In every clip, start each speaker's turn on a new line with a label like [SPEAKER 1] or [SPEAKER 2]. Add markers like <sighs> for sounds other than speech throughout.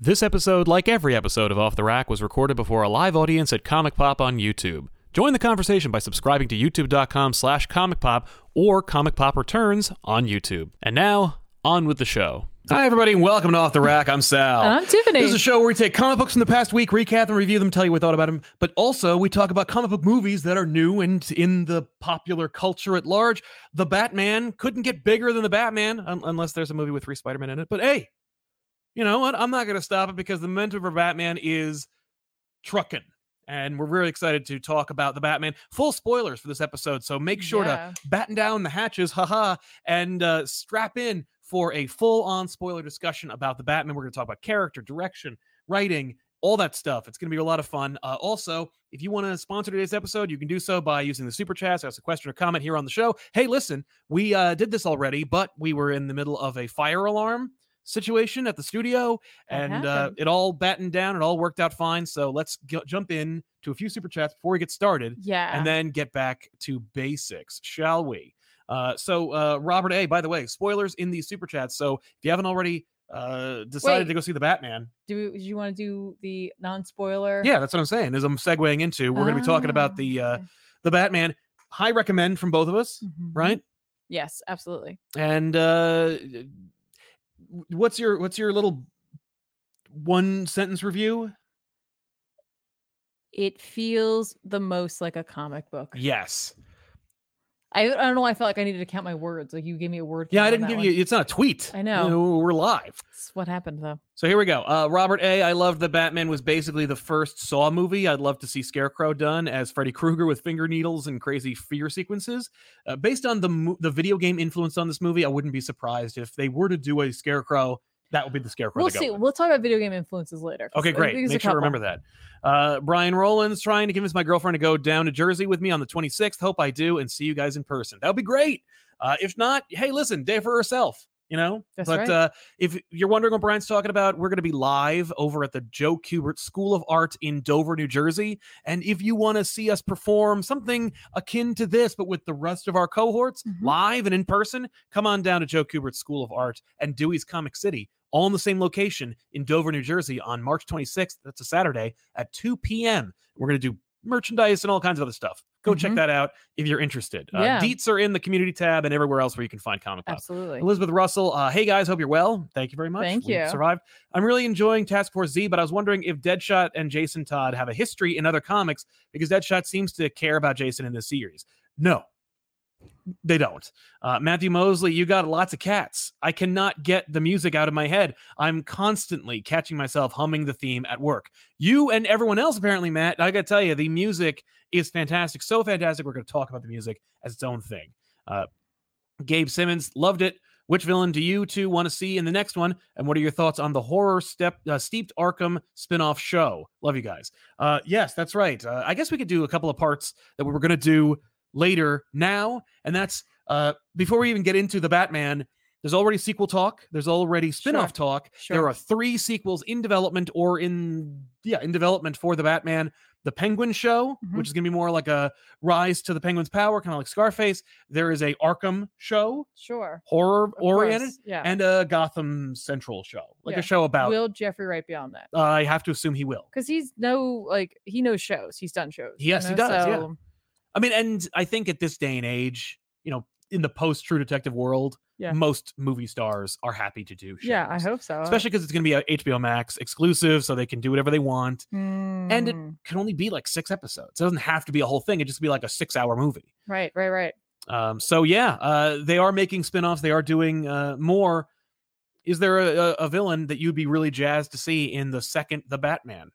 [SPEAKER 1] This episode, like every episode of Off the Rack, was recorded before a live audience at Comic Pop on YouTube. Join the conversation by subscribing to youtube.com slash comic pop or comic pop returns on YouTube. And now, on with the show. Hi, everybody, and welcome to Off the Rack. I'm Sal.
[SPEAKER 2] And I'm Tiffany.
[SPEAKER 1] Oh. This is a show where we take comic books from the past week, recap and review them, tell you what we thought about them, but also we talk about comic book movies that are new and in the popular culture at large. The Batman couldn't get bigger than the Batman, un- unless there's a movie with three Spider-Man in it. But hey, you know what? I'm not going to stop it because the momentum for Batman is trucking. And we're really excited to talk about the Batman. Full spoilers for this episode. So make sure to
[SPEAKER 2] Yeah.
[SPEAKER 1] batten down the hatches, haha, and uh, strap in for a full on spoiler discussion about the Batman. We're going to talk about character, direction, writing, all that stuff. It's going to be a lot of fun. Uh, also, if you want to sponsor today's episode, you can do so by using the super chats, ask a question or comment here on the show. Hey, listen, we uh, did this already, but we were in the middle of a fire alarm situation at the studio
[SPEAKER 2] What
[SPEAKER 1] and uh,
[SPEAKER 2] happened?
[SPEAKER 1] it all battened down it all worked out fine so let's g- jump in to a few super chats before we get started
[SPEAKER 2] Yeah.
[SPEAKER 1] and then get back to basics, shall we? Uh, so, uh, Robert A, by the way, spoilers in these super chats. So, if you haven't already uh, decided to
[SPEAKER 2] Wait.
[SPEAKER 1] go see the Batman,
[SPEAKER 2] do we- do you want to do the non-spoiler?
[SPEAKER 1] yeah, that's what I'm saying. As I'm segueing into, we're going to be talking about
[SPEAKER 2] Ah,
[SPEAKER 1] the uh,
[SPEAKER 2] okay.
[SPEAKER 1] the Batman. High recommend from both of us,
[SPEAKER 2] Mhm.
[SPEAKER 1] right?
[SPEAKER 2] Yes, absolutely.
[SPEAKER 1] And uh, w- what's your what's your little one sentence review?
[SPEAKER 2] It feels the most like a comic book.
[SPEAKER 1] Yes.
[SPEAKER 2] I, I don't know. why I felt like I needed to count my words. Like you gave me a word.
[SPEAKER 1] Yeah, I
[SPEAKER 2] count on
[SPEAKER 1] didn't
[SPEAKER 2] that
[SPEAKER 1] give
[SPEAKER 2] one.
[SPEAKER 1] you. It's not a tweet.
[SPEAKER 2] I know.
[SPEAKER 1] You We're live.
[SPEAKER 2] It's what happened though.
[SPEAKER 1] So here we go. Uh, Robert A. I loved that Batman was basically the first Saw movie. I'd love to see Scarecrow done as Freddy Krueger with finger needles and crazy fear sequences. Uh, based on the mo- the video game influence on this movie, I wouldn't be surprised if they were to do a Scarecrow. That would be the Scarecrow.
[SPEAKER 2] We'll
[SPEAKER 1] to go
[SPEAKER 2] see.
[SPEAKER 1] with.
[SPEAKER 2] We'll talk about video game influences later. 'cause
[SPEAKER 1] Okay,
[SPEAKER 2] I
[SPEAKER 1] great.
[SPEAKER 2] think there's a
[SPEAKER 1] Make sure to
[SPEAKER 2] couple.
[SPEAKER 1] remember that. Uh, Brian Rollins trying to convince my girlfriend to go down to Jersey with me on the 26th. Hope I do and see you guys in person. That would be great. Uh, if not, hey, listen, day for herself. You know,
[SPEAKER 2] That's
[SPEAKER 1] but
[SPEAKER 2] right.
[SPEAKER 1] uh, if you're wondering what Brian's talking about, we're going to be live over at the Joe Kubert School of Art in Dover, New Jersey. And if you want to see us perform something akin to this, but with the rest of our cohorts
[SPEAKER 2] Mhm.
[SPEAKER 1] live and in person, come on down to Joe Kubert's School of Art and Dewey's Comic City, all in the same location in Dover, New Jersey on March 26th. That's a Saturday at 2 p.m. We're going to do merchandise and all kinds of other stuff. Go check
[SPEAKER 2] Mhm.
[SPEAKER 1] that out if you're interested.
[SPEAKER 2] Yeah.
[SPEAKER 1] Uh, deets are in the community tab and everywhere else where you can find comic pop.
[SPEAKER 2] <laughs> Absolutely.
[SPEAKER 1] Elizabeth Russell, uh, hey guys, hope you're well. Thank you very much.
[SPEAKER 2] Thank
[SPEAKER 1] We
[SPEAKER 2] you.
[SPEAKER 1] Survived. I'm really enjoying Task Force Z, but I was wondering if Deadshot and Jason Todd have a history in other comics because Deadshot seems to care about Jason in this series. No, they don't. Uh, Matthew Mosley, you got lots of cats. I cannot get the music out of my head. I'm constantly catching myself humming the theme at work. You and everyone else, apparently, Matt. I got to tell you, the music is fantastic. So fantastic. We're going to talk about the music as its own thing. Uh, Gabe Simmons loved it. Which villain do you two want to see in the next one? And what are your thoughts on the horror step uh, steeped Arkham spinoff show? Love you guys. Uh, yes, that's right. Uh, I guess we could do a couple of parts that we were going to do later now, and that's uh, before we even get into the Batman. There's already sequel talk. There's already spinoff
[SPEAKER 2] Sure.
[SPEAKER 1] talk. There
[SPEAKER 2] Sure.
[SPEAKER 1] are three sequels in development or in yeah in development for the Batman. The Penguin Show,
[SPEAKER 2] Mhm.
[SPEAKER 1] which is going to be more like a rise to the Penguin's power, kind of like Scarface. There is a Arkham Show,
[SPEAKER 2] sure.
[SPEAKER 1] horror
[SPEAKER 2] Of
[SPEAKER 1] oriented,
[SPEAKER 2] course, Yeah.
[SPEAKER 1] and a Gotham Central show, like
[SPEAKER 2] Yeah.
[SPEAKER 1] a show about.
[SPEAKER 2] will Jeffrey write beyond that?
[SPEAKER 1] uh, I have to assume he will.
[SPEAKER 2] Because he's no like he knows shows. He's done shows. you
[SPEAKER 1] Yes, he
[SPEAKER 2] know,
[SPEAKER 1] does, yeah.
[SPEAKER 2] So,
[SPEAKER 1] I mean, and I think at this day and age, you know, in the post True Detective world,
[SPEAKER 2] Yeah.
[SPEAKER 1] most movie stars are happy to do. Shows.
[SPEAKER 2] yeah. I hope so.
[SPEAKER 1] especially because it's going to be a HBO Max exclusive, so they can do whatever they want.
[SPEAKER 2] and
[SPEAKER 1] it- Can only be like six episodes. It doesn't have to be a whole thing. It just be like a six-hour movie.
[SPEAKER 2] right, right, right.
[SPEAKER 1] Um, so yeah, uh, they are making spin-offs. They are doing uh, more. Is there a, a, a villain that you'd be really jazzed to see in the second The Batman?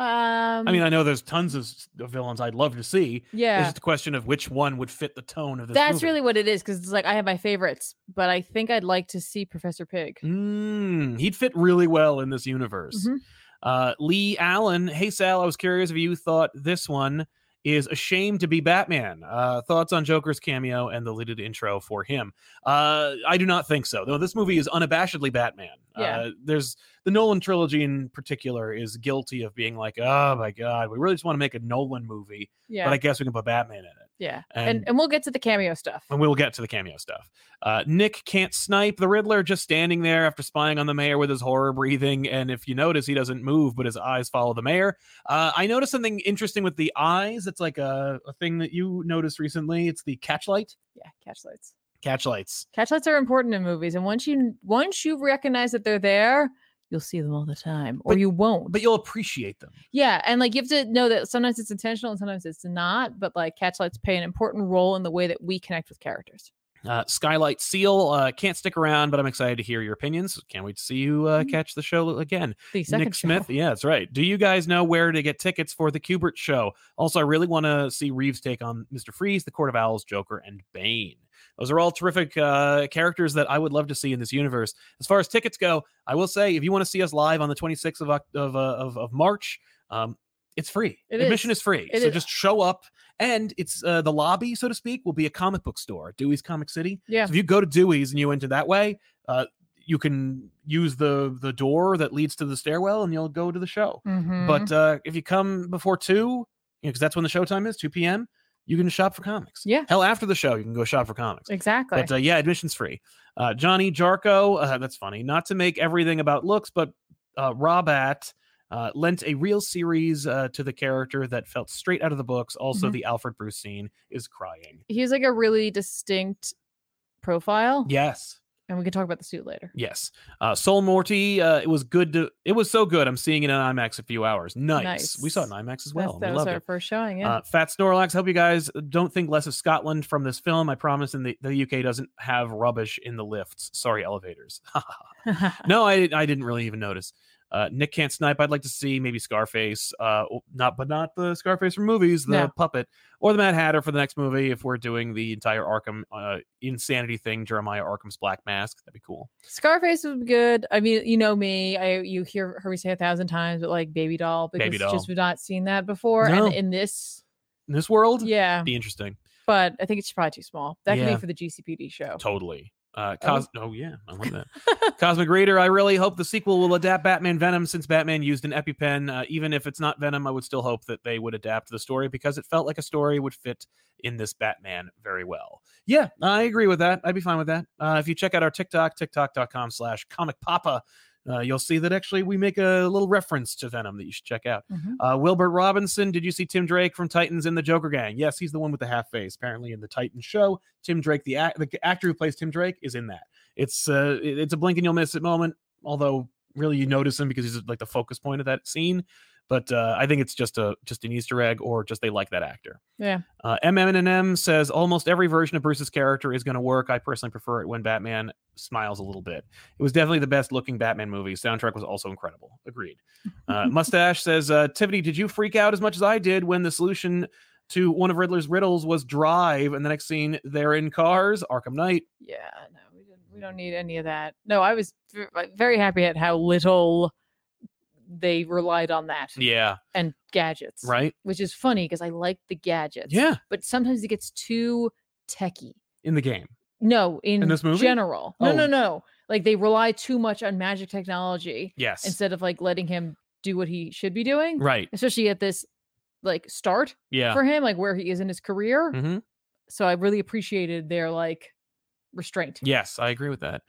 [SPEAKER 2] Um,
[SPEAKER 1] I mean, I know there's tons of s- of villains I'd love to see. It's
[SPEAKER 2] yeah,
[SPEAKER 1] just a question of which one would fit the tone of this.
[SPEAKER 2] that's
[SPEAKER 1] movie.
[SPEAKER 2] really what it is because it's like I have my favorites, but I think I'd like to see Professor Pig.
[SPEAKER 1] Mm, he'd fit really well in this universe.
[SPEAKER 2] Mhm.
[SPEAKER 1] Uh, Lee Allen, hey Sal, I was curious if you thought this one is ashamed to be Batman. Uh, thoughts on Joker's cameo and the leaded intro for him? Uh, I do not think so. Though this movie is unabashedly Batman.
[SPEAKER 2] Yeah.
[SPEAKER 1] Uh, there's the Nolan trilogy in particular is guilty of being like, oh my god, we really just want to make a Nolan movie,
[SPEAKER 2] Yeah,
[SPEAKER 1] but I guess we can put Batman in it.
[SPEAKER 2] Yeah.
[SPEAKER 1] And-
[SPEAKER 2] And, and we'll get to the cameo stuff.
[SPEAKER 1] and we'll get to the cameo stuff. Uh, Nick can't snipe the Riddler, just standing there after spying on the mayor with his horror breathing. And if you notice, he doesn't move, but his eyes follow the mayor. Uh, I noticed something interesting with the eyes. It's like a, a thing that you noticed recently. It's the catchlight.
[SPEAKER 2] Yeah, catchlights.
[SPEAKER 1] Catchlights.
[SPEAKER 2] Catchlights are important in movies, and once you once you recognize that they're there, you'll see them all the time, or
[SPEAKER 1] But-
[SPEAKER 2] you won't.
[SPEAKER 1] But you'll appreciate them.
[SPEAKER 2] yeah, and like you have to know that sometimes it's intentional and sometimes it's not. But like catchlights play an important role in the way that we connect with characters.
[SPEAKER 1] Uh, Skylight Seal uh, can't stick around, but I'm excited to hear your opinions. Can't wait to see you uh,
[SPEAKER 2] Mhm.
[SPEAKER 1] catch the show again.
[SPEAKER 2] The second
[SPEAKER 1] Nick
[SPEAKER 2] show.
[SPEAKER 1] Smith.
[SPEAKER 2] <laughs>
[SPEAKER 1] Yeah, that's right. Do you guys know where to get tickets for the Kubert show? Also, I really want to see Reeves take on Mr. Freeze, the Court of Owls, Joker, and Bane. Those are all terrific uh, characters that I would love to see in this universe. As far as tickets go, I will say if you want to see us live on the 26th of Oc- of, uh, of, of March, um, it's free.
[SPEAKER 2] It
[SPEAKER 1] Admission is,
[SPEAKER 2] is.
[SPEAKER 1] free.
[SPEAKER 2] It
[SPEAKER 1] so
[SPEAKER 2] is.
[SPEAKER 1] just show up. And it's uh, the lobby, so to speak, will be a comic book store, Dewey's Comic City.
[SPEAKER 2] Yeah,
[SPEAKER 1] So if you go to Dewey's and you enter that way, uh, you can use the the door that leads to the stairwell, and you'll go to the show.
[SPEAKER 2] Mhm.
[SPEAKER 1] But uh, if you come before two, because you know, 'cause that's when the show time is, two p.m., you can shop for comics.
[SPEAKER 2] Yeah.
[SPEAKER 1] Hell, after the show, you can go shop for comics.
[SPEAKER 2] exactly.
[SPEAKER 1] But uh, yeah, admission's free. Uh, Johnny Jarko, uh, that's funny. Not to make everything about looks, but uh, Robat uh, lent a real series uh, to the character that felt straight out of the books. Also,
[SPEAKER 2] Mhm.
[SPEAKER 1] the Alfred Bruce scene is crying.
[SPEAKER 2] He's like a really distinct profile.
[SPEAKER 1] Yes.
[SPEAKER 2] and we can talk about the suit later.
[SPEAKER 1] Yes. Uh, Soul Morty, uh, it was good to, it was so good. I'm seeing it in IMAX a few hours. Nice. We saw it in IMAX as
[SPEAKER 2] That's-
[SPEAKER 1] well. and
[SPEAKER 2] that
[SPEAKER 1] we
[SPEAKER 2] was
[SPEAKER 1] loved
[SPEAKER 2] our
[SPEAKER 1] it.
[SPEAKER 2] first showing. Yeah,
[SPEAKER 1] Uh, Fat Snorlax, hope you guys don't think less of Scotland from this film. I promise in the, the UK doesn't have rubbish in the lifts. Sorry,
[SPEAKER 2] <laughs>
[SPEAKER 1] elevators. <laughs> no, I, I didn't really even notice. Uh, Nick can't snipe. I'd like to see maybe Scarface, uh, w- not but not the Scarface from movies, the
[SPEAKER 2] No.
[SPEAKER 1] puppet or the Mad Hatter for the next movie. If we're doing the entire Arkham uh, insanity thing, Jeremiah Arkham's Black Mask, that'd be cool.
[SPEAKER 2] Scarface would be good. I mean, you know me. I you hear her say a thousand times, but like Baby Doll, because
[SPEAKER 1] Baby
[SPEAKER 2] it's just
[SPEAKER 1] Doll.
[SPEAKER 2] we've not seen that before.
[SPEAKER 1] No.
[SPEAKER 2] And in this,
[SPEAKER 1] In this world,
[SPEAKER 2] yeah,
[SPEAKER 1] be interesting.
[SPEAKER 2] but I think it's probably too small. That could
[SPEAKER 1] Yeah.
[SPEAKER 2] be for the GCPD show.
[SPEAKER 1] Totally. Uh,
[SPEAKER 2] Oh.
[SPEAKER 1] Cos- oh. yeah, I love <laughs> that. Cosmic Reader, I really hope the sequel will adapt Batman Venom since Batman used an EpiPen. Uh, even if it's not Venom, I would still hope that they would adapt the story because it felt like a story would fit in this Batman very well. Yeah, I agree with that. I'd be fine with that. Uh, if you check out our TikTok, tiktok.com slash comic papa, uh, you'll see that actually we make a little reference to Venom that you should check out.
[SPEAKER 2] Mhm.
[SPEAKER 1] Uh, Wilbert Robinson, did you see Tim Drake from Titans in the Joker Gang? Yes, he's the one with the half face. Apparently, in the Titan show, Tim Drake, the, act, the actor who plays Tim Drake, is in that. It's uh, it- it's a blink and you'll miss it moment. Although, really, you notice him because he's like the focus point of that scene. But uh, I think it's just a just an Easter egg, or just they like that actor.
[SPEAKER 2] Yeah.
[SPEAKER 1] Uh, MM&M says almost every version of Bruce's character is going to work. I personally prefer it when Batman smiles a little bit. It was definitely the best looking Batman movie. Soundtrack was also incredible. Agreed. <laughs> Uh, Mustache says, uh, Tiffany, did you freak out as much as I did when the solution to one of Riddler's riddles was drive? And the next scene, they're in cars, Arkham Knight.
[SPEAKER 2] Yeah, no, we didn't, we don't need any of that. No, I was v- like, very happy at how little they relied on that
[SPEAKER 1] Yeah.
[SPEAKER 2] and gadgets,
[SPEAKER 1] Right?
[SPEAKER 2] Which is funny because I like the gadgets.
[SPEAKER 1] Yeah.
[SPEAKER 2] but sometimes it gets too techie.
[SPEAKER 1] In the game.
[SPEAKER 2] No, in,
[SPEAKER 1] this movie?
[SPEAKER 2] general. No,
[SPEAKER 1] Oh.
[SPEAKER 2] no, no. Like they rely too much on magic technology
[SPEAKER 1] Yes.
[SPEAKER 2] instead of like letting him do what he should be doing,
[SPEAKER 1] right.
[SPEAKER 2] especially at this like start
[SPEAKER 1] Yeah.
[SPEAKER 2] for him, like where he is in his career.
[SPEAKER 1] hmm
[SPEAKER 2] So I really appreciated their like restraint.
[SPEAKER 1] Yes, I agree with that.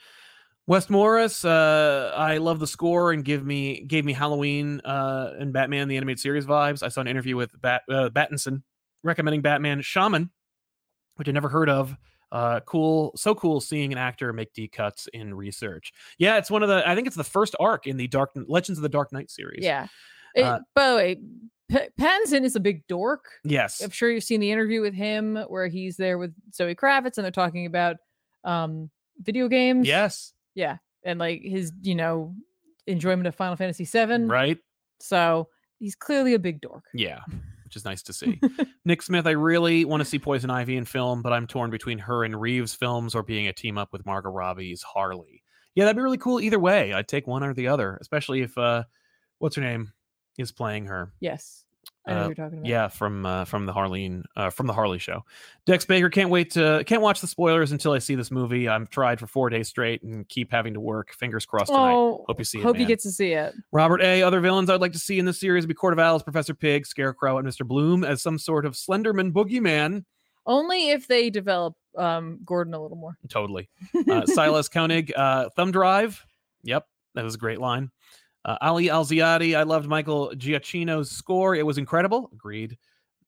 [SPEAKER 1] Wes Morris, uh, I love the score and give me gave me Halloween uh, and Batman the animated series vibes. I saw an interview with Bat uh, Battinson recommending Batman Shaman, which I never heard of. Uh, cool, so cool seeing an actor make deep cuts in research. Yeah, it's one of the. I think it's the first arc in the Dark Legends of the Dark Knight series.
[SPEAKER 2] Yeah.
[SPEAKER 1] Uh,
[SPEAKER 2] It, by the way, P- Pattinson is a big dork.
[SPEAKER 1] Yes.
[SPEAKER 2] I'm sure you've seen the interview with him where he's there with Zoe Kravitz and they're talking about um video games.
[SPEAKER 1] Yes.
[SPEAKER 2] And like his, you know, enjoyment of Final Fantasy VII.
[SPEAKER 1] Right.
[SPEAKER 2] So he's clearly a big dork.
[SPEAKER 1] Yeah, which is nice to see. Nick Smith, I really want to see Poison Ivy in film, but I'm torn between her and Reeves films or being a team up with Margot Robbie's Harley. Yeah, that'd be really cool either way. I'd take one or the other, especially if uh what's her name is playing her.
[SPEAKER 2] Yes. I know
[SPEAKER 1] Uh,
[SPEAKER 2] who you're talking about.
[SPEAKER 1] Yeah, from uh, from the Harleen uh, from the Harley show. Dex Baker can't wait to can't watch the spoilers until I see this movie. I've tried for 4 days straight and keep having to work. Fingers crossed tonight.
[SPEAKER 2] Oh,
[SPEAKER 1] Hope you see it,
[SPEAKER 2] Hope you
[SPEAKER 1] man.
[SPEAKER 2] get to see it.
[SPEAKER 1] Robert A. Other villains I'd like to see in this series would be Court of Owls, Professor Pig, Scarecrow, and Mr. Bloom as some sort of Slenderman boogeyman.
[SPEAKER 2] Only if they develop um, Gordon a little more.
[SPEAKER 1] <laughs> Totally. Uh, Silas Koenig, uh, Thumb Drive. Yep, that was a great line. Uh, Ali Alziati, I loved Michael Giacchino's score. It was incredible. Agreed.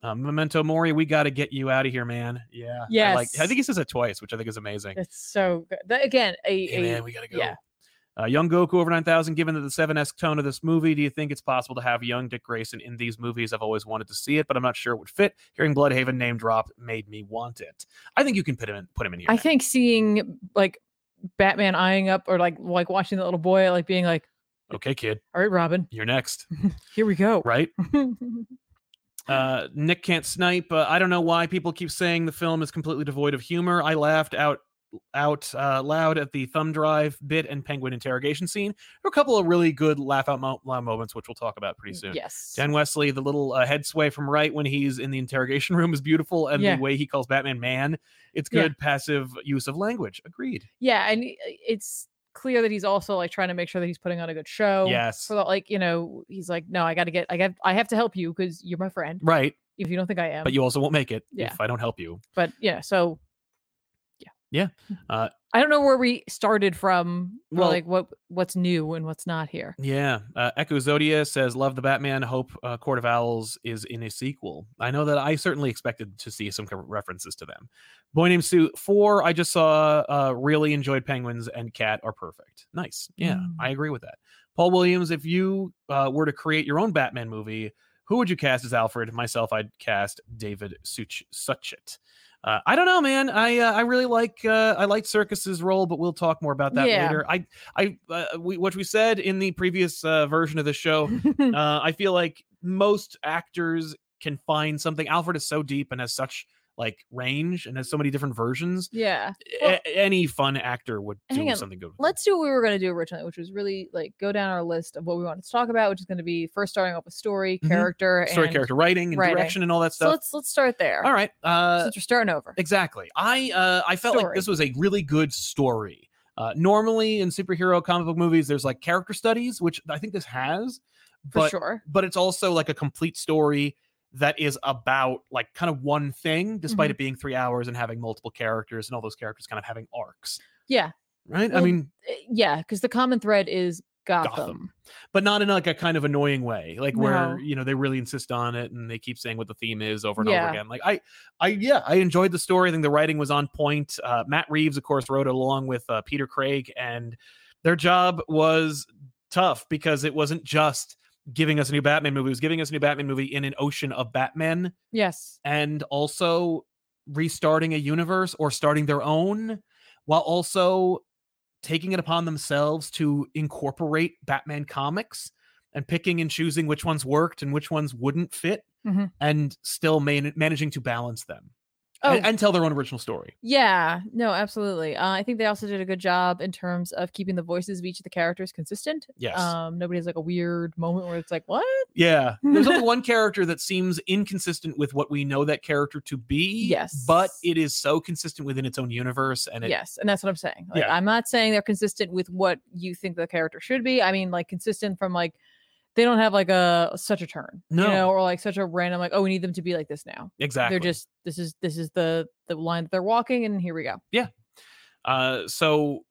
[SPEAKER 1] Uh, Memento Mori, we got to get you out of here, man. Yeah. I, like, I
[SPEAKER 2] Yes.
[SPEAKER 1] think he says it twice, which I think is amazing.
[SPEAKER 2] it's so good. That, again, a,
[SPEAKER 1] Hey,
[SPEAKER 2] a-
[SPEAKER 1] man, we got to go.
[SPEAKER 2] yeah.
[SPEAKER 1] Uh, young Goku over 9000, given that the 7S tone of this movie, do you think it's possible to have young Dick Grayson in these movies? I've always wanted to see it, but I'm not sure it would fit. Hearing Bloodhaven name drop made me want it. I think you can put him in, put him in here.
[SPEAKER 2] I
[SPEAKER 1] man.
[SPEAKER 2] think seeing like Batman eyeing up or like like watching the little boy like being like,
[SPEAKER 1] okay, kid,
[SPEAKER 2] all right, Robin,
[SPEAKER 1] you're next,
[SPEAKER 2] here we go.
[SPEAKER 1] <laughs> right?
[SPEAKER 2] <laughs>
[SPEAKER 1] Uh, Nick can't snipe. Uh, I don't know why people keep saying the film is completely devoid of humor. I laughed out out uh, loud at the thumb drive bit and penguin interrogation scene. There were a couple of really good laugh out mo- loud moments, which we'll talk about pretty soon.
[SPEAKER 2] yes.
[SPEAKER 1] Dan Wesley, the little uh, head sway from right when he's in the interrogation <laughs> room is beautiful, and
[SPEAKER 2] Yeah.
[SPEAKER 1] the way he calls Batman man, it's
[SPEAKER 2] Yeah.
[SPEAKER 1] good passive use of language. Agreed.
[SPEAKER 2] yeah, and i- it's clear that he's also like trying to make sure that he's putting on a good show.
[SPEAKER 1] yes.
[SPEAKER 2] So that, like you know, he's like, no, I got to get, I got, I have to help you because you're my friend.
[SPEAKER 1] Right,
[SPEAKER 2] If you don't think I am,
[SPEAKER 1] but you also won't make it
[SPEAKER 2] yeah.
[SPEAKER 1] if I don't help you.
[SPEAKER 2] but yeah, so yeah, Mm.
[SPEAKER 1] Yeah, uh,
[SPEAKER 2] I don't know where we started from. or,
[SPEAKER 1] well-
[SPEAKER 2] like what what's new and what's not here.
[SPEAKER 1] Yeah. Uh, Echo Zodia says, Love the Batman. Hope uh, Court of Owls is in a sequel. I know that I certainly expected to see some kind of references to them. Boy Named Sue 4, I just saw, uh, really enjoyed Penguins and Cat are perfect. Nice. Yeah,
[SPEAKER 2] Mm.
[SPEAKER 1] I agree with that. Paul Williams, if you uh, were to create your own Batman movie, who would you cast as Alfred? Myself, I'd cast David Such- Suchet. Uh, I don't know, man. I uh, I really like uh, I like Circus's role, but we'll talk more about that
[SPEAKER 2] Yeah.
[SPEAKER 1] later. I I uh, we, what we said in the previous uh, version of the show.
[SPEAKER 2] <laughs>
[SPEAKER 1] Uh, I feel like most actors can find something. Alfred is so deep and has such like range and has so many different versions.
[SPEAKER 2] yeah,
[SPEAKER 1] A- any fun actor would do
[SPEAKER 2] hang on.
[SPEAKER 1] something good. With it.
[SPEAKER 2] let's do what we were going to do originally, which was really like go down our list of what we wanted to talk about, which is going to be first starting off with story,
[SPEAKER 1] Mhm.
[SPEAKER 2] character,
[SPEAKER 1] story,
[SPEAKER 2] and-
[SPEAKER 1] character writing, and
[SPEAKER 2] writing.
[SPEAKER 1] direction, and all that
[SPEAKER 2] So
[SPEAKER 1] stuff.
[SPEAKER 2] let's let's start there.
[SPEAKER 1] all right. Uh,
[SPEAKER 2] since we're starting over.
[SPEAKER 1] Exactly. I uh, I felt like this was a really good story. Uh, normally in superhero comic book movies, there's like character studies, which I think this has,
[SPEAKER 2] For
[SPEAKER 1] but
[SPEAKER 2] sure.
[SPEAKER 1] but it's also like a complete story that is about like kind of one thing, despite
[SPEAKER 2] Mm-hmm.
[SPEAKER 1] it being three hours and having multiple characters and all those characters kind of having arcs,
[SPEAKER 2] Yeah.
[SPEAKER 1] right? I
[SPEAKER 2] Well,
[SPEAKER 1] mean,
[SPEAKER 2] Uh, Yeah, because the common thread is Gotham.
[SPEAKER 1] Gotham. but not in like a kind of annoying way, like where
[SPEAKER 2] No.
[SPEAKER 1] you know they really insist on it and they keep saying what the theme is over and
[SPEAKER 2] Yeah.
[SPEAKER 1] over again. Like I, I yeah, I enjoyed the story. I think the writing was on point. Uh, Matt Reeves, of course, wrote it along with uh, Peter Craig, and their job was tough because it wasn't just giving us a new Batman movie. It was giving us a new Batman movie in an ocean of Batman,
[SPEAKER 2] Yes.
[SPEAKER 1] and also restarting a universe or starting their own, while also taking it upon themselves to incorporate Batman comics and picking and choosing which ones worked and which ones wouldn't fit
[SPEAKER 2] Mhm.
[SPEAKER 1] and still man- managing to balance them
[SPEAKER 2] Oh,
[SPEAKER 1] and, and tell their own original story.
[SPEAKER 2] yeah. No, absolutely. Uh, I think they also did a good job in terms of keeping the voices of each of the characters consistent.
[SPEAKER 1] Yes.
[SPEAKER 2] Um, nobody has like a weird moment where it's like, what? <laughs>
[SPEAKER 1] yeah. There's only one character that seems inconsistent with what we know that character to be.
[SPEAKER 2] Yes.
[SPEAKER 1] But it is so consistent within its own universe and it
[SPEAKER 2] yes, and that's what I'm saying. Like,
[SPEAKER 1] Yeah.
[SPEAKER 2] I'm not saying they're consistent with what you think the character should be. I mean, like consistent from like they don't have like a such a turn,
[SPEAKER 1] No.
[SPEAKER 2] you know, or like such a random like, oh, we need them to be like this now.
[SPEAKER 1] exactly.
[SPEAKER 2] They're just this is this is the the line that they're walking, and here we go.
[SPEAKER 1] Uh, so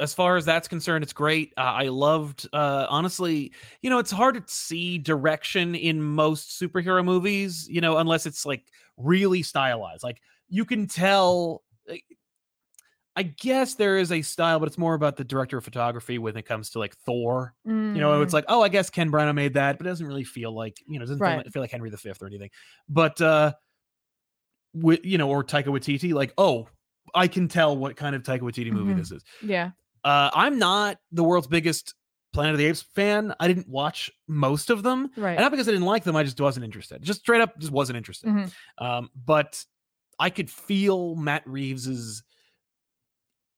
[SPEAKER 1] as far as that's concerned, it's great. Uh, I loved, uh, honestly, you know, it's hard to see direction in most superhero movies, you know, unless it's like really stylized. Like you can tell. like, I guess there is a style, but it's more about the director of photography when it comes to like Thor. You know,
[SPEAKER 2] Mm-hmm.
[SPEAKER 1] it's like, oh, I guess Ken Branagh made that, but it doesn't really feel like, you know, it doesn't feel,
[SPEAKER 2] Right.
[SPEAKER 1] like, feel like Henry V or anything. But uh with you know, or Taika Waititi, like, oh, I can tell what kind of Taika Waititi movie
[SPEAKER 2] Mhm.
[SPEAKER 1] this is.
[SPEAKER 2] yeah,
[SPEAKER 1] Uh I'm not the world's biggest Planet of the Apes fan. I didn't watch most of them.
[SPEAKER 2] right.
[SPEAKER 1] And not because I didn't like them, I just wasn't interested. Just straight up just wasn't interested.
[SPEAKER 2] Mhm.
[SPEAKER 1] Um, but I could feel Matt Reeves's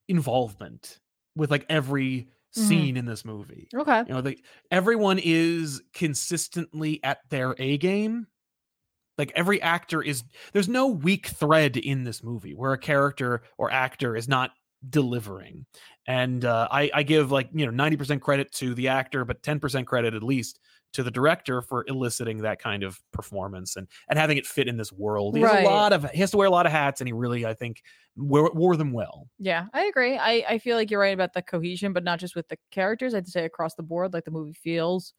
[SPEAKER 1] involvement with like every
[SPEAKER 2] Mhm.
[SPEAKER 1] scene in this movie
[SPEAKER 2] Okay.
[SPEAKER 1] you know they everyone is consistently at their a game like every actor is there's no weak thread in this movie where a character or actor is not delivering. And uh, I, I give like you know ninety percent credit to the actor, but ten percent credit at least to the director for eliciting that kind of performance and and having it fit in this world. He has
[SPEAKER 2] Right.
[SPEAKER 1] a lot of he has to wear a lot of hats, and he really I think wore, wore them well.
[SPEAKER 2] Yeah, I agree. I, I feel like you're right about the cohesion, but not just with the characters. I'd say across the board, like the movie feels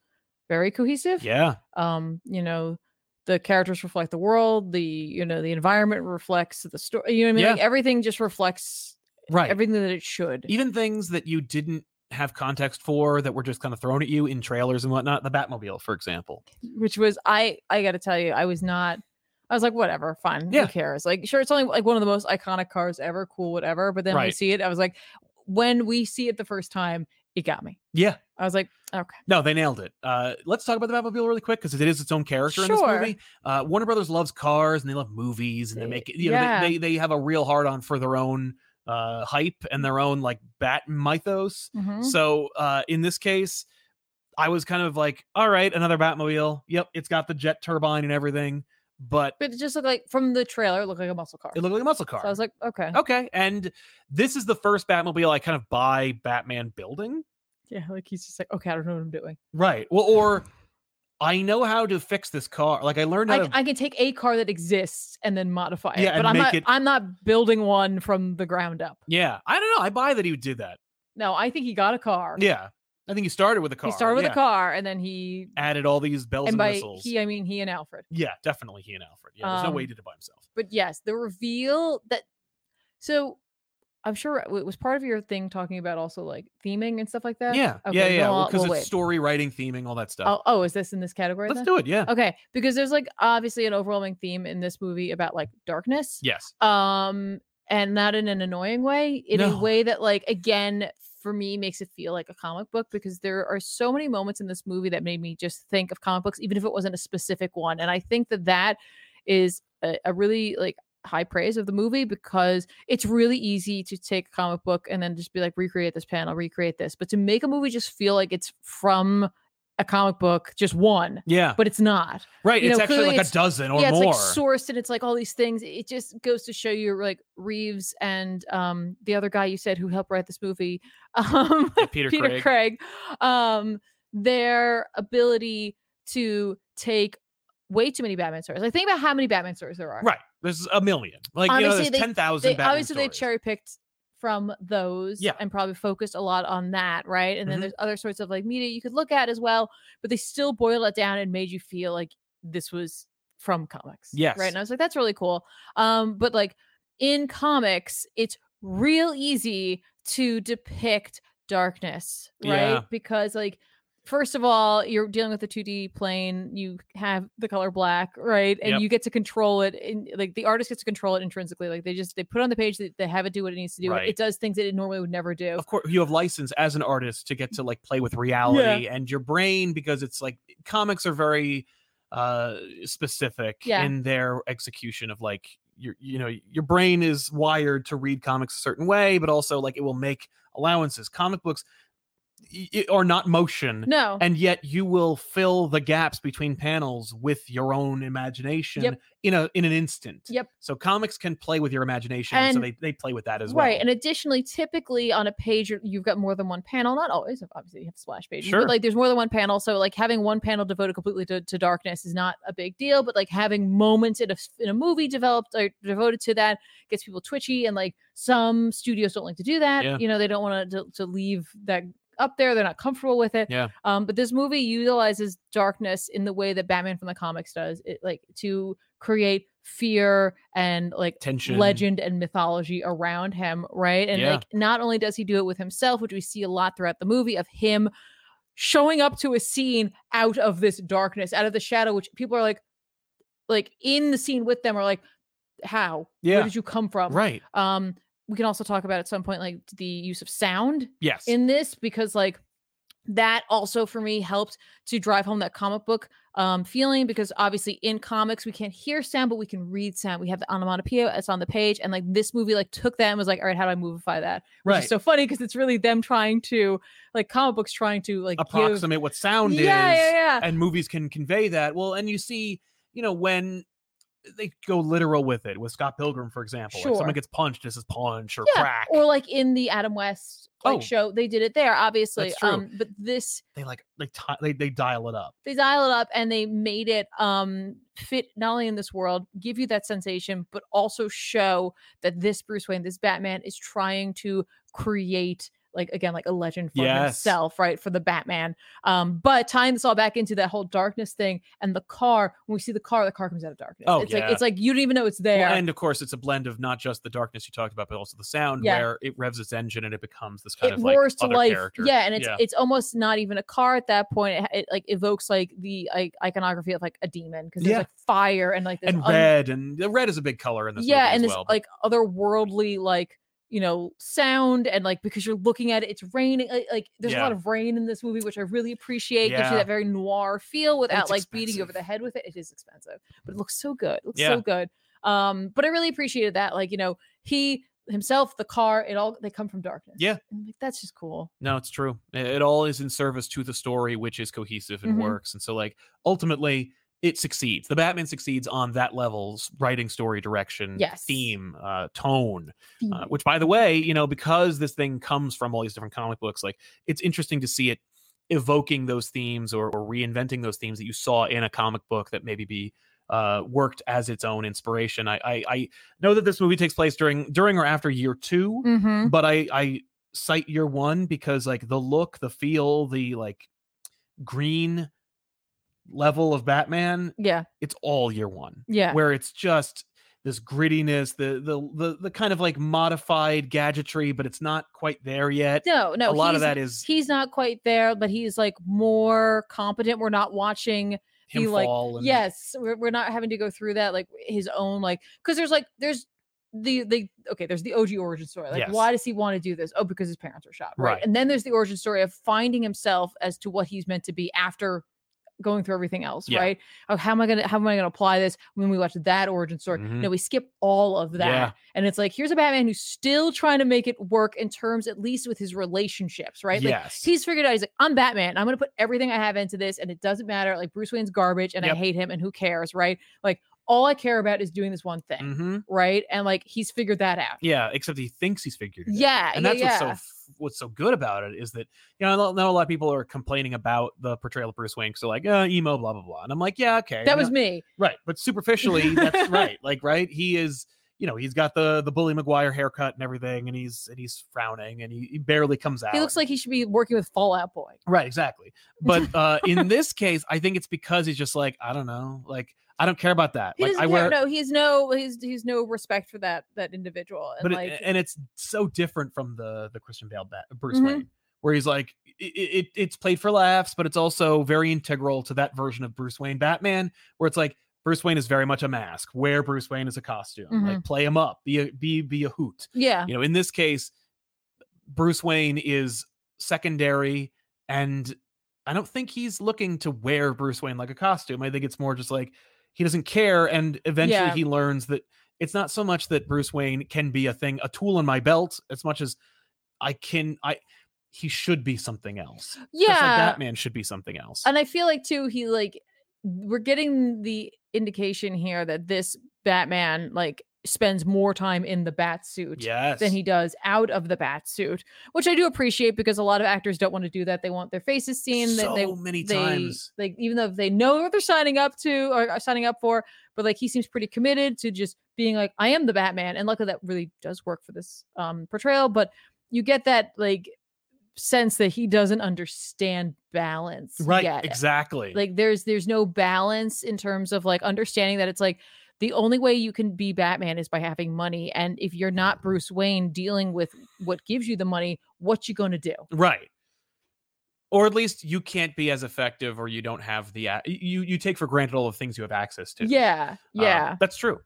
[SPEAKER 2] very cohesive.
[SPEAKER 1] Yeah,
[SPEAKER 2] Um, you know, the characters reflect the world. The you know the environment reflects the story. You know what I mean? Like everything just reflects
[SPEAKER 1] right.
[SPEAKER 2] everything that it should.
[SPEAKER 1] Even things that you didn't have context for that were just kind of thrown at you in trailers and whatnot. The Batmobile, for example.
[SPEAKER 2] Which was I I got to tell you, I was not. I was like, whatever, fine.
[SPEAKER 1] Yeah.
[SPEAKER 2] Who cares? Like, sure, it's only like one of the most iconic cars ever. Cool, whatever. But then we
[SPEAKER 1] Right.
[SPEAKER 2] see it. I was like, when we see it the first time, it got me.
[SPEAKER 1] Yeah,
[SPEAKER 2] I was like, okay.
[SPEAKER 1] No, they nailed it. Uh, let's talk about the Batmobile really quick because it is its own character in
[SPEAKER 2] Sure.
[SPEAKER 1] this movie. Uh, Warner Brothers loves cars and they love movies and they make it, you know,
[SPEAKER 2] Yeah.
[SPEAKER 1] they, they, they have a real hard on for their own uh, hype and their own like bat mythos.
[SPEAKER 2] Mhm.
[SPEAKER 1] So uh, in this case, I was kind of like, all right, another Batmobile. Yep, it's got the jet turbine and everything, but
[SPEAKER 2] But it just looked like from the trailer, it looked like a muscle car.
[SPEAKER 1] it looked like a muscle car. Oh.
[SPEAKER 2] So I was like, okay,
[SPEAKER 1] okay. And this is the first Batmobile I kind of buy Batman building.
[SPEAKER 2] yeah, like he's just like, okay, I don't know what I'm doing.
[SPEAKER 1] Right. Well, or <sighs> I know how to fix this car. Like I learned how
[SPEAKER 2] I,
[SPEAKER 1] to.
[SPEAKER 2] I can take a car that exists and then modify it,
[SPEAKER 1] Yeah,
[SPEAKER 2] but
[SPEAKER 1] and
[SPEAKER 2] I'm
[SPEAKER 1] make
[SPEAKER 2] not.
[SPEAKER 1] it-
[SPEAKER 2] I'm not building one from the ground up.
[SPEAKER 1] yeah, I don't know. I buy that he did that.
[SPEAKER 2] No, I think he got a car.
[SPEAKER 1] Yeah, I think he started with a car.
[SPEAKER 2] he started with
[SPEAKER 1] yeah.
[SPEAKER 2] a car, and then he,
[SPEAKER 1] Added all these bells and,
[SPEAKER 2] and by
[SPEAKER 1] whistles.
[SPEAKER 2] he, I mean he and Alfred.
[SPEAKER 1] yeah, definitely he and Alfred. Yeah, there's no way he
[SPEAKER 2] Um,
[SPEAKER 1] did it by himself.
[SPEAKER 2] But yes, the reveal that. So, I'm sure it was part of your thing talking about also like theming and stuff like that.
[SPEAKER 1] Yeah,
[SPEAKER 2] Okay,
[SPEAKER 1] yeah, yeah.
[SPEAKER 2] well,
[SPEAKER 1] Because
[SPEAKER 2] well,
[SPEAKER 1] it's
[SPEAKER 2] wait.
[SPEAKER 1] story writing, theming, all that stuff.
[SPEAKER 2] Oh, oh, is this in this category?
[SPEAKER 1] Let's
[SPEAKER 2] then?
[SPEAKER 1] do it. Yeah.
[SPEAKER 2] Okay, because there's like obviously an overwhelming theme in this movie about like darkness.
[SPEAKER 1] Yes.
[SPEAKER 2] Um and not in an annoying way, in
[SPEAKER 1] No.
[SPEAKER 2] a way that like again for me makes it feel like a comic book because there are so many moments in this movie that made me just think of comic books even if it wasn't a specific one. And I think that that is a, a really like high praise of the movie because it's really easy to take a comic book and then just be like recreate this panel, recreate this. But to make a movie just feel like it's from a comic book, just one,
[SPEAKER 1] Yeah.
[SPEAKER 2] but it's not
[SPEAKER 1] Right.
[SPEAKER 2] you
[SPEAKER 1] It's
[SPEAKER 2] know,
[SPEAKER 1] actually
[SPEAKER 2] clearly
[SPEAKER 1] like a
[SPEAKER 2] it's-
[SPEAKER 1] dozen or
[SPEAKER 2] yeah, it's
[SPEAKER 1] more.
[SPEAKER 2] like sourced and it's like all these things. It just goes to show you like Reeves and um the other guy you said who helped write this movie, <laughs> um
[SPEAKER 1] Yeah, Peter,
[SPEAKER 2] Peter
[SPEAKER 1] Craig.
[SPEAKER 2] Craig. um their ability to take way too many Batman stories. Like think about how many Batman stories there are.
[SPEAKER 1] Right. There's a million. Like you know,
[SPEAKER 2] Obviously,
[SPEAKER 1] there's
[SPEAKER 2] they-
[SPEAKER 1] ten thousand.
[SPEAKER 2] They, obviously they
[SPEAKER 1] cherry.
[SPEAKER 2] cherry picked from those
[SPEAKER 1] Yeah.
[SPEAKER 2] and probably focused a lot on that, right? And then
[SPEAKER 1] Mhm.
[SPEAKER 2] there's other sorts of like media you could look at as well, but they still boil it down and made you feel like this was from comics.
[SPEAKER 1] Yes.
[SPEAKER 2] Right. And I was like, that's really cool. Um, but like in comics, it's real easy to depict darkness, right?
[SPEAKER 1] Yeah.
[SPEAKER 2] Because like First of all, you're dealing with a 2D plane. You have the color black, right? And
[SPEAKER 1] Yep.
[SPEAKER 2] you get to control it. In, like the artist gets to control it intrinsically. Like they just they put it on the page that they have it do what it needs to do. and
[SPEAKER 1] Right.
[SPEAKER 2] It does things that it normally would never do.
[SPEAKER 1] of course you have license as an artist to get to like play with reality and your brain because it's like comics are very uh specific
[SPEAKER 2] Yeah.
[SPEAKER 1] in their execution of like your you know your brain is wired to read comics a certain way but also like it will make allowances comic books y- y- are not motion
[SPEAKER 2] No.
[SPEAKER 1] and yet you will fill the gaps between panels with your own imagination
[SPEAKER 2] Yep.
[SPEAKER 1] in a in an instant
[SPEAKER 2] Yep.
[SPEAKER 1] so comics can play with your imagination so
[SPEAKER 2] And-
[SPEAKER 1] they, they play with that as well
[SPEAKER 2] Right. And additionally, typically on a page, you're- you've got more than one panel. Not always, obviously, you have splash pages,
[SPEAKER 1] Sure.
[SPEAKER 2] but like there's more than one panel. So, like, having one panel devoted completely to, to darkness is not a big deal, but like having moments in a, s- in a movie developed or devoted to that gets people twitchy. And like some studios don't like to do that.
[SPEAKER 1] Yeah.
[SPEAKER 2] You know, they don't want to, to leave that up there. They're not comfortable with it.
[SPEAKER 1] Yeah.
[SPEAKER 2] Um, but this movie utilizes darkness in the way that Batman from the comics does, it, like to create fear and like
[SPEAKER 1] tension
[SPEAKER 2] legend and mythology around him, right? And
[SPEAKER 1] Yeah.
[SPEAKER 2] like not only does he do it with himself, which we see a lot throughout the movie of him showing up to a scene out of this darkness, out of the shadow, which people are like like in the scene with them are like, How? Where
[SPEAKER 1] yeah
[SPEAKER 2] did you come from?
[SPEAKER 1] right
[SPEAKER 2] Um we can also talk about at some point like the use of sound
[SPEAKER 1] Yes.
[SPEAKER 2] in this because like that also for me helped to drive home that comic book um feeling because obviously in comics we can't hear sound but we can read sound we have the onomatopoeia it's on the page and like this movie like took that and was like all right how do i movify that which
[SPEAKER 1] right.
[SPEAKER 2] is so funny because it's really them trying to like comic books trying to like give-
[SPEAKER 1] Approximate what sound
[SPEAKER 2] yeah
[SPEAKER 1] is.
[SPEAKER 2] yeah yeah
[SPEAKER 1] And movies can convey that. Well, and you see, you know, when they go literal with it with Scott Pilgrim, for example. If
[SPEAKER 2] Sure.
[SPEAKER 1] someone gets punched, this is punch or
[SPEAKER 2] Yeah,
[SPEAKER 1] crack.
[SPEAKER 2] or like in the Adam West like
[SPEAKER 1] Oh.
[SPEAKER 2] show, they did it there, obviously.
[SPEAKER 1] That's true.
[SPEAKER 2] Um, but this
[SPEAKER 1] they like they, ti they they dial it up.
[SPEAKER 2] they dial it up and they made it um fit not only in this world, give you that sensation, but also show that this Bruce Wayne, this Batman, is trying to create like again like a legend for
[SPEAKER 1] Yes.
[SPEAKER 2] himself right for the batman um but tying this all back into that whole darkness thing and the car when we see the car the car comes out of darkness
[SPEAKER 1] Oh,
[SPEAKER 2] it's
[SPEAKER 1] yeah.
[SPEAKER 2] like it's like you don't even know it's there
[SPEAKER 1] Well, and of course, it's a blend of not just the darkness you talked about, but also the sound
[SPEAKER 2] Yeah.
[SPEAKER 1] where it revs its engine and it becomes this kind
[SPEAKER 2] it
[SPEAKER 1] of like
[SPEAKER 2] roars
[SPEAKER 1] other
[SPEAKER 2] to life.
[SPEAKER 1] character.
[SPEAKER 2] Yeah, and it's it's almost not even a car at that point. It, it like evokes like the like, iconography of like a demon because there's
[SPEAKER 1] Yeah.
[SPEAKER 2] like fire and like this
[SPEAKER 1] and
[SPEAKER 2] un-
[SPEAKER 1] red and the red is a big color in this.
[SPEAKER 2] yeah,
[SPEAKER 1] movie
[SPEAKER 2] and
[SPEAKER 1] as
[SPEAKER 2] this
[SPEAKER 1] well.
[SPEAKER 2] like otherworldly like you know sound and like because you're looking at it, it's raining. Like, like, there's a
[SPEAKER 1] Yeah.
[SPEAKER 2] lot of rain in this movie, which I really appreciate. Gives you
[SPEAKER 1] Yeah.
[SPEAKER 2] that very noir feel without like beating you over
[SPEAKER 1] expensive.
[SPEAKER 2] the head with it. It is expensive, but it looks so good. It looks
[SPEAKER 1] Yeah.
[SPEAKER 2] so good. Um, but I really appreciated that. Like you know he himself, the car, it all they come from darkness.
[SPEAKER 1] Yeah.
[SPEAKER 2] And, like that's just cool.
[SPEAKER 1] No, it's true. It, it all is in service to the story, which is cohesive and
[SPEAKER 2] Mhm.
[SPEAKER 1] works. And so, like, ultimately, it succeeds. The Batman succeeds on that level's writing, story, direction,
[SPEAKER 2] Yes. Mm-hmm.
[SPEAKER 1] theme, uh, tone. Uh,
[SPEAKER 2] Theme.
[SPEAKER 1] which, by the way, you know, because this thing comes from all these different comic books, like, it's interesting to see it evoking those themes or, or reinventing those themes that you saw in a comic book that maybe be uh worked as its own inspiration I, I i know that this movie takes place during during or after year 2
[SPEAKER 2] Mm-hmm.
[SPEAKER 1] but I I cite year one because like the look, the feel, the like green level of Batman,
[SPEAKER 2] Yeah.
[SPEAKER 1] it's all year one.
[SPEAKER 2] Yeah.
[SPEAKER 1] Where it's just this grittiness, the the the the kind of like modified gadgetry, but it's not quite there yet.
[SPEAKER 2] no, no.
[SPEAKER 1] a lot of
[SPEAKER 2] he's-
[SPEAKER 1] that is
[SPEAKER 2] He's not quite there, but he's like more competent. We're not watching.
[SPEAKER 1] him
[SPEAKER 2] he, like-
[SPEAKER 1] fall and
[SPEAKER 2] Yes, we're, we're not having to go through that like his own like because there's like there's the the okay there's the OG origin story like
[SPEAKER 1] Yes.
[SPEAKER 2] why does he want to do this oh because his parents are shot right?
[SPEAKER 1] Right.
[SPEAKER 2] and then there's the origin story of finding himself as to what he's meant to be after going through everything else
[SPEAKER 1] Yeah.
[SPEAKER 2] right oh how am I gonna how am I gonna apply this when we watch that origin story
[SPEAKER 1] Mhm.
[SPEAKER 2] no we skip all of that
[SPEAKER 1] Yeah.
[SPEAKER 2] and it's like here's a Batman who's still trying to make it work in terms at least with his relationships right like
[SPEAKER 1] Yes.
[SPEAKER 2] he's figured out he's like i'm batman i'm gonna put everything i have into this and it doesn't matter like bruce wayne's garbage and
[SPEAKER 1] Yep.
[SPEAKER 2] i hate him and who cares right like all i care about is doing this one thing
[SPEAKER 1] hmm
[SPEAKER 2] right and like he's figured that out
[SPEAKER 1] Yeah, except he thinks he's figured it out.
[SPEAKER 2] yeah
[SPEAKER 1] and
[SPEAKER 2] Uh, yeah,
[SPEAKER 1] that's what's so
[SPEAKER 2] yeah.
[SPEAKER 1] f- what's so good about it is that you know I know- know a lot of people are complaining about the portrayal of Bruce Wayne because they're like uh, emo blah blah blah and I'm like yeah okay
[SPEAKER 2] that
[SPEAKER 1] no-
[SPEAKER 2] was me
[SPEAKER 1] right but superficially
[SPEAKER 2] <laughs>
[SPEAKER 1] that's right like right he is you know he's got the the bully McGuire haircut and everything and he's and he's frowning and he, he barely comes out
[SPEAKER 2] he looks like he should be working with fallout boy
[SPEAKER 1] right exactly
[SPEAKER 2] <laughs>
[SPEAKER 1] but uh in this case I think it's because he's just like I don't know like I don't care about that
[SPEAKER 2] he
[SPEAKER 1] like
[SPEAKER 2] doesn't
[SPEAKER 1] I
[SPEAKER 2] care
[SPEAKER 1] wear
[SPEAKER 2] no he has no he's he's no respect for that that individual and
[SPEAKER 1] but
[SPEAKER 2] like
[SPEAKER 1] it, eh, and it's so different from the the Christian Bale bat, Bruce
[SPEAKER 2] Mhm.
[SPEAKER 1] Wayne, where he's like it, it it's played for laughs, but it's also very integral to that version of Bruce Wayne Batman, where it's like Bruce Wayne is very much a mask, wear Bruce Wayne is a costume,
[SPEAKER 2] Mm-hmm.
[SPEAKER 1] like play him up, be a be be a hoot.
[SPEAKER 2] yeah
[SPEAKER 1] You know, in this case, Bruce Wayne is secondary, and I don't think he's looking to wear Bruce Wayne like a costume. I think it's more just like he doesn't care, and eventually
[SPEAKER 2] Yeah.
[SPEAKER 1] he learns that it's not so much that Bruce Wayne can be a thing, a tool in my belt, as much as I can. I he should be something else. Just like
[SPEAKER 2] yeah
[SPEAKER 1] Batman should be something else.
[SPEAKER 2] And I feel like too, he like we're getting the indication here that this Batman like spends more time in the bat suit
[SPEAKER 1] yes.
[SPEAKER 2] than he does out of the bat suit, which I do appreciate because a lot of actors don't want to do that. They want their faces seen. that
[SPEAKER 1] so
[SPEAKER 2] they
[SPEAKER 1] many
[SPEAKER 2] they
[SPEAKER 1] times.
[SPEAKER 2] like even though they know what they're signing up to or are signing up for, but like he seems pretty committed to just being like, I am the Batman. And luckily that really does work for this um portrayal, but you get that like sense that he doesn't understand balance
[SPEAKER 1] Right,
[SPEAKER 2] yet
[SPEAKER 1] exactly.
[SPEAKER 2] like there's there's no balance in terms of like understanding that it's like the only way you can be batman is by having money and if you're
[SPEAKER 1] Mm-hmm.
[SPEAKER 2] not bruce wayne dealing with what gives you the money what you gonna do
[SPEAKER 1] Right. Or at least you can't be as effective or you don't have the a- you you take for granted all the things you have access to.
[SPEAKER 2] yeah
[SPEAKER 1] Um,
[SPEAKER 2] yeah
[SPEAKER 1] that's true.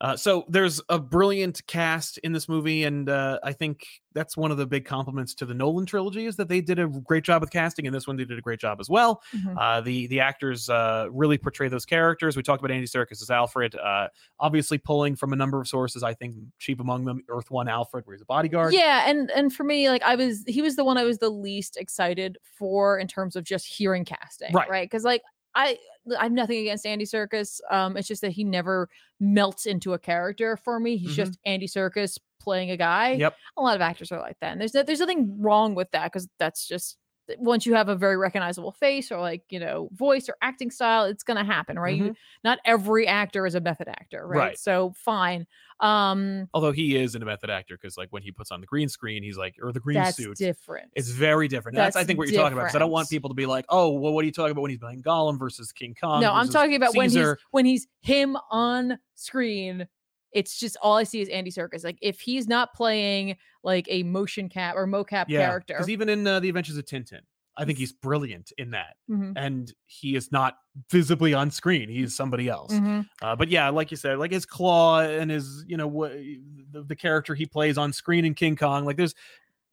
[SPEAKER 1] Uh, so there's a brilliant cast in this movie, and uh, I think that's one of the big compliments to the Nolan trilogy is that they did a great job with casting, and this one they did a great job as well.
[SPEAKER 2] Mhm.
[SPEAKER 1] Uh, the the actors uh, really portray those characters. We talked about Andy Serkis as Alfred, uh, obviously pulling from a number of sources. I think chief among them, Earth One Alfred, where he's a bodyguard.
[SPEAKER 2] yeah and and for me like i was he was the one i was the least excited for in terms of just hearing casting
[SPEAKER 1] Right.
[SPEAKER 2] right because like I I have nothing against Andy Circus. Um, it's just that he never melts into a character for me. He's just
[SPEAKER 1] Mm-hmm.
[SPEAKER 2] Andy Circus playing a guy.
[SPEAKER 1] Yep.
[SPEAKER 2] A lot of actors are like that, and there's no, there's nothing wrong with that because that's just once you have a very recognizable face or like you know voice or acting style, it's gonna happen, right? You, not every actor is a method actor, right?
[SPEAKER 1] Mm-hmm. Right.
[SPEAKER 2] So fine. Um,
[SPEAKER 1] Although he is a method actor because like when he puts on the green screen, he's like or the green
[SPEAKER 2] that's
[SPEAKER 1] suit.
[SPEAKER 2] different.
[SPEAKER 1] It's very different. That's, I
[SPEAKER 2] That's
[SPEAKER 1] think what you're talking about because I don't want
[SPEAKER 2] different.
[SPEAKER 1] people to be like, oh, well, what are you talking about when he's playing Gollum versus King Kong?
[SPEAKER 2] no, I'm
[SPEAKER 1] versus
[SPEAKER 2] talking about when he's
[SPEAKER 1] Caesar?"
[SPEAKER 2] when he's him on screen. It's just all I see is Andy Serkis. Like if he's not playing like a motion cap or mocap
[SPEAKER 1] yeah.
[SPEAKER 2] character, Mm-hmm.
[SPEAKER 1] Because even in uh, the Adventures of Tintin, I think he's brilliant in that,
[SPEAKER 2] Mhm,
[SPEAKER 1] and he is not visibly on screen. He's somebody else.
[SPEAKER 2] mhm.
[SPEAKER 1] Uh, but yeah, like you said, like his claw and his, you know, what the, the character he plays on screen in King Kong, like there's,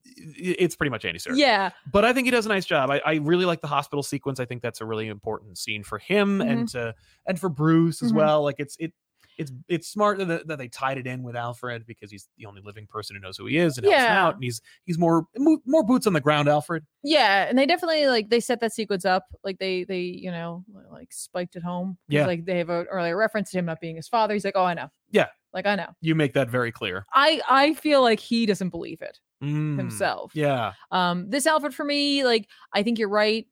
[SPEAKER 1] i- it's pretty much Andy Serkis.
[SPEAKER 2] yeah,
[SPEAKER 1] But I think he does a nice job. I, I really like the hospital sequence. I think that's a really important scene for him and
[SPEAKER 2] Mm-hmm.
[SPEAKER 1] to and for Bruce as
[SPEAKER 2] Mhm.
[SPEAKER 1] well. Like it's it it's it's smart that, that they tied it in with Alfred because he's the only living person who knows who he is and helps him
[SPEAKER 2] Yeah.
[SPEAKER 1] out. And he's he's more mo- more boots on the ground, Alfred.
[SPEAKER 2] yeah, and they definitely like they set that sequence up. Like they they you know like spiked it home. 'cause,
[SPEAKER 1] Yeah.
[SPEAKER 2] like they have an earlier reference to him not being his father. He's like, oh, I know.
[SPEAKER 1] Yeah.
[SPEAKER 2] like I know.
[SPEAKER 1] You make that very clear.
[SPEAKER 2] I I feel like he doesn't believe it
[SPEAKER 1] Mm,
[SPEAKER 2] himself.
[SPEAKER 1] Yeah.
[SPEAKER 2] um this outfit for me like i think you're right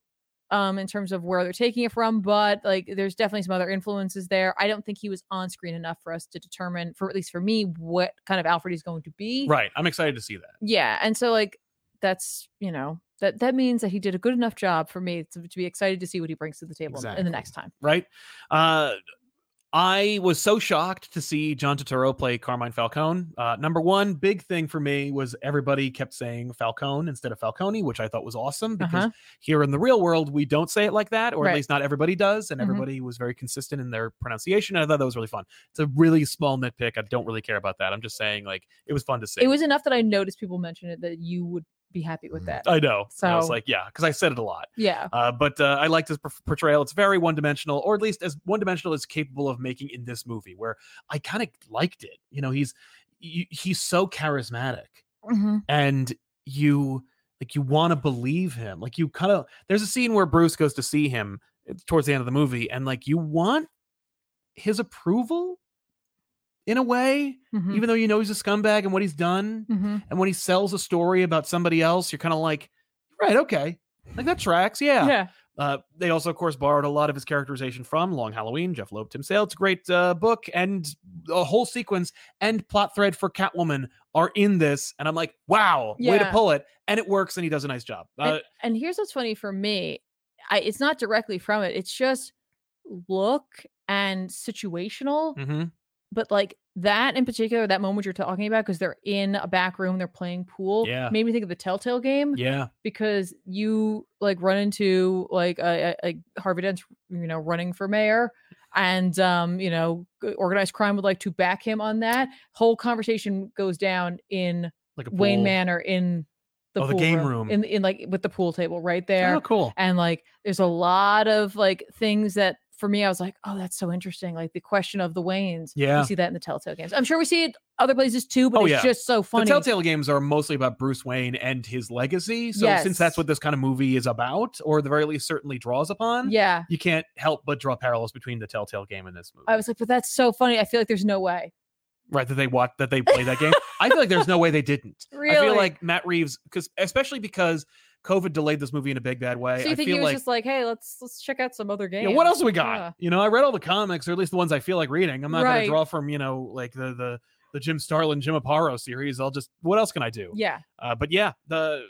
[SPEAKER 2] um in terms of where they're taking it from but like there's definitely some other influences there i don't think he was on screen enough for us to determine for at least for me what kind of alfred he's going to be
[SPEAKER 1] Right. I'm excited to see that.
[SPEAKER 2] yeah and so like that's you know that that means that he did a good enough job for me to, to be excited to see what he brings to the table in- in
[SPEAKER 1] Exactly.
[SPEAKER 2] the next time
[SPEAKER 1] right? Uh, I was so shocked to see John Turturro play Carmine Falcone. Uh, number one big thing for me was everybody kept saying Falcone instead of Falcone, which I thought was awesome because
[SPEAKER 2] Uh-huh.
[SPEAKER 1] here in the real world we don't say it like that, or
[SPEAKER 2] Right.
[SPEAKER 1] at least not everybody does, and
[SPEAKER 2] Mhm.
[SPEAKER 1] everybody was very consistent in their pronunciation. And I thought that was really fun. It's a really small nitpick. I don't really care about that. I'm just saying like it was fun to see.
[SPEAKER 2] it was enough that i noticed people mention it that you would be happy with that
[SPEAKER 1] I know. So I was
[SPEAKER 2] So-
[SPEAKER 1] like, yeah, because I said it a lot.
[SPEAKER 2] yeah
[SPEAKER 1] Uh, but uh, I liked his per- portrayal. It's very one dimensional, or at least as one dimensional as capable of making in this movie, where I kind of liked it. You know, he's y- he's so charismatic,
[SPEAKER 2] Mhm.
[SPEAKER 1] and you like you want to believe him. Like you kind of there's a scene where Bruce goes to see him eh, towards the end of the movie, and like you want his approval in a way,
[SPEAKER 2] Mhm.
[SPEAKER 1] even though you know he's a scumbag and what he's done,
[SPEAKER 2] Mhm.
[SPEAKER 1] and when he sells a story about somebody else, you're kind of like, right, okay. Like that tracks,
[SPEAKER 2] yeah
[SPEAKER 1] uh, they also, of course, borrowed a lot of his characterization from Long Halloween, Jeff Loeb, Tim Sale. It's a great uh, book, and a whole sequence and plot thread for Catwoman are in this. And I'm like, wow, way to
[SPEAKER 2] Yeah.
[SPEAKER 1] pull it. And it works, and he does a nice job. Uh,
[SPEAKER 2] and, and here's what's funny for me I, it's not directly from it it's just look and situational
[SPEAKER 1] mhm.
[SPEAKER 2] but like that in particular that moment you're talking about because they're in a back room they're playing pool
[SPEAKER 1] Yeah.
[SPEAKER 2] made me think of the telltale game
[SPEAKER 1] Yeah.
[SPEAKER 2] because you like run into like a, a, a harvey dent's you know running for mayor and um you know g- organized crime would like to back him on that whole conversation goes down in
[SPEAKER 1] Like a
[SPEAKER 2] wayne
[SPEAKER 1] pool.
[SPEAKER 2] manor in the,
[SPEAKER 1] Oh, the
[SPEAKER 2] pool
[SPEAKER 1] game room.
[SPEAKER 2] in in like with the pool table right there
[SPEAKER 1] Oh, cool.
[SPEAKER 2] and like there's a lot of like things that for me i was like oh that's so interesting like the question of the waynes
[SPEAKER 1] Yeah.
[SPEAKER 2] we see that in the telltale games i'm sure we see it other places too but
[SPEAKER 1] Oh,
[SPEAKER 2] it's
[SPEAKER 1] yeah.
[SPEAKER 2] just so funny
[SPEAKER 1] The Telltale games are mostly about Bruce Wayne and his legacy. So, since that's
[SPEAKER 2] Yes.
[SPEAKER 1] what this kind of movie is about, or at the very least certainly draws upon,
[SPEAKER 2] yeah
[SPEAKER 1] you can't help but draw parallels between the Telltale game and this movie.
[SPEAKER 2] i was like but that's so funny i feel like there's no way
[SPEAKER 1] right that they watched that they played that game i feel like there's no way they didn't i
[SPEAKER 2] Really?
[SPEAKER 1] feel like matt reeves because especially because covid delayed this movie in a big bad way
[SPEAKER 2] so you
[SPEAKER 1] i
[SPEAKER 2] think he
[SPEAKER 1] feel
[SPEAKER 2] was
[SPEAKER 1] like
[SPEAKER 2] just like hey let's let's check out some other
[SPEAKER 1] yeah,
[SPEAKER 2] game
[SPEAKER 1] what else we got
[SPEAKER 2] Yeah.
[SPEAKER 1] you know i read all the comics or at least the ones i feel like reading i'm not
[SPEAKER 2] Right.
[SPEAKER 1] gonna draw from you know like the the the jim starlin jim aparo series i'll just what else can i do
[SPEAKER 2] yeah
[SPEAKER 1] uh, but yeah the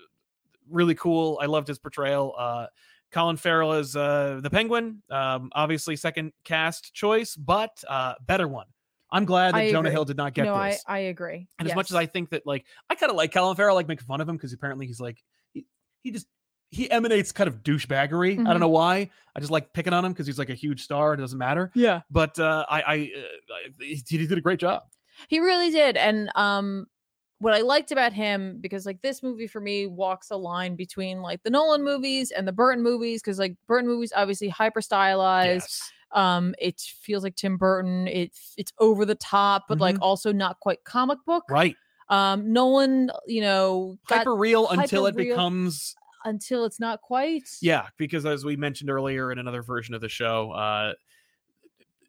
[SPEAKER 1] really cool i loved his portrayal uh Colin Farrell is uh, the Penguin, um, obviously second cast choice, but uh, better one. I'm glad that
[SPEAKER 2] I
[SPEAKER 1] Jonah
[SPEAKER 2] agree.
[SPEAKER 1] Hill did not get
[SPEAKER 2] no
[SPEAKER 1] this.
[SPEAKER 2] i i agree
[SPEAKER 1] And as much as I
[SPEAKER 2] Yes.
[SPEAKER 1] think that, like, I kind of like Colin Farrell, like making fun of him because apparently he's like, he, he just he emanates kind of douchebaggery. I
[SPEAKER 2] Mhm.
[SPEAKER 1] don't know why. I just like picking on him because he's like a huge star. It doesn't matter.
[SPEAKER 2] yeah
[SPEAKER 1] But uh, I, I, uh, I he, he did a great job.
[SPEAKER 2] He really did. And um what I liked about him because like this movie for me walks a line between like the Nolan movies and the Burton movies cuz like Burton movies obviously hyper stylized.
[SPEAKER 1] Yes.
[SPEAKER 2] Um it feels like Tim Burton. It's it's over the top but like also not quite comic book.
[SPEAKER 1] Mm-hmm. Right.
[SPEAKER 2] Um Nolan, you know, got
[SPEAKER 1] Hyper real until it
[SPEAKER 2] hyper-real
[SPEAKER 1] becomes
[SPEAKER 2] until it's not quite.
[SPEAKER 1] Yeah, because as we mentioned earlier in another version of the show, uh,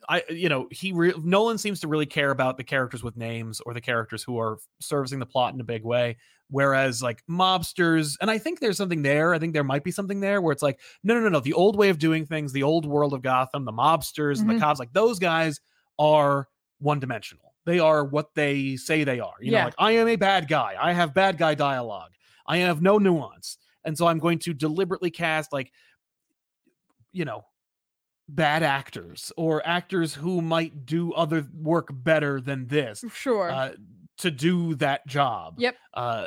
[SPEAKER 1] I you know he re- Nolan seems to really care about the characters with names or the characters who are servicing the plot in a big way. Whereas like mobsters, and I think there's something there. I think there might be something there where it's like, no, no, no, no. The old way of doing things, the old world of Gotham, the mobsters and the
[SPEAKER 2] Mhm.
[SPEAKER 1] cops, like those guys are one dimensional. They are what they say they are. You know,
[SPEAKER 2] Yeah.
[SPEAKER 1] like I am a bad guy. I have bad guy dialogue. I have no nuance. And so I'm going to deliberately cast like, you know, bad actors or actors who might do other work better than this
[SPEAKER 2] Sure.
[SPEAKER 1] uh, to do that job.
[SPEAKER 2] Yep.
[SPEAKER 1] Uh,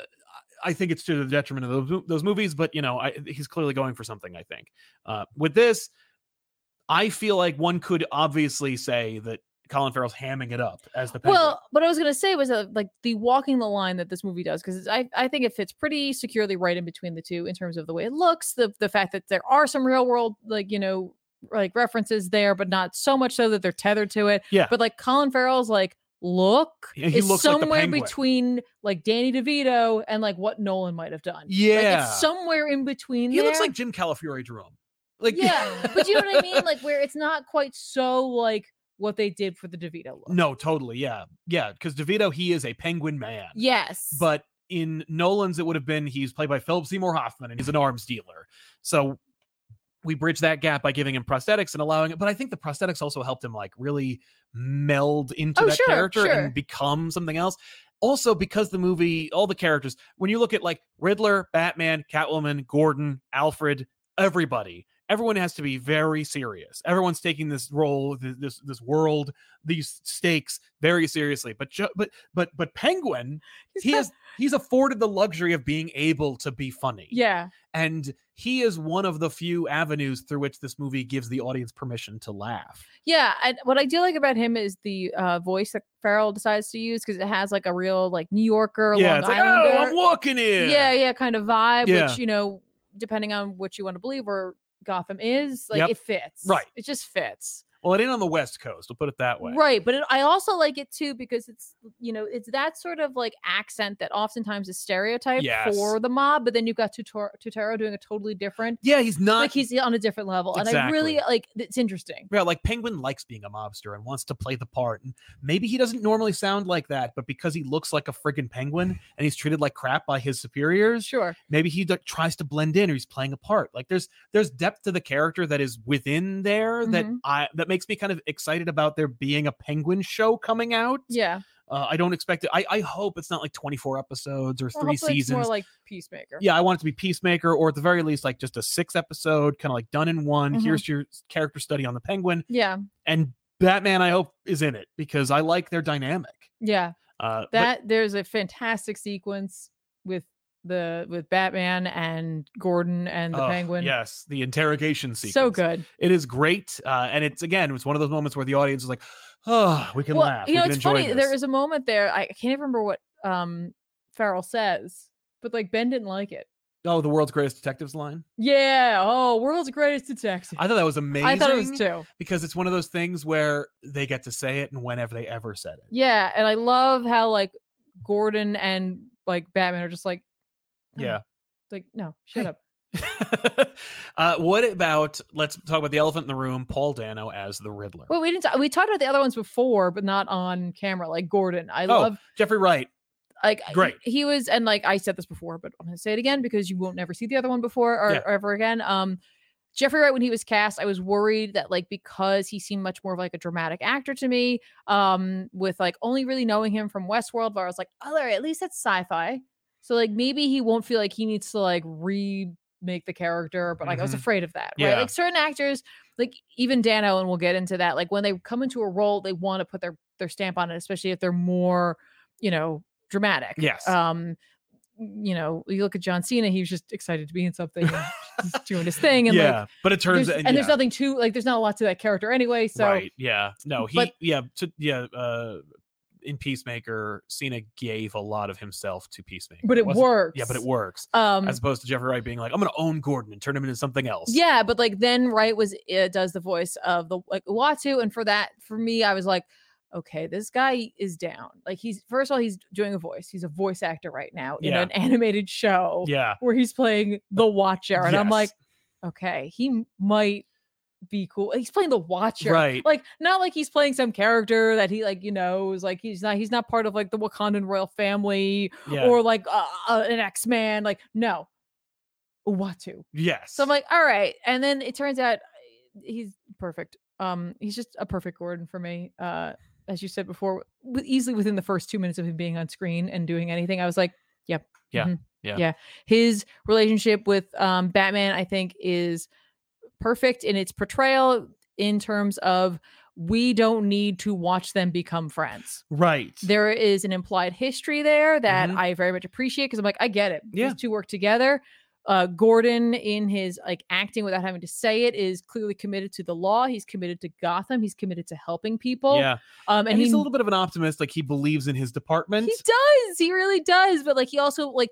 [SPEAKER 1] I think it's to the detriment of those, mo- those movies, but you know, I, he's clearly going for something. I think uh, with this, I feel like one could obviously say that Colin Farrell's hamming it up as the penguin.
[SPEAKER 2] Well, what I was gonna say was uh, like the walking the line that this movie does because I I think it fits pretty securely right in between the two in terms of the way it looks, the the fact that there are some real world like you know like references there, but not so much so that they're tethered to it.
[SPEAKER 1] Yeah.
[SPEAKER 2] But like Colin Farrell's like look
[SPEAKER 1] Yeah, he
[SPEAKER 2] is
[SPEAKER 1] looks like the
[SPEAKER 2] somewhere
[SPEAKER 1] Penguin.
[SPEAKER 2] between like Danny DeVito and like what Nolan might have done. Like
[SPEAKER 1] yeah,
[SPEAKER 2] it's somewhere in between.
[SPEAKER 1] he looks
[SPEAKER 2] there.
[SPEAKER 1] like Jim Calafiore Jerome. Like <laughs>
[SPEAKER 2] yeah, but you know what I mean? Like where it's not quite so like what they did for the DeVito look.
[SPEAKER 1] no, totally, yeah, yeah, because DeVito he is a penguin man.
[SPEAKER 2] Yes.
[SPEAKER 1] but in Nolan's, it would have been he's played by Philip Seymour Hoffman and he's an arms dealer. So we bridge that gap by giving him prosthetics and allowing it. But I think the prosthetics also helped him like really meld into
[SPEAKER 2] Oh,
[SPEAKER 1] that
[SPEAKER 2] sure,
[SPEAKER 1] character
[SPEAKER 2] sure.
[SPEAKER 1] and become something else. Also, because the movie, all the characters, when you look at like Riddler, Batman, Catwoman, Gordon, Alfred, everybody, everyone has to be very serious. Everyone's taking this role, th- this this world, these stakes very seriously. But jo- but but but Penguin
[SPEAKER 2] <laughs> He's
[SPEAKER 1] he
[SPEAKER 2] got-
[SPEAKER 1] has he's afforded the luxury of being able to be funny
[SPEAKER 2] Yeah.
[SPEAKER 1] and he is one of the few avenues through which this movie gives the audience permission to laugh
[SPEAKER 2] Yeah. And what I do like about him is the uh, voice that Farrell decides to use because it has like a real like New Yorker, Long
[SPEAKER 1] it's like
[SPEAKER 2] Islander.
[SPEAKER 1] oh i'm walking in
[SPEAKER 2] yeah, yeah, kind of vibe,
[SPEAKER 1] Yeah.
[SPEAKER 2] which, you know, depending on what you want to believe or Gotham is, like
[SPEAKER 1] Yep.
[SPEAKER 2] it fits.
[SPEAKER 1] Right.
[SPEAKER 2] It just fits.
[SPEAKER 1] well it ain't on the west coast we'll put it that way
[SPEAKER 2] Right. But it, I also like it too because it's, you know, it's that sort of like accent that oftentimes is stereotyped
[SPEAKER 1] Yes.
[SPEAKER 2] for the mob. But then you've got Tutor- Tutero doing a totally different,
[SPEAKER 1] yeah he's not
[SPEAKER 2] like he's on a different level. And I really like it's interesting.
[SPEAKER 1] yeah, like Penguin likes being a mobster and wants to play the part. And maybe he doesn't normally sound like that, but because he looks like a friggin' penguin and he's treated like crap by his superiors,
[SPEAKER 2] Sure.
[SPEAKER 1] maybe he like, tries to blend in or he's playing a part like there's there's depth to the character that is within there that
[SPEAKER 2] Mhm.
[SPEAKER 1] i that makes me kind of excited about there being a penguin show coming out
[SPEAKER 2] Yeah.
[SPEAKER 1] uh, i don't expect it I, I hope it's not like 24 episodes or
[SPEAKER 2] Well,
[SPEAKER 1] three
[SPEAKER 2] hopefully It's
[SPEAKER 1] seasons
[SPEAKER 2] more like Peacemaker.
[SPEAKER 1] yeah i want it to be peacemaker or at the very least like just a six episode kind of like done in one
[SPEAKER 2] Mhm.
[SPEAKER 1] here's your s- character study on the penguin
[SPEAKER 2] Yeah.
[SPEAKER 1] and batman i hope is in it because i like their dynamic
[SPEAKER 2] Yeah.
[SPEAKER 1] uh but-
[SPEAKER 2] That there's a fantastic sequence with the with Batman and Gordon and the
[SPEAKER 1] oh,
[SPEAKER 2] Penguin.
[SPEAKER 1] yes the interrogation sequence
[SPEAKER 2] So good.
[SPEAKER 1] it is great uh, and it's again it's one of those moments where the audience is like oh we can
[SPEAKER 2] well,
[SPEAKER 1] laugh
[SPEAKER 2] you
[SPEAKER 1] we
[SPEAKER 2] know,
[SPEAKER 1] can
[SPEAKER 2] it's
[SPEAKER 1] enjoy
[SPEAKER 2] funny.
[SPEAKER 1] this."
[SPEAKER 2] There is a moment there. I I can't even remember what um Farrell says, but like Ben didn't like it.
[SPEAKER 1] oh the world's greatest detectives line
[SPEAKER 2] Yeah. Oh, world's greatest detective.
[SPEAKER 1] i thought that was amazing
[SPEAKER 2] I thought it was too.
[SPEAKER 1] because it's one of those things where they get to say it and whenever they ever said it
[SPEAKER 2] Yeah, and I love how like Gordon and like Batman are just like, "No,
[SPEAKER 1] yeah
[SPEAKER 2] like no, shut
[SPEAKER 1] Hey.
[SPEAKER 2] up.
[SPEAKER 1] <laughs> uh, what about let's talk about the elephant in the room paul dano as the riddler
[SPEAKER 2] Well, we didn't. Talk, we talked about the other ones before, but not on camera. Like Gordon, I
[SPEAKER 1] Oh,
[SPEAKER 2] love
[SPEAKER 1] jeffrey wright
[SPEAKER 2] like I-
[SPEAKER 1] great.
[SPEAKER 2] He was, and like I said this before, but I'm gonna say it again because you won't never see the other one before or,
[SPEAKER 1] Yeah.
[SPEAKER 2] or ever again. Um, Jeffrey Wright, when he was cast, I was worried that like because he seemed much more of like a dramatic actor to me, um, with like only really knowing him from Westworld, where I was like, oh, all right, at least that's sci-fi. So like maybe he won't feel like he needs to like remake the character, but like I was
[SPEAKER 1] Mhm.
[SPEAKER 2] afraid of that, right?
[SPEAKER 1] Yeah.
[SPEAKER 2] Like certain actors, like even Dano, and we'll get into that. Like when they come into a role, they want to put their their stamp on it, especially if they're more, you know, dramatic.
[SPEAKER 1] Yes.
[SPEAKER 2] Um, you know, you look at John Cena; he was just excited to be in something, and just doing his thing, and
[SPEAKER 1] yeah
[SPEAKER 2] like,
[SPEAKER 1] but it turns
[SPEAKER 2] there's, and
[SPEAKER 1] yeah.
[SPEAKER 2] there's nothing to like. There's not a lot to that character anyway. So
[SPEAKER 1] right yeah no he
[SPEAKER 2] but-
[SPEAKER 1] yeah to, yeah uh in peacemaker cena gave a lot of himself to peacemaker
[SPEAKER 2] but it
[SPEAKER 1] wasn't-
[SPEAKER 2] works.
[SPEAKER 1] yeah but it works
[SPEAKER 2] Um,
[SPEAKER 1] as opposed to Jeffrey Wright being like, I'm going to own Gordon and turn him into something else.
[SPEAKER 2] yeah, but like then Wright was uh, does the voice of the like Uatu, and for that, for me, I was like. okay, this guy is down. Like he's first of all, he's doing a voice. He's a voice actor right now in
[SPEAKER 1] Yeah.
[SPEAKER 2] an <laughs> animated show
[SPEAKER 1] Yeah.
[SPEAKER 2] where he's playing the Watcher, and I'm
[SPEAKER 1] Yes.
[SPEAKER 2] like, okay, he m- might be cool. He's playing the Watcher,
[SPEAKER 1] Right.
[SPEAKER 2] Like not like he's playing some character that he like you know is like he's not he's not part of like the Wakandan royal family
[SPEAKER 1] Yeah.
[SPEAKER 2] or like uh, uh, an X Man. Like no, Uatu.
[SPEAKER 1] yes.
[SPEAKER 2] So I'm like, all right. And then it turns out uh, he's perfect. Um, he's just a perfect Gordon for me. Uh, as you said before, w- easily within the first two minutes of him being on screen and doing anything, I was like, yep,
[SPEAKER 1] Yeah,
[SPEAKER 2] mhm,
[SPEAKER 1] yeah.
[SPEAKER 2] yeah. His relationship with um Batman, I think, is perfect in its portrayal in terms of we don't need to watch them become friends
[SPEAKER 1] right.
[SPEAKER 2] there is an implied history there that
[SPEAKER 1] Mhm.
[SPEAKER 2] I very much appreciate because I'm like, I get it.
[SPEAKER 1] Yeah.
[SPEAKER 2] These two work together. Uh, Gordon, in his like acting without having to say it, is clearly committed to the law. He's committed to Gotham. He's committed to helping people.
[SPEAKER 1] yeah.
[SPEAKER 2] Um, and,
[SPEAKER 1] And, he's
[SPEAKER 2] he,
[SPEAKER 1] a little bit of an optimist. Like he believes in his department.
[SPEAKER 2] he does. He really does. But like, he also like,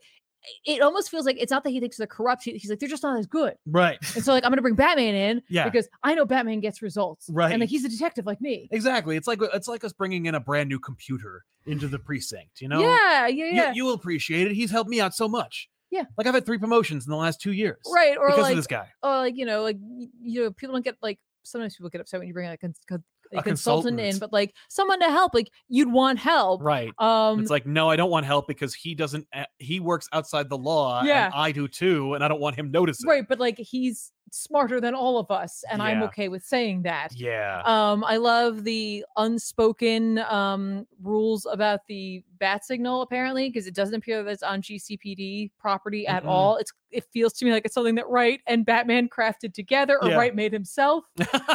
[SPEAKER 2] it almost feels like it's not that he thinks they're corrupt. He- he's like, they're just not as good.
[SPEAKER 1] right.
[SPEAKER 2] And so like, I'm gonna bring Batman in
[SPEAKER 1] Yeah.
[SPEAKER 2] because I know Batman gets results. And
[SPEAKER 1] Right.
[SPEAKER 2] like, he's a detective like me.
[SPEAKER 1] Exactly. It's like it's like us bringing in a brand new computer into the precinct. You know.
[SPEAKER 2] yeah, yeah,
[SPEAKER 1] You-
[SPEAKER 2] yeah.
[SPEAKER 1] You, will appreciate it. He's helped me out so much.
[SPEAKER 2] Yeah.
[SPEAKER 1] Like I've had three promotions in the last two years.
[SPEAKER 2] right. Or
[SPEAKER 1] because
[SPEAKER 2] like,
[SPEAKER 1] of this guy.
[SPEAKER 2] oh, like you know, like y- you know, people don't get like sometimes people get upset when you bring like a, cons- con- a
[SPEAKER 1] A
[SPEAKER 2] consultant, in,
[SPEAKER 1] consultant.
[SPEAKER 2] but like someone to help, like you'd want help.
[SPEAKER 1] Right.
[SPEAKER 2] Um,
[SPEAKER 1] it's like no, I don't want help because he doesn't. a- He works outside the law.
[SPEAKER 2] Yeah.
[SPEAKER 1] And I do too, and I don't want him noticing.
[SPEAKER 2] right, but like he's smarter than all of us, and I'm
[SPEAKER 1] Yeah.
[SPEAKER 2] okay with saying that.
[SPEAKER 1] Yeah.
[SPEAKER 2] Um, I love the unspoken um rules about the bat signal apparently because it doesn't appear that it's on GCPD property at
[SPEAKER 1] Mm-mm.
[SPEAKER 2] all. It's it feels to me like it's something that Wright and Batman crafted together, or
[SPEAKER 1] Yeah.
[SPEAKER 2] Wright made
[SPEAKER 1] <laughs>
[SPEAKER 2] himself,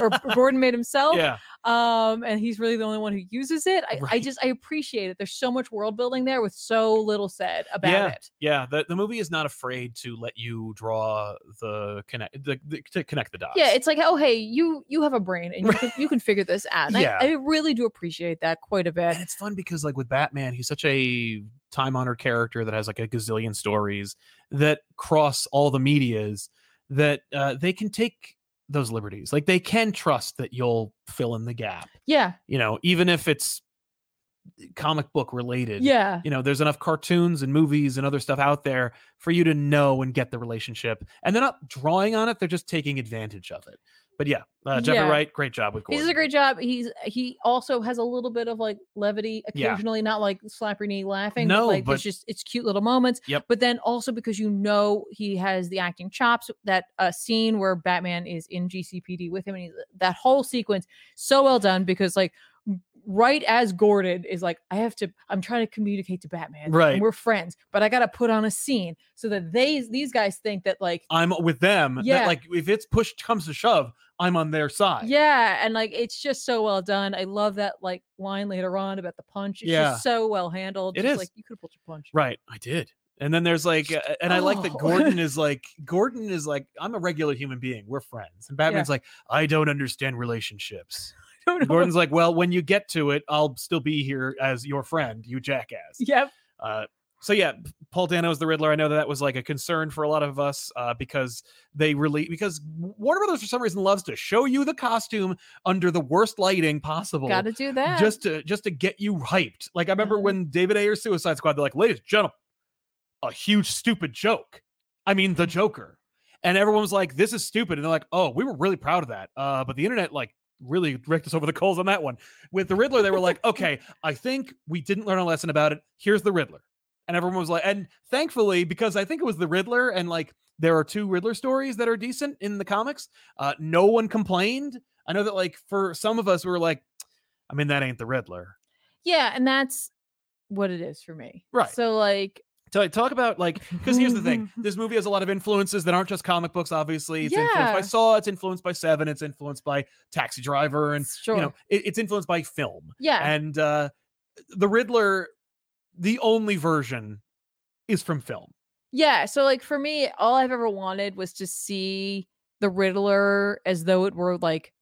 [SPEAKER 2] or Gordon made himself.
[SPEAKER 1] yeah.
[SPEAKER 2] um and he's really the only one who uses it I, I
[SPEAKER 1] Right.
[SPEAKER 2] just i appreciate it there's so much world building there with so little said about it
[SPEAKER 1] Yeah. The, the movie is not afraid to let you draw the connect the, the to connect the dots.
[SPEAKER 2] yeah it's like oh hey you you have a brain and you can, you can figure this out and
[SPEAKER 1] Yeah.
[SPEAKER 2] I, I really do appreciate that quite a bit
[SPEAKER 1] and it's fun because like with Batman, he's such a time honored character that has like a gazillion stories that cross all the medias that uh, they can take those liberties. Like they can trust that you'll fill in the gap,
[SPEAKER 2] yeah
[SPEAKER 1] you know, even if it's comic book related.
[SPEAKER 2] yeah
[SPEAKER 1] You know, there's enough cartoons and movies and other stuff out there for you to know and get the relationship. And they're not drawing on it, they're just taking advantage of it. But yeah, uh, Jeffrey
[SPEAKER 2] Yeah.
[SPEAKER 1] Wright, great job with
[SPEAKER 2] he
[SPEAKER 1] Gordon.
[SPEAKER 2] does a great job he's he also has a little bit of like levity
[SPEAKER 1] Yeah.
[SPEAKER 2] occasionally not like slap your knee laughing
[SPEAKER 1] No,
[SPEAKER 2] like
[SPEAKER 1] but-
[SPEAKER 2] it's just it's cute little moments
[SPEAKER 1] Yep.
[SPEAKER 2] but then also because you know he has the acting chops that uh scene where batman is in gcpd with him and he, that whole sequence so well done because like right as gordon is like i have to i'm trying to communicate to batman and
[SPEAKER 1] Right.
[SPEAKER 2] we're friends but i gotta put on a scene so that they these guys think that like
[SPEAKER 1] I'm with them.
[SPEAKER 2] Yeah.
[SPEAKER 1] That like if it's push comes to shove, I'm on their side.
[SPEAKER 2] Yeah, and like it's just so well done. I love that like line later on about the punch. It's
[SPEAKER 1] Yeah.
[SPEAKER 2] just so well handled.
[SPEAKER 1] It
[SPEAKER 2] just
[SPEAKER 1] is.
[SPEAKER 2] like you could have pulled your punch.
[SPEAKER 1] Right. I did. And then there's like, uh, and I like that
[SPEAKER 2] Oh.
[SPEAKER 1] Gordon is like, Gordon is like, I'm a regular human being. We're friends. And Batman's like, I don't understand
[SPEAKER 2] <laughs>
[SPEAKER 1] relationships.
[SPEAKER 2] <laughs> I don't
[SPEAKER 1] And
[SPEAKER 2] know.
[SPEAKER 1] Gordon's like, well, when you get to it, I'll still be here as your friend, you jackass.
[SPEAKER 2] Yep.
[SPEAKER 1] Uh, so yeah, P- Paul Dano is the Riddler. I know that, that was like a concern for a lot of us uh, because they really because Warner Brothers for some reason loves to show you the costume under the worst lighting possible.
[SPEAKER 2] Gotta do that. Uh-huh.
[SPEAKER 1] just to just to get you hyped. Like I remember
[SPEAKER 2] Yeah.
[SPEAKER 1] when David Ayer's Suicide Squad, they're like, ladies and gentlemen, a huge stupid joke. I mean
[SPEAKER 2] Mm-hmm.
[SPEAKER 1] the Joker. And everyone was like, this is stupid. And they're like, oh, we were really proud of that. Uh, but the internet like really wrecked us over the coals on that one. With the Riddler, they were like, okay, I think we didn't learn a lesson about it. Here's the Riddler. And everyone was like, and thankfully, because I think it was the Riddler, and like there are two Riddler stories that are decent in the comics. Uh, no one complained. I know that like for some of us, we were like, I mean, that ain't the Riddler.
[SPEAKER 2] yeah, and that's what it is for me.
[SPEAKER 1] Right.
[SPEAKER 2] So like
[SPEAKER 1] So talk about like because here's the
[SPEAKER 2] <laughs>
[SPEAKER 1] thing: this movie has a lot of influences that aren't just comic books. Obviously, it's influenced by
[SPEAKER 2] Yeah.
[SPEAKER 1] Saw, it's influenced by Seven, it's influenced by Taxi Driver, and
[SPEAKER 2] sure.
[SPEAKER 1] you know, it- it's influenced by film.
[SPEAKER 2] yeah.
[SPEAKER 1] And uh, the Riddler, the only version, is from film.
[SPEAKER 2] yeah. So like for me, all I've ever wanted was to see the Riddler as though it were like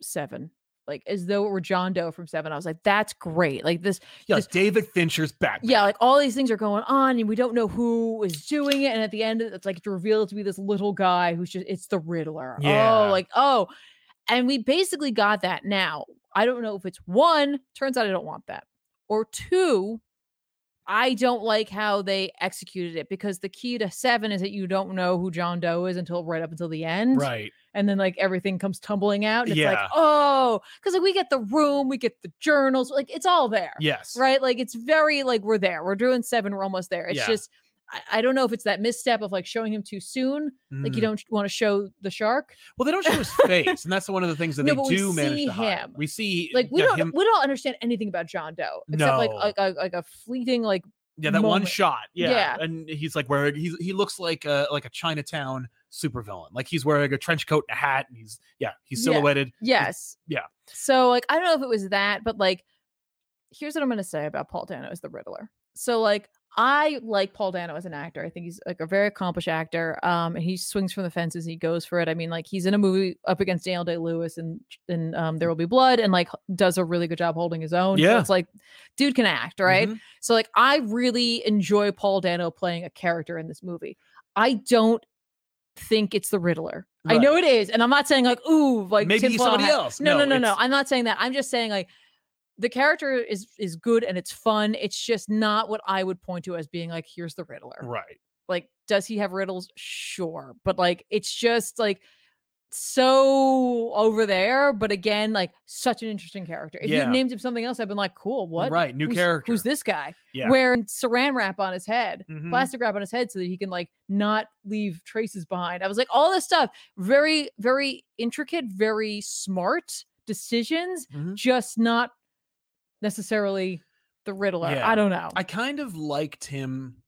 [SPEAKER 2] seven. Like as though it were John Doe from Seven. I was like, that's great. Like this
[SPEAKER 1] Yeah,
[SPEAKER 2] Just-
[SPEAKER 1] David Fincher's Batman.
[SPEAKER 2] yeah, like all these things are going on, and we don't know who is doing it. And at the end, it's like it's revealed to be this little guy who's just it's the Riddler.
[SPEAKER 1] Yeah.
[SPEAKER 2] Oh, like oh, and we basically got that now. I don't know if it's one, turns out I don't want that, or two, I don't like how they executed it because the key to seven is that you don't know who John Doe is until right up until the end.
[SPEAKER 1] Right.
[SPEAKER 2] And then like everything comes tumbling out. And it's
[SPEAKER 1] Yeah.
[SPEAKER 2] like, oh, because like we get the room, we get the journals, like it's all there.
[SPEAKER 1] Yes.
[SPEAKER 2] Right. Like it's very like we're there. We're doing seven. We're almost there. It's
[SPEAKER 1] Yeah.
[SPEAKER 2] just I, I don't know if it's that misstep of like showing him too soon. Like you
[SPEAKER 1] Mm.
[SPEAKER 2] don't want to show the shark.
[SPEAKER 1] Well, they don't show
[SPEAKER 2] <laughs>
[SPEAKER 1] his face, and that's one of the things that
[SPEAKER 2] No,
[SPEAKER 1] they
[SPEAKER 2] but we
[SPEAKER 1] do manage
[SPEAKER 2] see
[SPEAKER 1] to hide.
[SPEAKER 2] him.
[SPEAKER 1] We see
[SPEAKER 2] Like we
[SPEAKER 1] yeah,
[SPEAKER 2] don't
[SPEAKER 1] him-
[SPEAKER 2] we don't understand anything about John Doe except like
[SPEAKER 1] No.
[SPEAKER 2] like a, like a fleeting like
[SPEAKER 1] yeah that one
[SPEAKER 2] moment.
[SPEAKER 1] shot yeah.
[SPEAKER 2] Yeah.
[SPEAKER 1] and he's like wearing he he looks like a like a Chinatown supervillain. Like he's wearing a trench coat and a hat, and he's yeah he's
[SPEAKER 2] Yeah.
[SPEAKER 1] silhouetted.
[SPEAKER 2] Yes.
[SPEAKER 1] yeah.
[SPEAKER 2] So like I don't know if it was that, but like here's what I'm gonna say about Paul Dano as the Riddler. So like I like Paul Dano as an actor. I think he's like a very accomplished actor. Um, and he swings from the fences. He goes for it. I mean, like he's in a movie up against Daniel Day Lewis and and um, There Will Be Blood, and like does a really good job holding his own. So
[SPEAKER 1] Mm. Yeah.
[SPEAKER 2] it's like, dude can act, right?
[SPEAKER 1] Mhm.
[SPEAKER 2] So like I really enjoy Paul Dano playing a character in this movie. I don't think it's the Riddler. I
[SPEAKER 1] Right.
[SPEAKER 2] know it is, and I'm not saying like ooh like
[SPEAKER 1] Maybe he's
[SPEAKER 2] tinfoil
[SPEAKER 1] somebody
[SPEAKER 2] hat.
[SPEAKER 1] else.
[SPEAKER 2] No, no, no, no.
[SPEAKER 1] it's-
[SPEAKER 2] I'm not saying that. I'm just saying like the character is is good and it's fun. It's just not what I would point to as being like here's the Riddler.
[SPEAKER 1] Right.
[SPEAKER 2] Like does he have riddles? Sure, but like it's just like so over there but again like such an interesting character if
[SPEAKER 1] Yeah.
[SPEAKER 2] you named him something else i've been like cool what
[SPEAKER 1] Right. New
[SPEAKER 2] Who's-
[SPEAKER 1] character.
[SPEAKER 2] who's this guy
[SPEAKER 1] Yeah.
[SPEAKER 2] wearing saran wrap on his head,
[SPEAKER 1] Mhm.
[SPEAKER 2] plastic wrap on his head, so that he can like not leave traces behind. I was like, all this stuff, very, very intricate, very smart decisions,
[SPEAKER 1] Mhm.
[SPEAKER 2] just not necessarily the Riddler.
[SPEAKER 1] Yeah.
[SPEAKER 2] I don't know.
[SPEAKER 1] I kind of liked him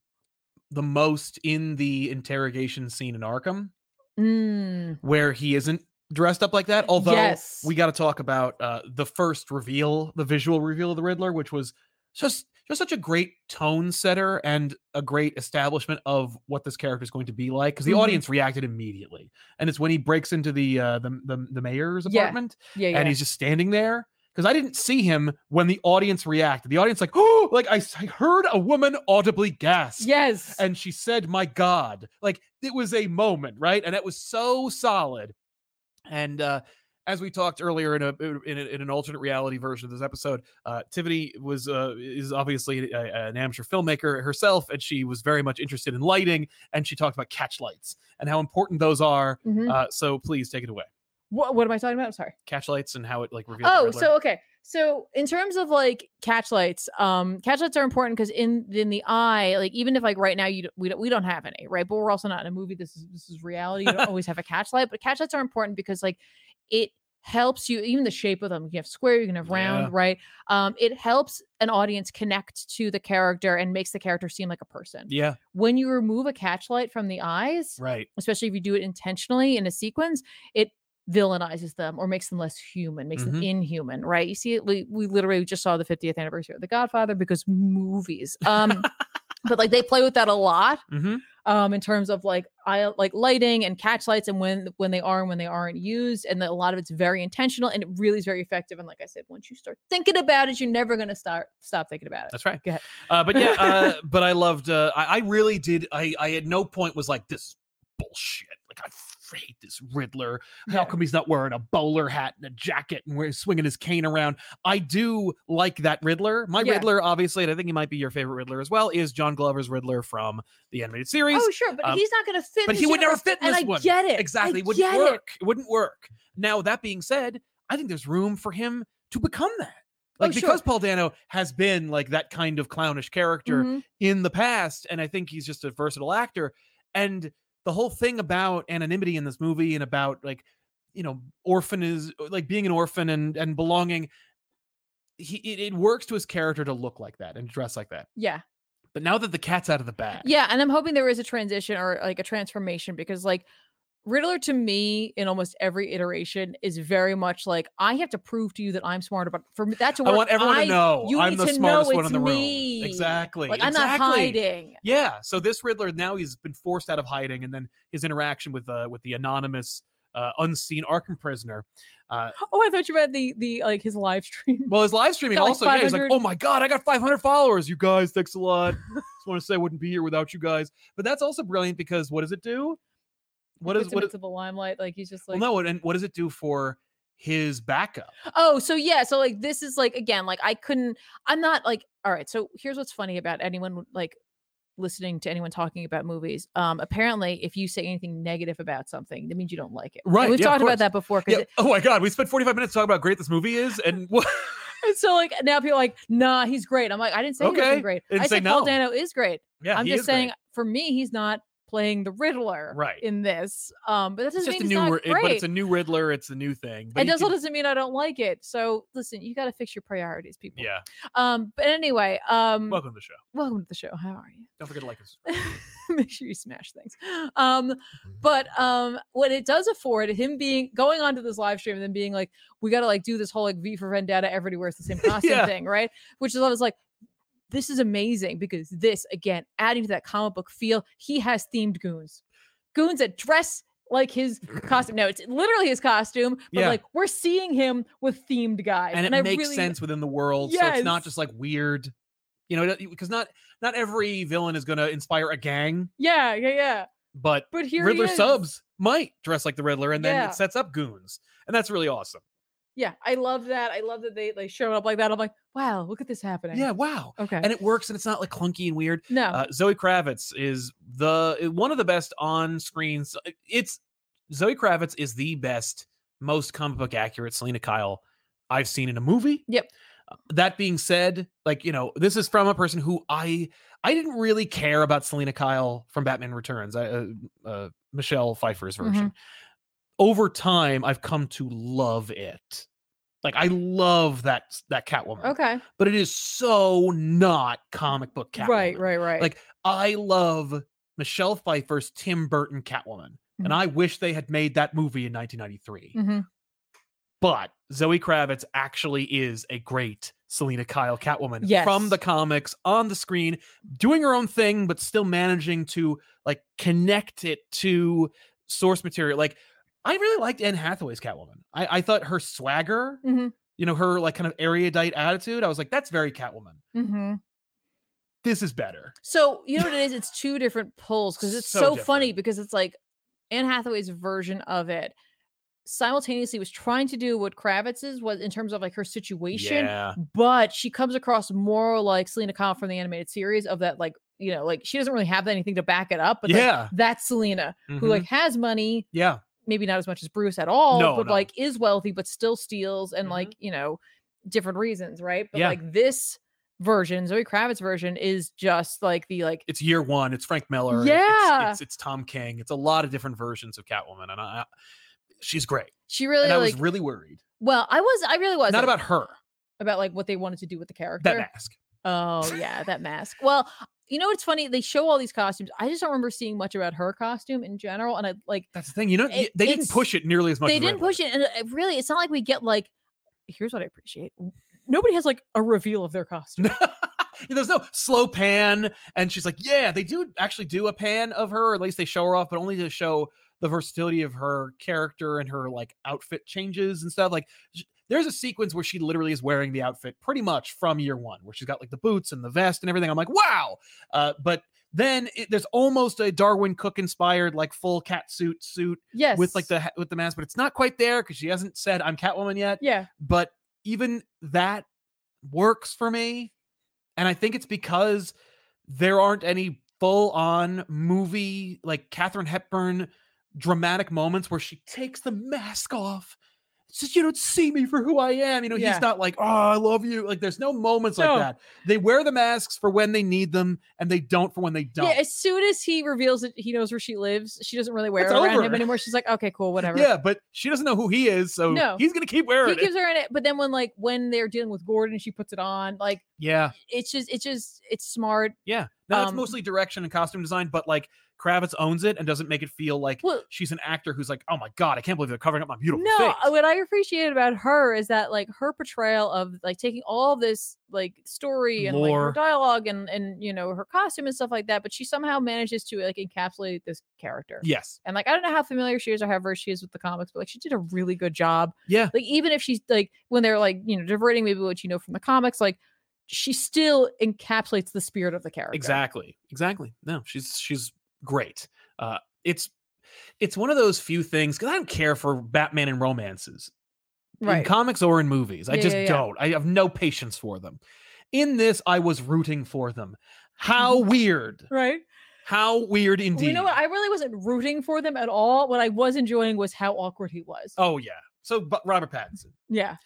[SPEAKER 1] the most in the interrogation scene in Arkham,
[SPEAKER 2] Mm,
[SPEAKER 1] where he isn't dressed up like that. Although
[SPEAKER 2] yes,
[SPEAKER 1] we got to talk about uh, the first reveal, the visual reveal of the Riddler, which was just just such a great tone setter and a great establishment of what this character is going to be like because the
[SPEAKER 2] Mhm.
[SPEAKER 1] audience reacted immediately and it's when he breaks into the uh the, the, the mayor's
[SPEAKER 2] Yeah,
[SPEAKER 1] apartment
[SPEAKER 2] yeah, yeah.
[SPEAKER 1] and he's just standing there because i didn't see him when the audience reacted the audience like <gasps> oh like I, s- I heard a woman audibly gasp
[SPEAKER 2] yes,
[SPEAKER 1] and she said, "My God!" Like it was a moment, right? And it was so solid. And uh, as we talked earlier in a in, a, in an alternate reality version of this episode, uh, Tiffany was uh, is obviously a, a- an amateur filmmaker herself, and she was very much interested in lighting, and she talked about catch lights and how important those are.
[SPEAKER 2] Mhm.
[SPEAKER 1] Uh, so please take it away,
[SPEAKER 2] what, what am I talking about? I'm sorry.
[SPEAKER 1] catch lights and how it like reveals. the
[SPEAKER 2] Oh,
[SPEAKER 1] Riddler.
[SPEAKER 2] so okay. So in terms of like catchlights, um, catchlights are important because in in the eye, like even if like right now you d- we don't we don't have any, right? But we're also not in a movie. This is this is reality. You
[SPEAKER 1] <laughs>
[SPEAKER 2] don't always have a catchlight, but catchlights are important because like it helps you. Even the shape of them, you can have square, you can have round,
[SPEAKER 1] Yeah.
[SPEAKER 2] right? Um, it helps an audience connect to the character and makes the character seem like a person.
[SPEAKER 1] yeah,
[SPEAKER 2] When you remove a catchlight from the eyes,
[SPEAKER 1] right.
[SPEAKER 2] especially if you do it intentionally in a sequence, it villainizes them or makes them less human, makes them
[SPEAKER 1] Mhm.
[SPEAKER 2] inhuman, right? You see it we, we literally just saw the 50th anniversary of The Godfather because movies.
[SPEAKER 1] <laughs>
[SPEAKER 2] Um but like they play with that a lot
[SPEAKER 1] hmm
[SPEAKER 2] um in terms of like I like lighting and catch lights and when when they are and when they aren't used and that a lot of it's very intentional and it really is very effective and like I said once you start thinking about it you're never going to start stop thinking about it.
[SPEAKER 1] That's right.
[SPEAKER 2] Go ahead.
[SPEAKER 1] Uh, but yeah, <laughs> uh, but I loved. Uh, I, I really did. I, I at no point was like this is bullshit. Like I f- hate this Riddler. How
[SPEAKER 2] Yeah.
[SPEAKER 1] come he's not wearing a bowler hat and a jacket and we're swinging his cane around? I do like that Riddler. My
[SPEAKER 2] Yeah.
[SPEAKER 1] Riddler, obviously, and I think he might be your favorite Riddler as well. Is John Glover's Riddler from the animated series?
[SPEAKER 2] Oh sure, but
[SPEAKER 1] um,
[SPEAKER 2] he's not going to fit. in
[SPEAKER 1] but he
[SPEAKER 2] this
[SPEAKER 1] would never
[SPEAKER 2] universe,
[SPEAKER 1] fit in
[SPEAKER 2] and
[SPEAKER 1] this
[SPEAKER 2] I
[SPEAKER 1] one.
[SPEAKER 2] Get it
[SPEAKER 1] exactly.
[SPEAKER 2] I
[SPEAKER 1] It wouldn't
[SPEAKER 2] get it.
[SPEAKER 1] work. It. wouldn't work. Now that being said, I think there's room for him to become that.
[SPEAKER 2] Oh,
[SPEAKER 1] Like
[SPEAKER 2] sure.
[SPEAKER 1] because Paul Dano has been like that kind of clownish character
[SPEAKER 2] Mhm.
[SPEAKER 1] in the past and i think he's just a versatile actor and the whole thing about anonymity in this movie and about like you know orphan is like being an orphan and and belonging he it, it works to his character to look like that and dress like that
[SPEAKER 2] Yeah.
[SPEAKER 1] but now that the cat's out of the bag
[SPEAKER 2] Yeah, and I'm hoping there is a transition or like a transformation because like Riddler to me in almost every iteration is very much like I have to prove to you that I'm smart about for me- that to
[SPEAKER 1] i
[SPEAKER 2] work.
[SPEAKER 1] want everyone
[SPEAKER 2] I-
[SPEAKER 1] to know
[SPEAKER 2] you
[SPEAKER 1] i'm
[SPEAKER 2] need
[SPEAKER 1] the
[SPEAKER 2] to know
[SPEAKER 1] smartest one
[SPEAKER 2] it's
[SPEAKER 1] in the
[SPEAKER 2] me.
[SPEAKER 1] room exactly
[SPEAKER 2] Like
[SPEAKER 1] exactly.
[SPEAKER 2] I'm not hiding.
[SPEAKER 1] yeah so this riddler now he's been forced out of hiding and then his interaction with uh with the anonymous uh unseen arkham prisoner uh
[SPEAKER 2] Oh, I thought you meant the the like his live stream.
[SPEAKER 1] Well, his live streaming
[SPEAKER 2] Got, like,
[SPEAKER 1] also, yeah, he's like,
[SPEAKER 2] 500
[SPEAKER 1] oh my God, I got 500 followers. You guys, thanks a lot. <laughs> Just want to say I wouldn't be here without you guys. But that's also brilliant because what does it do? What
[SPEAKER 2] Puts
[SPEAKER 1] is,
[SPEAKER 2] him
[SPEAKER 1] what,
[SPEAKER 2] into the limelight? Like he's just
[SPEAKER 1] well,
[SPEAKER 2] like
[SPEAKER 1] no, and what does it do for his backup.
[SPEAKER 2] Oh, so yeah, so like this is like again, like I couldn't I'm not like all right, so here's what's funny about anyone like listening to anyone talking about movies. Um apparently if you say anything negative about something, that means you don't like it. And
[SPEAKER 1] Right,
[SPEAKER 2] we've
[SPEAKER 1] yeah, of
[SPEAKER 2] talked
[SPEAKER 1] course.
[SPEAKER 2] about that before cuz
[SPEAKER 1] Yeah. Oh my God, we spent 45 minutes talking about how great this movie is, and <laughs> what?
[SPEAKER 2] And so like now people are like, nah, he's great. I'm like, I didn't say he
[SPEAKER 1] Okay,
[SPEAKER 2] wasn't great.
[SPEAKER 1] didn't
[SPEAKER 2] I
[SPEAKER 1] say
[SPEAKER 2] said Paul
[SPEAKER 1] no.
[SPEAKER 2] Dano is great.
[SPEAKER 1] Yeah,
[SPEAKER 2] I'm
[SPEAKER 1] he
[SPEAKER 2] just
[SPEAKER 1] is great.
[SPEAKER 2] saying for me, he's not playing the Riddler
[SPEAKER 1] Right.
[SPEAKER 2] in this. Um, but that
[SPEAKER 1] It's
[SPEAKER 2] doesn't
[SPEAKER 1] just a
[SPEAKER 2] mean
[SPEAKER 1] new,
[SPEAKER 2] he's
[SPEAKER 1] ri-
[SPEAKER 2] not
[SPEAKER 1] it-
[SPEAKER 2] great.
[SPEAKER 1] but it's a new Riddler. It's a new thing. But
[SPEAKER 2] and
[SPEAKER 1] you
[SPEAKER 2] that's
[SPEAKER 1] can-
[SPEAKER 2] what doesn't mean I don't like it. So listen, you got to fix your priorities,
[SPEAKER 1] <laughs>
[SPEAKER 2] people.
[SPEAKER 1] yeah.
[SPEAKER 2] Um, but anyway, um, welcome.
[SPEAKER 1] Welcome to the show.
[SPEAKER 2] to the show. How are you? <laughs>
[SPEAKER 1] Don't forget to like us.
[SPEAKER 2] Make sure you smash things. Um,
[SPEAKER 1] Mm-hmm.
[SPEAKER 2] but um, what it does afford him being going onto this live stream and then being like, we got to like do this whole like V for Vendetta. Everybody wears
[SPEAKER 1] <laughs>
[SPEAKER 2] the same costume
[SPEAKER 1] Yeah.
[SPEAKER 2] thing, right? Which is I was like. This is amazing because this again adding to that comic book feel. He has themed goons, goons that dress like his costume. No, it's literally his costume, but
[SPEAKER 1] Yeah.
[SPEAKER 2] like we're seeing him with themed guys,
[SPEAKER 1] and it
[SPEAKER 2] I
[SPEAKER 1] makes
[SPEAKER 2] really-
[SPEAKER 1] sense within the world. So it's not
[SPEAKER 2] Yes.
[SPEAKER 1] just like weird, you know, because not not every villain is going to inspire a gang,
[SPEAKER 2] Yeah, yeah, yeah.
[SPEAKER 1] but
[SPEAKER 2] But here he
[SPEAKER 1] Riddler
[SPEAKER 2] is.
[SPEAKER 1] subs might dress like the Riddler, and then
[SPEAKER 2] Yeah.
[SPEAKER 1] it sets up goons, and that's really awesome.
[SPEAKER 2] Yeah, I love that. I love that they like showed up like that. I'm like, wow, look at this happening.
[SPEAKER 1] Yeah, wow.
[SPEAKER 2] Okay.
[SPEAKER 1] And it works, and it's not like clunky and weird.
[SPEAKER 2] no.
[SPEAKER 1] Uh, Zoe Kravitz is the i- one of the best on screens. It's Zoe Kravitz is the best, most comic book accurate Selena Kyle I've seen in a movie.
[SPEAKER 2] Yep.
[SPEAKER 1] Uh, That being said, like you know, this is from a person who I I didn't really care about Selena Kyle from Batman Returns, I, uh, uh, Michelle Pfeiffer's
[SPEAKER 2] Mm-hmm.
[SPEAKER 1] version. Over time, I've come to love it. Like I love that that Catwoman,
[SPEAKER 2] okay.
[SPEAKER 1] but it is so not comic book Catwoman.
[SPEAKER 2] Right, right, right.
[SPEAKER 1] Like I love Michelle Pfeiffer's Tim Burton Catwoman,
[SPEAKER 2] Mhm.
[SPEAKER 1] and I wish they had made that movie in 1993.
[SPEAKER 2] Mhm.
[SPEAKER 1] But Zoe Kravitz actually is a great Selena Kyle Catwoman from
[SPEAKER 2] Yes.
[SPEAKER 1] the comics on the screen, doing her own thing, but still managing to like connect it to source material. Like I really liked Anne Hathaway's Catwoman. I, I thought her swagger,
[SPEAKER 2] Mhm.
[SPEAKER 1] you know, her like kind of erudite attitude. I was like, that's very Catwoman.
[SPEAKER 2] Mhm.
[SPEAKER 1] This is better.
[SPEAKER 2] So you know what it is? It's two different pulls because it's
[SPEAKER 1] So
[SPEAKER 2] so, funny because it's like Anne Hathaway's version of it simultaneously was trying to do what Kravitz's was in terms of like her situation,
[SPEAKER 1] Yeah.
[SPEAKER 2] but she comes across more like Selena Kyle from the animated series of that like you know like she doesn't really have anything to back it up, but like,
[SPEAKER 1] yeah.
[SPEAKER 2] that's Selena who
[SPEAKER 1] Mhm.
[SPEAKER 2] like has money,
[SPEAKER 1] yeah.
[SPEAKER 2] maybe not as much as Bruce at all,
[SPEAKER 1] No,
[SPEAKER 2] but
[SPEAKER 1] no.
[SPEAKER 2] like is wealthy, but still steals and
[SPEAKER 1] Mhm.
[SPEAKER 2] like, you know, different reasons, right? But
[SPEAKER 1] Yeah.
[SPEAKER 2] like this version, Zoe Kravitz version is just like the like
[SPEAKER 1] it's year one. It's Frank Miller. it-
[SPEAKER 2] Yeah.
[SPEAKER 1] It's, it's, it's Tom King. It's a lot of different versions of Catwoman. And I, I she's great.
[SPEAKER 2] she really
[SPEAKER 1] and I
[SPEAKER 2] like
[SPEAKER 1] was really worried.
[SPEAKER 2] well, I was I really was
[SPEAKER 1] Not
[SPEAKER 2] like,
[SPEAKER 1] about her,
[SPEAKER 2] about like what they wanted to do with the character.
[SPEAKER 1] that mask. <laughs>
[SPEAKER 2] Oh yeah, that mask. Well, you know what's funny? They show all these costumes. I just don't remember seeing much about her costume in general. And I like
[SPEAKER 1] That's the thing. You know, y-
[SPEAKER 2] It-
[SPEAKER 1] they didn't
[SPEAKER 2] it's-
[SPEAKER 1] push it nearly as much.
[SPEAKER 2] they
[SPEAKER 1] as
[SPEAKER 2] didn't
[SPEAKER 1] Riddler.
[SPEAKER 2] push it. And it really, it's not like we get like here's what I appreciate. w- Nobody has like a reveal of their costume.
[SPEAKER 1] Yeah, <laughs> There's no slow pan. And she's like, yeah, they do actually do a pan of her. Or at least they show her off, but only to show the versatility of her character and her like outfit changes and stuff. Like, sh- there's a sequence where she literally is wearing the outfit pretty much from year one, where she's got like the boots and the vest and everything. I'm like, wow. Uh, but then it, there's almost a Darwin Cook inspired like full cat suit suit
[SPEAKER 2] yes.
[SPEAKER 1] with like the ha- with the mask, but it's not quite there because she hasn't said I'm Catwoman yet
[SPEAKER 2] Yeah.
[SPEAKER 1] but even that works for me and i think it's because there aren't any full on movie like katherine hepburn dramatic moments where she takes the mask off says you don't see me for who i am you know
[SPEAKER 2] Yeah.
[SPEAKER 1] he's not like oh i love you like there's no moments
[SPEAKER 2] No.
[SPEAKER 1] like that they wear the masks for when they need them and they don't for when they don't
[SPEAKER 2] Yeah, as soon as he reveals that he knows where she lives, she doesn't really wear
[SPEAKER 1] It's
[SPEAKER 2] it around him
[SPEAKER 1] over.
[SPEAKER 2] anymore. She's like, okay,
[SPEAKER 1] <laughs>
[SPEAKER 2] cool, whatever.
[SPEAKER 1] Yeah, but she doesn't know who he is so
[SPEAKER 2] No.
[SPEAKER 1] he's gonna keep wearing it
[SPEAKER 2] he gives her in it, but then when like when they're dealing with Gordon, she puts it on. Like
[SPEAKER 1] yeah
[SPEAKER 2] it's just it's just it's smart.
[SPEAKER 1] yeah now it's
[SPEAKER 2] Um,
[SPEAKER 1] mostly direction and costume design but like kravitz owns it and doesn't make it feel like
[SPEAKER 2] Well,
[SPEAKER 1] she's an actor who's like, oh my god, I can't believe they're covering up my beautiful
[SPEAKER 2] no, uh,
[SPEAKER 1] face.
[SPEAKER 2] what I appreciate about her is that like her portrayal of like taking all this like story and like
[SPEAKER 1] Lore.
[SPEAKER 2] her dialogue and and you know her costume and stuff like that, but she somehow manages to like encapsulate this character.
[SPEAKER 1] Yes,
[SPEAKER 2] And like I don't know how familiar she is or how versed she is with the comics, but like she did a really good job.
[SPEAKER 1] Yeah.
[SPEAKER 2] Like even if she's like when they're like, you know, diverting maybe what you know from the comics, like she still encapsulates the spirit of the character.
[SPEAKER 1] exactly, exactly. No, she's she's great. Uh, it's it's one of those few things because I don't care for Batman and romances. in
[SPEAKER 2] Right.
[SPEAKER 1] comics or in movies. I
[SPEAKER 2] Yeah,
[SPEAKER 1] just
[SPEAKER 2] yeah, yeah.
[SPEAKER 1] don't. I have no patience for them. In this, I was rooting for them. How weird.
[SPEAKER 2] right.
[SPEAKER 1] How weird
[SPEAKER 2] Mm-hmm. Well,
[SPEAKER 1] indeed.
[SPEAKER 2] You know what? I really wasn't rooting for them at all. What I was enjoying was how awkward he was.
[SPEAKER 1] oh yeah. So but Robert Pattinson,
[SPEAKER 2] Yeah.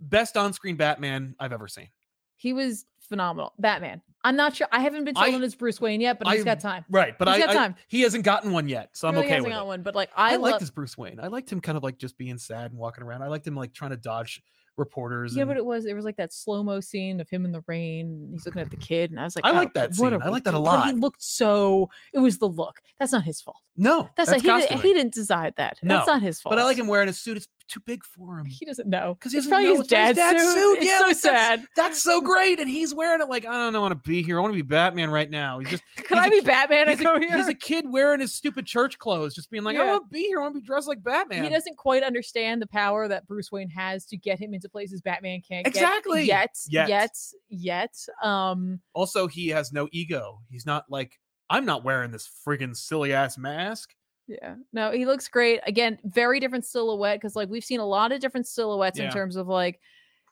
[SPEAKER 1] best on-screen Batman I've ever seen.
[SPEAKER 2] He was phenomenal. Batman. I'm not sure. I haven't been
[SPEAKER 1] I-
[SPEAKER 2] sold on as Bruce Wayne yet, but
[SPEAKER 1] I
[SPEAKER 2] he's got time.
[SPEAKER 1] Right, but
[SPEAKER 2] He's
[SPEAKER 1] I,
[SPEAKER 2] got
[SPEAKER 1] I-
[SPEAKER 2] time.
[SPEAKER 1] he hasn't gotten one yet, so I'm
[SPEAKER 2] Really
[SPEAKER 1] okay
[SPEAKER 2] hasn't
[SPEAKER 1] with it.
[SPEAKER 2] got one, but like
[SPEAKER 1] I,
[SPEAKER 2] I,
[SPEAKER 1] liked
[SPEAKER 2] love.
[SPEAKER 1] his Bruce Wayne. I liked him kind of like just being sad and walking around. I liked him like trying to dodge reporters.
[SPEAKER 2] Yeah,
[SPEAKER 1] and-
[SPEAKER 2] but it was it was like that slow mo scene of him in the rain. He's looking at the kid, and I was like,
[SPEAKER 1] I
[SPEAKER 2] "Oh,
[SPEAKER 1] like that scene.
[SPEAKER 2] what a
[SPEAKER 1] I like that a
[SPEAKER 2] weirdo." But
[SPEAKER 1] lot.
[SPEAKER 2] He looked so. It was the look. That's not his fault.
[SPEAKER 1] no, that's,
[SPEAKER 2] That's, not, he, didn't,
[SPEAKER 1] costuming.
[SPEAKER 2] he didn't decide that. That's
[SPEAKER 1] No,
[SPEAKER 2] not his fault.
[SPEAKER 1] But I like him wearing a suit. It's too big for him.
[SPEAKER 2] <laughs> He doesn't know
[SPEAKER 1] 'Cause he
[SPEAKER 2] it's
[SPEAKER 1] doesn't
[SPEAKER 2] probably
[SPEAKER 1] know
[SPEAKER 2] his
[SPEAKER 1] it's not his
[SPEAKER 2] dad's,
[SPEAKER 1] dad's
[SPEAKER 2] suit.
[SPEAKER 1] suit.
[SPEAKER 2] It's
[SPEAKER 1] Yeah,
[SPEAKER 2] so
[SPEAKER 1] like, that's-
[SPEAKER 2] sad.
[SPEAKER 1] That's
[SPEAKER 2] <laughs>
[SPEAKER 1] so great, and he's wearing it like I don't want to be here. I want to be Batman right now. He's just
[SPEAKER 2] <laughs> Could
[SPEAKER 1] he's
[SPEAKER 2] I
[SPEAKER 1] a
[SPEAKER 2] be
[SPEAKER 1] ki-
[SPEAKER 2] Batman? I
[SPEAKER 1] he's
[SPEAKER 2] go
[SPEAKER 1] a,
[SPEAKER 2] here.
[SPEAKER 1] he's a kid wearing his stupid church clothes, just being like, I
[SPEAKER 2] Yeah.
[SPEAKER 1] want to be here. I want to be dressed like Batman.
[SPEAKER 2] He doesn't quite understand the power that Bruce Wayne has to get him into places Batman can't
[SPEAKER 1] Exactly.
[SPEAKER 2] get
[SPEAKER 1] Yet.
[SPEAKER 2] yet, yet, yet. Um,
[SPEAKER 1] also, he has no ego. He's not like I'm not wearing this friggin' silly ass mask.
[SPEAKER 2] Yeah. No, he looks great. Again, very different silhouette because like we've seen a lot of different silhouettes
[SPEAKER 1] Yeah.
[SPEAKER 2] in terms of like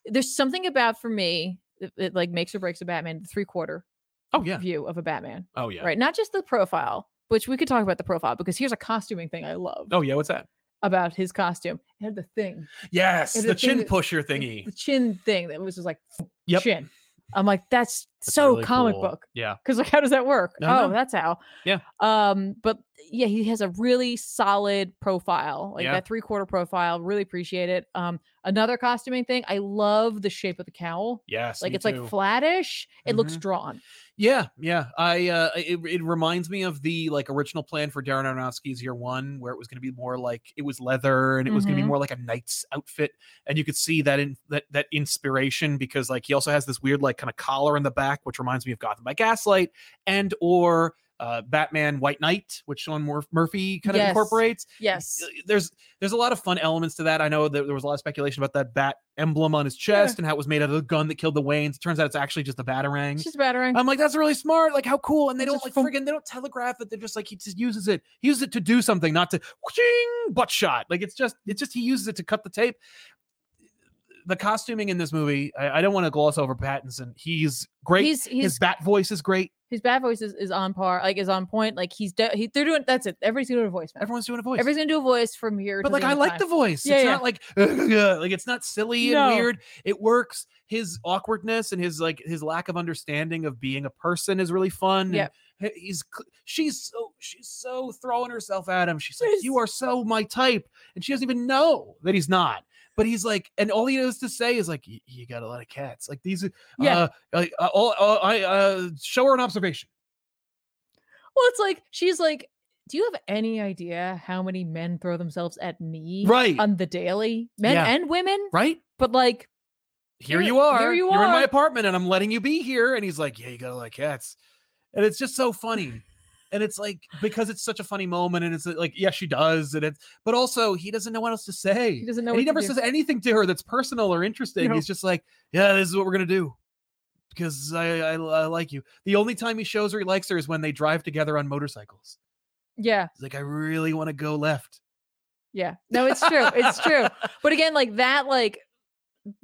[SPEAKER 2] there's something about for me that, that, like makes or breaks a Batman, the three quarter
[SPEAKER 1] Oh yeah.
[SPEAKER 2] view of a Batman.
[SPEAKER 1] Oh yeah.
[SPEAKER 2] Right. Not just the profile, which we could talk about the profile because here's a costuming thing I love
[SPEAKER 1] Oh yeah. What's that?
[SPEAKER 2] about his costume. It had the thing,
[SPEAKER 1] Yes,
[SPEAKER 2] It's
[SPEAKER 1] the
[SPEAKER 2] a thing
[SPEAKER 1] chin
[SPEAKER 2] that-
[SPEAKER 1] pusher
[SPEAKER 2] the-
[SPEAKER 1] thingy.
[SPEAKER 2] The, chin thing that was just like
[SPEAKER 1] Yep.
[SPEAKER 2] chin. I'm like, that's,
[SPEAKER 1] That's
[SPEAKER 2] so
[SPEAKER 1] really
[SPEAKER 2] comic
[SPEAKER 1] cool.
[SPEAKER 2] book.
[SPEAKER 1] Yeah.
[SPEAKER 2] Because like, how does that work?
[SPEAKER 1] I
[SPEAKER 2] oh,
[SPEAKER 1] don't know.
[SPEAKER 2] that's how.
[SPEAKER 1] Yeah.
[SPEAKER 2] Um, but yeah, he has a really solid profile, like
[SPEAKER 1] Yeah.
[SPEAKER 2] that three quarter profile. Really appreciate it. Um, another costuming thing, I love the shape of the cowl.
[SPEAKER 1] Yes.
[SPEAKER 2] Like
[SPEAKER 1] me
[SPEAKER 2] it's
[SPEAKER 1] too. Mm-hmm.
[SPEAKER 2] like flattish. It looks drawn.
[SPEAKER 1] Yeah, yeah. I uh I- it, it reminds me of the like original plan for Darren Aronofsky's Year One, where it was going to be more like it was leather and it was going to be
[SPEAKER 2] Mhm.
[SPEAKER 1] more like a knight's outfit, and you could see that in that that inspiration because like he also has this weird like kind of collar in the back, which reminds me of Gotham by Gaslight and or uh, Batman White Knight, which Sean Mur- Murphy kind of
[SPEAKER 2] Yes.
[SPEAKER 1] incorporates.
[SPEAKER 2] Yes.
[SPEAKER 1] There's there's a lot of fun elements to that. I know that there was a lot of speculation about that bat emblem on his chest and how it was made out of the gun that killed the Waynes. Turns out it's actually just a batarang.
[SPEAKER 2] It's just battering.
[SPEAKER 1] I'm like, that's really smart. Like, how cool. And they
[SPEAKER 2] It's
[SPEAKER 1] don't
[SPEAKER 2] just
[SPEAKER 1] like
[SPEAKER 2] from-
[SPEAKER 1] friggin', they don't telegraph it. They're just like, he just uses it. He uses it to do something, not to whooshing, butt shot. Like, it's just, it's just, he uses it to cut the tape. The costuming in this movie, I, I don't want to gloss over Pattinson. He's great.
[SPEAKER 2] He's he's
[SPEAKER 1] His bat voice is great.
[SPEAKER 2] his bad voice is, is on par, like is on point. Like he's de- he, they're doing that's it. Everybody's doing a voice. man.
[SPEAKER 1] Everyone's doing a voice.
[SPEAKER 2] Everybody's gonna do a voice from here.
[SPEAKER 1] but
[SPEAKER 2] to
[SPEAKER 1] like,
[SPEAKER 2] the
[SPEAKER 1] I
[SPEAKER 2] end of
[SPEAKER 1] like
[SPEAKER 2] time.
[SPEAKER 1] the voice.
[SPEAKER 2] Yeah,
[SPEAKER 1] it's
[SPEAKER 2] yeah.
[SPEAKER 1] not like, like <laughs> it's not silly and
[SPEAKER 2] No.
[SPEAKER 1] weird. It works. His awkwardness and his like his lack of understanding of being a person is really fun. and
[SPEAKER 2] Yep.
[SPEAKER 1] H- he's cl- she's so she's so throwing herself at him. She's like,
[SPEAKER 2] Yes.
[SPEAKER 1] "You are so my type," and she doesn't even know that he's not. But he's like, and all he has to say is like, "Y- "You got a lot of cats." Like these, are-
[SPEAKER 2] Yeah.
[SPEAKER 1] uh, like uh, all, all- I uh, show her an observation.
[SPEAKER 2] Well, it's like she's like, do you have any idea how many men throw themselves at me
[SPEAKER 1] Right,
[SPEAKER 2] on the daily, men
[SPEAKER 1] Yeah.
[SPEAKER 2] and women?
[SPEAKER 1] right.
[SPEAKER 2] But like,
[SPEAKER 1] Here
[SPEAKER 2] Here-
[SPEAKER 1] you are.
[SPEAKER 2] here you
[SPEAKER 1] You're in my
[SPEAKER 2] are."
[SPEAKER 1] apartment, and I'm letting you be here. And he's like, "Yeah, you got a lot of cats," and it's just so funny. And it's like because it's such a funny moment, and it's like, yeah, she does, and it's but also he doesn't know what else to say.
[SPEAKER 2] he doesn't know.
[SPEAKER 1] And
[SPEAKER 2] What
[SPEAKER 1] he
[SPEAKER 2] to
[SPEAKER 1] never
[SPEAKER 2] do.
[SPEAKER 1] says anything to her that's personal or interesting.
[SPEAKER 2] No.
[SPEAKER 1] He's just like, yeah, this is what we're gonna do because I, I I like you. The only time he shows her he likes her is when they drive together on motorcycles.
[SPEAKER 2] Yeah,
[SPEAKER 1] He's like, I really want to go left.
[SPEAKER 2] yeah. No, it's true.
[SPEAKER 1] <laughs>
[SPEAKER 2] It's true. But again, like that, like,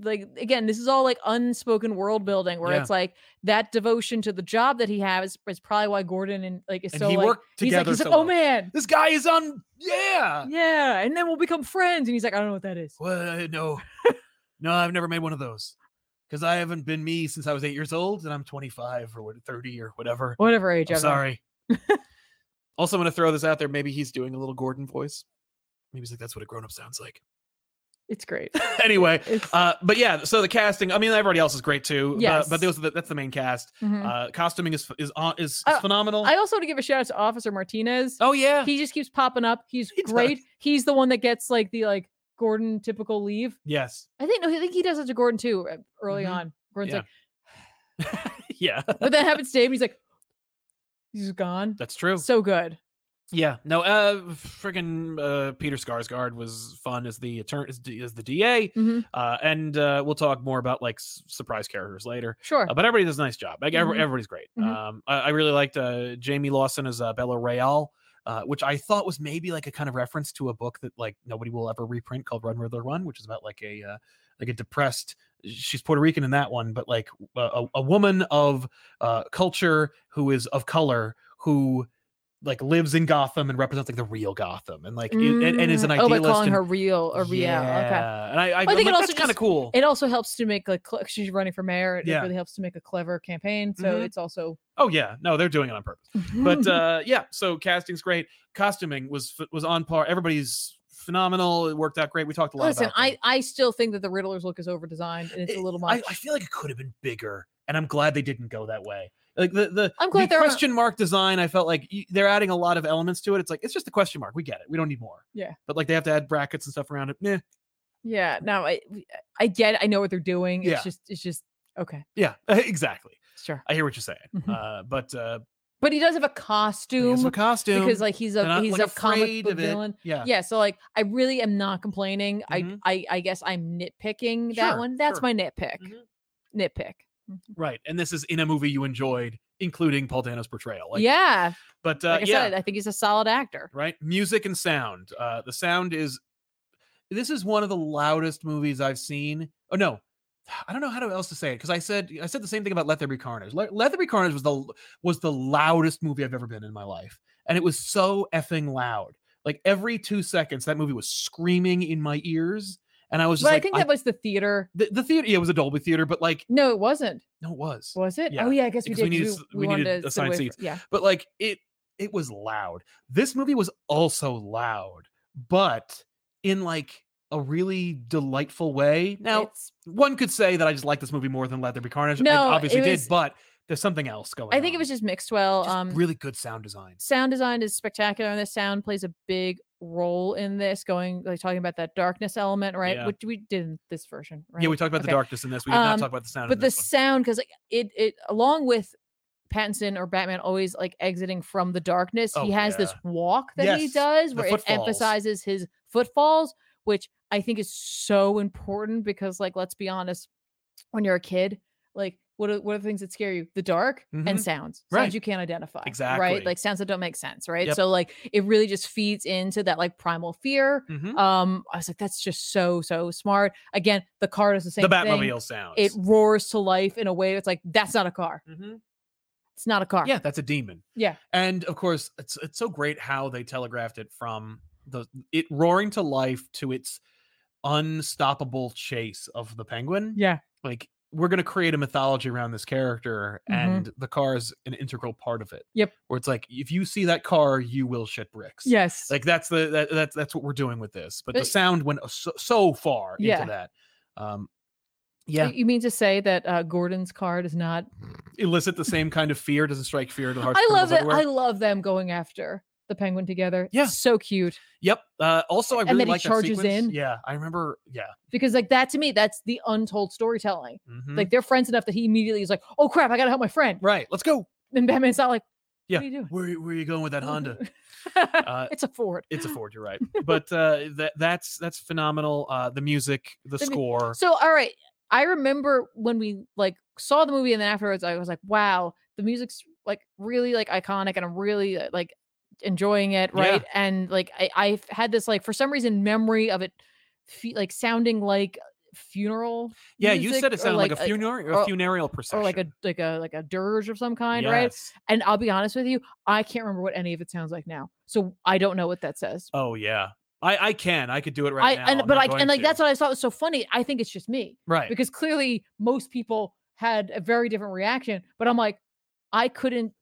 [SPEAKER 2] like again, this is all like unspoken world building, where
[SPEAKER 1] Yeah.
[SPEAKER 2] it's like that devotion to the job that he has is probably why Gordon and like is
[SPEAKER 1] and
[SPEAKER 2] so
[SPEAKER 1] he
[SPEAKER 2] like
[SPEAKER 1] worked
[SPEAKER 2] he's like
[SPEAKER 1] together.
[SPEAKER 2] he's
[SPEAKER 1] so
[SPEAKER 2] like oh
[SPEAKER 1] well.
[SPEAKER 2] man,
[SPEAKER 1] this guy is on. Yeah.
[SPEAKER 2] yeah, and then we'll become friends, and he's like I don't know what that is.
[SPEAKER 1] Well, uh, no, no, I've never made one of those because I haven't been me since I was eight years old, and I'm 25 or what, 30 or whatever.
[SPEAKER 2] Whatever age.
[SPEAKER 1] I'm
[SPEAKER 2] I'm at.
[SPEAKER 1] sorry. also, I'm gonna throw this out there. Maybe he's doing a little Gordon voice. Maybe he's like, "That's what a grown up sounds like." <laughs>
[SPEAKER 2] it's great.
[SPEAKER 1] anyway,
[SPEAKER 2] It's,
[SPEAKER 1] uh, but yeah, so the casting. I mean, everybody else is great too. but, but
[SPEAKER 2] Yes.
[SPEAKER 1] those are the, that's the main cast.
[SPEAKER 2] mhm.
[SPEAKER 1] Uh, costuming is is on is, is
[SPEAKER 2] Uh,
[SPEAKER 1] phenomenal.
[SPEAKER 2] I also want to give a shout out to Officer Martinez.
[SPEAKER 1] oh yeah,
[SPEAKER 2] He just keeps popping up. He's
[SPEAKER 1] He does.
[SPEAKER 2] great. He's the one that gets like the like Gordon typical leave.
[SPEAKER 1] yes, <laughs>
[SPEAKER 2] I think no, I think he does it to Gordon too uh, early
[SPEAKER 1] Mhm.
[SPEAKER 2] on. Gordon's
[SPEAKER 1] Yeah. yeah,
[SPEAKER 2] like, but that happens to him. He's like, he's gone.
[SPEAKER 1] that's true.
[SPEAKER 2] So good.
[SPEAKER 1] Yeah, no, uh, friggin' uh, Peter Skarsgård was fun as the attorney, as, the- as the DA,
[SPEAKER 2] Mhm.
[SPEAKER 1] uh, and uh, we'll talk more about like s- surprise characters later.
[SPEAKER 2] Sure.
[SPEAKER 1] Uh, but everybody does a nice job. Like every,
[SPEAKER 2] Mhm.
[SPEAKER 1] everybody's great.
[SPEAKER 2] Mhm.
[SPEAKER 1] Um, I, I really liked uh, Jamie Lawson as uh, Bella Real. uh, which I thought was maybe like a kind of reference to a book that like nobody will ever reprint called Run Riddler Run, which is about like a uh, like a depressed. She's Puerto Rican in that one, but like a, a- a woman of uh, culture who is of color who like lives in Gotham and represents like the real Gotham, and like it- and, and is an
[SPEAKER 2] Mm. oh,
[SPEAKER 1] idealist.
[SPEAKER 2] by calling
[SPEAKER 1] and,
[SPEAKER 2] her real or real. Okay.
[SPEAKER 1] Yeah. And I, I,
[SPEAKER 2] Well, I think
[SPEAKER 1] think
[SPEAKER 2] it also
[SPEAKER 1] that's kind of
[SPEAKER 2] just-
[SPEAKER 1] cool.
[SPEAKER 2] It also helps to make like cle- she's running for mayor. It
[SPEAKER 1] Yeah.
[SPEAKER 2] really helps to make a clever campaign. So
[SPEAKER 1] Mhm.
[SPEAKER 2] it's also.
[SPEAKER 1] oh yeah, no, they're doing it on purpose. But
[SPEAKER 2] Mm-hmm.
[SPEAKER 1] uh, yeah, so casting's great. Costuming was f- was on par. Everybody's phenomenal. It worked out great. We talked a lot.
[SPEAKER 2] listen,
[SPEAKER 1] about them.
[SPEAKER 2] I I still think that the Riddler's look is overdesigned and it's a
[SPEAKER 1] It-
[SPEAKER 2] little
[SPEAKER 1] I,
[SPEAKER 2] much.
[SPEAKER 1] I feel like it could have been bigger, and I'm glad they didn't go that way. Like the the,
[SPEAKER 2] I'm glad
[SPEAKER 1] the
[SPEAKER 2] they're not-
[SPEAKER 1] question mark design, I felt like y- they're adding a lot of elements to it. It's like it's just a question mark. We get it. We don't need more.
[SPEAKER 2] Yeah.
[SPEAKER 1] But like they have to add brackets and stuff around it. Meh.
[SPEAKER 2] yeah. No, I I get. It. I know what they're doing. It's
[SPEAKER 1] Yeah.
[SPEAKER 2] just it's just okay.
[SPEAKER 1] Yeah. <laughs> Exactly.
[SPEAKER 2] Sure.
[SPEAKER 1] I hear what you're saying.
[SPEAKER 2] Mhm.
[SPEAKER 1] Uh, but uh,
[SPEAKER 2] But he does have a
[SPEAKER 1] but he
[SPEAKER 2] costume,
[SPEAKER 1] has a costume
[SPEAKER 2] because like he's
[SPEAKER 1] and
[SPEAKER 2] a
[SPEAKER 1] I'm,
[SPEAKER 2] he's
[SPEAKER 1] like,
[SPEAKER 2] a comic
[SPEAKER 1] afraid
[SPEAKER 2] book
[SPEAKER 1] of it.
[SPEAKER 2] villain.
[SPEAKER 1] Yeah.
[SPEAKER 2] yeah so like i really am not complaining
[SPEAKER 1] Mhm.
[SPEAKER 2] I, I i guess i'm nitpicking that
[SPEAKER 1] Sure,
[SPEAKER 2] one that's
[SPEAKER 1] sure.
[SPEAKER 2] my nitpick
[SPEAKER 1] Mhm.
[SPEAKER 2] nitpick
[SPEAKER 1] Right. And this is in a movie you enjoyed, including Paul Dano's portrayal. Like,
[SPEAKER 2] yeah
[SPEAKER 1] But uh,
[SPEAKER 2] like i
[SPEAKER 1] yeah,
[SPEAKER 2] said i think he's a solid actor
[SPEAKER 1] right? Music and sound. Uh, the sound is. This is one of the loudest movies I've seen. Oh no, <sighs> I don't know how to- else to say it because I said I said the same thing about Let There Be Carnage. Let, Let There Be Carnage was the l- was the loudest movie I've ever been in my life, and it was so effing loud. Like every two seconds, that movie was screaming in my ears, and I was
[SPEAKER 2] but
[SPEAKER 1] just like,
[SPEAKER 2] i think that was the theater
[SPEAKER 1] the, the theater. Yeah, it was a Dolby theater, but like,
[SPEAKER 2] no it wasn't
[SPEAKER 1] no, it was.
[SPEAKER 2] was it
[SPEAKER 1] Yeah,
[SPEAKER 2] oh yeah i guess we
[SPEAKER 1] because we
[SPEAKER 2] did 'cause
[SPEAKER 1] needed s- we
[SPEAKER 2] wanted
[SPEAKER 1] needed
[SPEAKER 2] to sit
[SPEAKER 1] assigned
[SPEAKER 2] away
[SPEAKER 1] seats.
[SPEAKER 2] from- yeah
[SPEAKER 1] but like it it was loud this movie was also loud but in like a really delightful way now
[SPEAKER 2] it's,
[SPEAKER 1] one could say that i just like this movie more than let there be carnage i
[SPEAKER 2] No,
[SPEAKER 1] obviously
[SPEAKER 2] it
[SPEAKER 1] did
[SPEAKER 2] was-
[SPEAKER 1] but there's something else going on
[SPEAKER 2] i think it was just mixed well
[SPEAKER 1] Just
[SPEAKER 2] um
[SPEAKER 1] really good sound design
[SPEAKER 2] sound design is spectacular and the sound plays a big role in this going like talking about that darkness element right
[SPEAKER 1] Yeah.
[SPEAKER 2] which we did in this version right
[SPEAKER 1] yeah we talked about the
[SPEAKER 2] Okay.
[SPEAKER 1] darkness in this we did not
[SPEAKER 2] Um,
[SPEAKER 1] talk about the sound
[SPEAKER 2] but
[SPEAKER 1] in
[SPEAKER 2] the
[SPEAKER 1] this one.
[SPEAKER 2] sound because like, it it along with Pattinson or Batman always like exiting from the darkness.
[SPEAKER 1] Oh,
[SPEAKER 2] he has this walk that he
[SPEAKER 1] Yes,
[SPEAKER 2] does
[SPEAKER 1] the
[SPEAKER 2] where it
[SPEAKER 1] footfalls.
[SPEAKER 2] emphasizes his footfalls, which I think is so important because like let's be honest, when you're a kid, like what are what are the things that scare you? The dark and
[SPEAKER 1] Mhm.
[SPEAKER 2] sounds. Sounds
[SPEAKER 1] Right.
[SPEAKER 2] you can't identify.
[SPEAKER 1] Exactly.
[SPEAKER 2] Right? Like sounds that don't make sense, right?
[SPEAKER 1] Yep.
[SPEAKER 2] So like it really just feeds into that like primal fear.
[SPEAKER 1] Mhm.
[SPEAKER 2] Um, I was like, that's just so, so smart. Again, the car does the same
[SPEAKER 1] the
[SPEAKER 2] thing
[SPEAKER 1] batmobile sounds
[SPEAKER 2] it roars to life in a way that's like that's not a car
[SPEAKER 1] Mhm.
[SPEAKER 2] it's not a car
[SPEAKER 1] Yeah, that's a demon.
[SPEAKER 2] Yeah.
[SPEAKER 1] And of course, it's it's so great how they telegraphed it from the it roaring to life to its unstoppable chase of the penguin.
[SPEAKER 2] yeah
[SPEAKER 1] Like we're gonna create a mythology around this character,
[SPEAKER 2] Mhm.
[SPEAKER 1] and the car is an integral part of it.
[SPEAKER 2] Yep.
[SPEAKER 1] Where it's like if you see that car, you will shit bricks.
[SPEAKER 2] yes
[SPEAKER 1] Like that's the that, that's that's what we're doing with this. But the
[SPEAKER 2] But-
[SPEAKER 1] sound went so, so far
[SPEAKER 2] Yeah.
[SPEAKER 1] into that. Um
[SPEAKER 2] Uh,
[SPEAKER 1] yeah,
[SPEAKER 2] you mean to say that uh, gordon's car does not
[SPEAKER 1] elicit
[SPEAKER 2] <laughs>
[SPEAKER 1] the same kind of fear. Doesn't strike fear to the hearts. of
[SPEAKER 2] i love
[SPEAKER 1] criminals
[SPEAKER 2] that
[SPEAKER 1] everywhere.
[SPEAKER 2] i love them going after the penguin together
[SPEAKER 1] Yeah.
[SPEAKER 2] It's so cute
[SPEAKER 1] Yep. Uh, also, I
[SPEAKER 2] And
[SPEAKER 1] really
[SPEAKER 2] then he
[SPEAKER 1] like that
[SPEAKER 2] charges
[SPEAKER 1] sequence.
[SPEAKER 2] in.
[SPEAKER 1] Yeah, I remember. Yeah,
[SPEAKER 2] because like that to me that's the untold storytelling
[SPEAKER 1] mhm.
[SPEAKER 2] like they're friends enough that he immediately is like oh crap i gotta help my friend
[SPEAKER 1] right. Let's go.
[SPEAKER 2] and batman's not like
[SPEAKER 1] Yeah.
[SPEAKER 2] what are you doing
[SPEAKER 1] Where where are you going with that
[SPEAKER 2] <laughs>
[SPEAKER 1] Honda? Uh,
[SPEAKER 2] it's a ford
[SPEAKER 1] it's a Ford. You're right. But uh, that that's that's phenomenal. Uh, the music, the,
[SPEAKER 2] The mu-
[SPEAKER 1] score.
[SPEAKER 2] So, all right, I remember when we like saw the movie, and then afterwards, I was like, "Wow, the music's like really like iconic, and I'm really uh, like enjoying it,
[SPEAKER 1] Yeah.
[SPEAKER 2] right?" And like I, I've had this like for some reason memory of it, fe- like sounding like funeral.
[SPEAKER 1] yeah, you
[SPEAKER 2] music
[SPEAKER 1] said
[SPEAKER 2] or,
[SPEAKER 1] it sounded like, a funeral, a
[SPEAKER 2] or-
[SPEAKER 1] funeral procession,
[SPEAKER 2] Or like a like a like a dirge of some kind, right?
[SPEAKER 1] Yes.
[SPEAKER 2] And I'll be honest with you, I can't remember what any of it sounds like now, so I don't know what that says.
[SPEAKER 1] Oh yeah, I I can I could do it right
[SPEAKER 2] I
[SPEAKER 1] now.
[SPEAKER 2] and
[SPEAKER 1] I'm
[SPEAKER 2] but
[SPEAKER 1] not
[SPEAKER 2] like
[SPEAKER 1] going
[SPEAKER 2] and like
[SPEAKER 1] to.
[SPEAKER 2] that's what I thought was so funny. I think it's just me
[SPEAKER 1] right.
[SPEAKER 2] because clearly most people had a very different reaction but i'm like i couldn't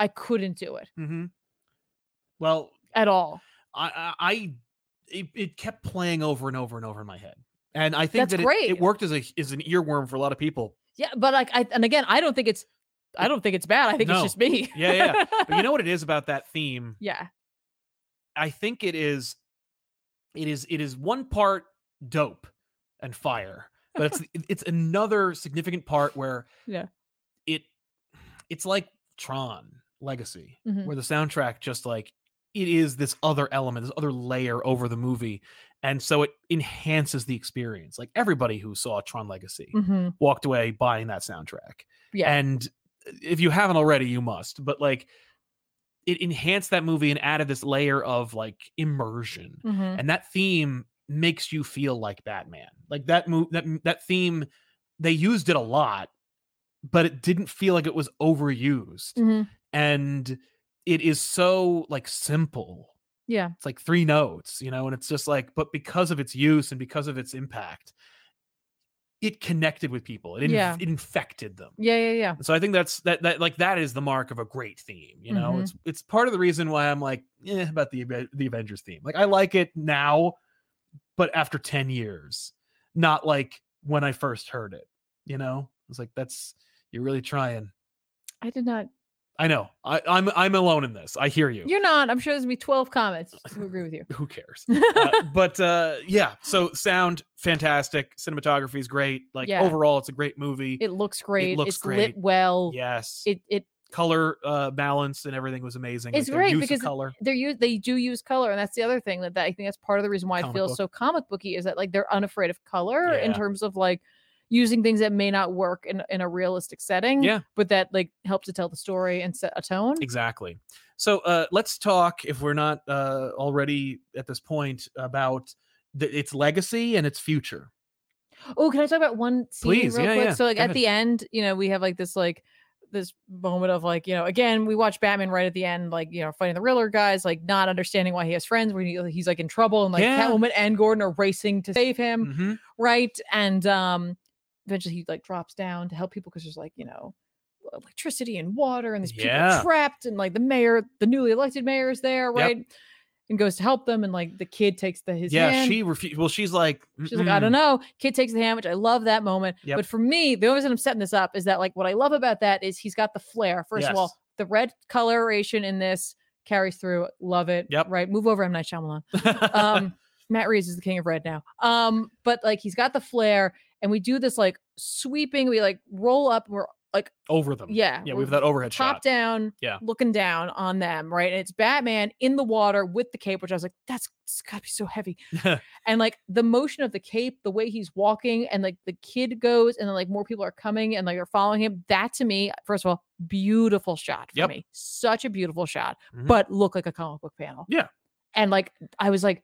[SPEAKER 2] i couldn't do it
[SPEAKER 1] hmm Well,
[SPEAKER 2] at all
[SPEAKER 1] I, I I- it, it kept playing over and over and over in my head, and I think
[SPEAKER 2] That's
[SPEAKER 1] that it-
[SPEAKER 2] great.
[SPEAKER 1] it worked as a as an earworm for a lot of people.
[SPEAKER 2] yeah but like i and again i don't think it's i don't think it's bad i think
[SPEAKER 1] No.
[SPEAKER 2] it's just me
[SPEAKER 1] Yeah, yeah. But you know what it is about that theme?
[SPEAKER 2] <laughs> yeah
[SPEAKER 1] I think it is it is it is one part dope and fire, but it's it- it's another significant part where
[SPEAKER 2] Yeah.
[SPEAKER 1] It it's like Tron Legacy
[SPEAKER 2] Mhm.
[SPEAKER 1] where the soundtrack just like it is this other element, this other layer over the movie. And so it enhances the experience. Like everybody who saw Tron Legacy
[SPEAKER 2] hmm
[SPEAKER 1] walked away buying that soundtrack uh,
[SPEAKER 2] yeah
[SPEAKER 1] and if you haven't already you must but like it enhanced that movie and added this layer of like immersion.
[SPEAKER 2] Mhm.
[SPEAKER 1] And that theme makes you feel like Batman. Like that move that that theme they used it a lot, but it didn't feel like it was overused.
[SPEAKER 2] Mhm.
[SPEAKER 1] And it is so like simple.
[SPEAKER 2] Yeah.
[SPEAKER 1] It's like three notes, you know, and it's just like but because of its use and because of its impact, it connected with people. It, inf-
[SPEAKER 2] Yeah.
[SPEAKER 1] it infected them.
[SPEAKER 2] Yeah. Yeah. Yeah.
[SPEAKER 1] So I think that's that that like that is the mark of a great theme. You know,
[SPEAKER 2] Mhm.
[SPEAKER 1] it's it's part of the reason why I'm like eh, about the Aven- the Avengers theme. Like I like it now, but after ten years, not like when I first heard it. You know, it's like that's you're really trying.
[SPEAKER 2] I did not.
[SPEAKER 1] I know. I, I'm I'm alone in this. I hear you.
[SPEAKER 2] You're not. I'm sure there's gonna be 12 comments who agree with you.
[SPEAKER 1] Who
[SPEAKER 2] <laughs>
[SPEAKER 1] cares? Uh, but uh yeah, so sound fantastic, cinematography is great. Like
[SPEAKER 2] Yeah.
[SPEAKER 1] overall, it's a great movie.
[SPEAKER 2] it looks great.
[SPEAKER 1] looks
[SPEAKER 2] it's
[SPEAKER 1] great.
[SPEAKER 2] lit well.
[SPEAKER 1] yes,
[SPEAKER 2] It it
[SPEAKER 1] color uh balance and everything was amazing.
[SPEAKER 2] It's
[SPEAKER 1] their
[SPEAKER 2] great
[SPEAKER 1] use of
[SPEAKER 2] because it- <laughs>
[SPEAKER 1] color.
[SPEAKER 2] they're use they do use color, and that's the other thing that, that I think that's part of the reason why
[SPEAKER 1] Comic
[SPEAKER 2] it feels
[SPEAKER 1] book.
[SPEAKER 2] so comic booky is that like they're unafraid of color in
[SPEAKER 1] Yeah.
[SPEAKER 2] terms of like using things that may not work in in a realistic setting.
[SPEAKER 1] Yeah.
[SPEAKER 2] but that like helps to tell the story and set a tone.
[SPEAKER 1] Exactly. So uh, let's talk, if we're not uh, already at this point, about the, its legacy and its future.
[SPEAKER 2] Oh, can I talk about one scene
[SPEAKER 1] Please,
[SPEAKER 2] real
[SPEAKER 1] yeah,
[SPEAKER 2] quick?
[SPEAKER 1] yeah,
[SPEAKER 2] So like
[SPEAKER 1] go
[SPEAKER 2] at
[SPEAKER 1] ahead.
[SPEAKER 2] the end, you know, we have like this like this moment of like, you know, again, we watch Batman right at the end, like, you know, fighting the Riddler guys, like not understanding why he has friends when he, he's like in trouble and like
[SPEAKER 1] Yeah.
[SPEAKER 2] Catwoman and Gordon are racing to save him.
[SPEAKER 1] Mhm.
[SPEAKER 2] Right. And um eventually he like drops down to help people because there's like, you know, e, electricity and water and these people
[SPEAKER 1] Yeah.
[SPEAKER 2] are trapped and like the mayor, the newly elected mayor is there,
[SPEAKER 1] Yep.
[SPEAKER 2] right? And goes to help them and like the kid takes the his
[SPEAKER 1] Yeah,
[SPEAKER 2] hand.
[SPEAKER 1] she refused. Well, she's like,
[SPEAKER 2] She's like, I don't know. Kid takes the hand, which I love that moment.
[SPEAKER 1] Yep.
[SPEAKER 2] But for me, the only reason I'm setting this up is that, like, what I love about that is he's got the flair. First of all,
[SPEAKER 1] Yes.
[SPEAKER 2] the red coloration in this carries through. Love it.
[SPEAKER 1] Yep.
[SPEAKER 2] Right. Move over, M. Night Shyamalan.
[SPEAKER 1] <laughs> know.
[SPEAKER 2] Um, Matt Reeves is the king of red now. Um, but like, he's got the flair, and we do this like sweeping. We like roll up. We're like,
[SPEAKER 1] Over them.
[SPEAKER 2] yeah,
[SPEAKER 1] Yeah,
[SPEAKER 2] we're
[SPEAKER 1] we have that overhead
[SPEAKER 2] top
[SPEAKER 1] shot.
[SPEAKER 2] down,
[SPEAKER 1] Yeah.
[SPEAKER 2] looking down on them, right? And it's Batman in the water with the cape, which I was like, that's it's gotta be
[SPEAKER 1] <laughs>
[SPEAKER 2] so heavy. and like the motion of the cape, the way he's walking, and like the kid goes, and then like more people are coming and like they're following him. That to me, first of all, beautiful shot for
[SPEAKER 1] Yep.
[SPEAKER 2] me. Such a beautiful shot,
[SPEAKER 1] Mhm.
[SPEAKER 2] but look like a comic book panel.
[SPEAKER 1] Yeah.
[SPEAKER 2] And like I was like,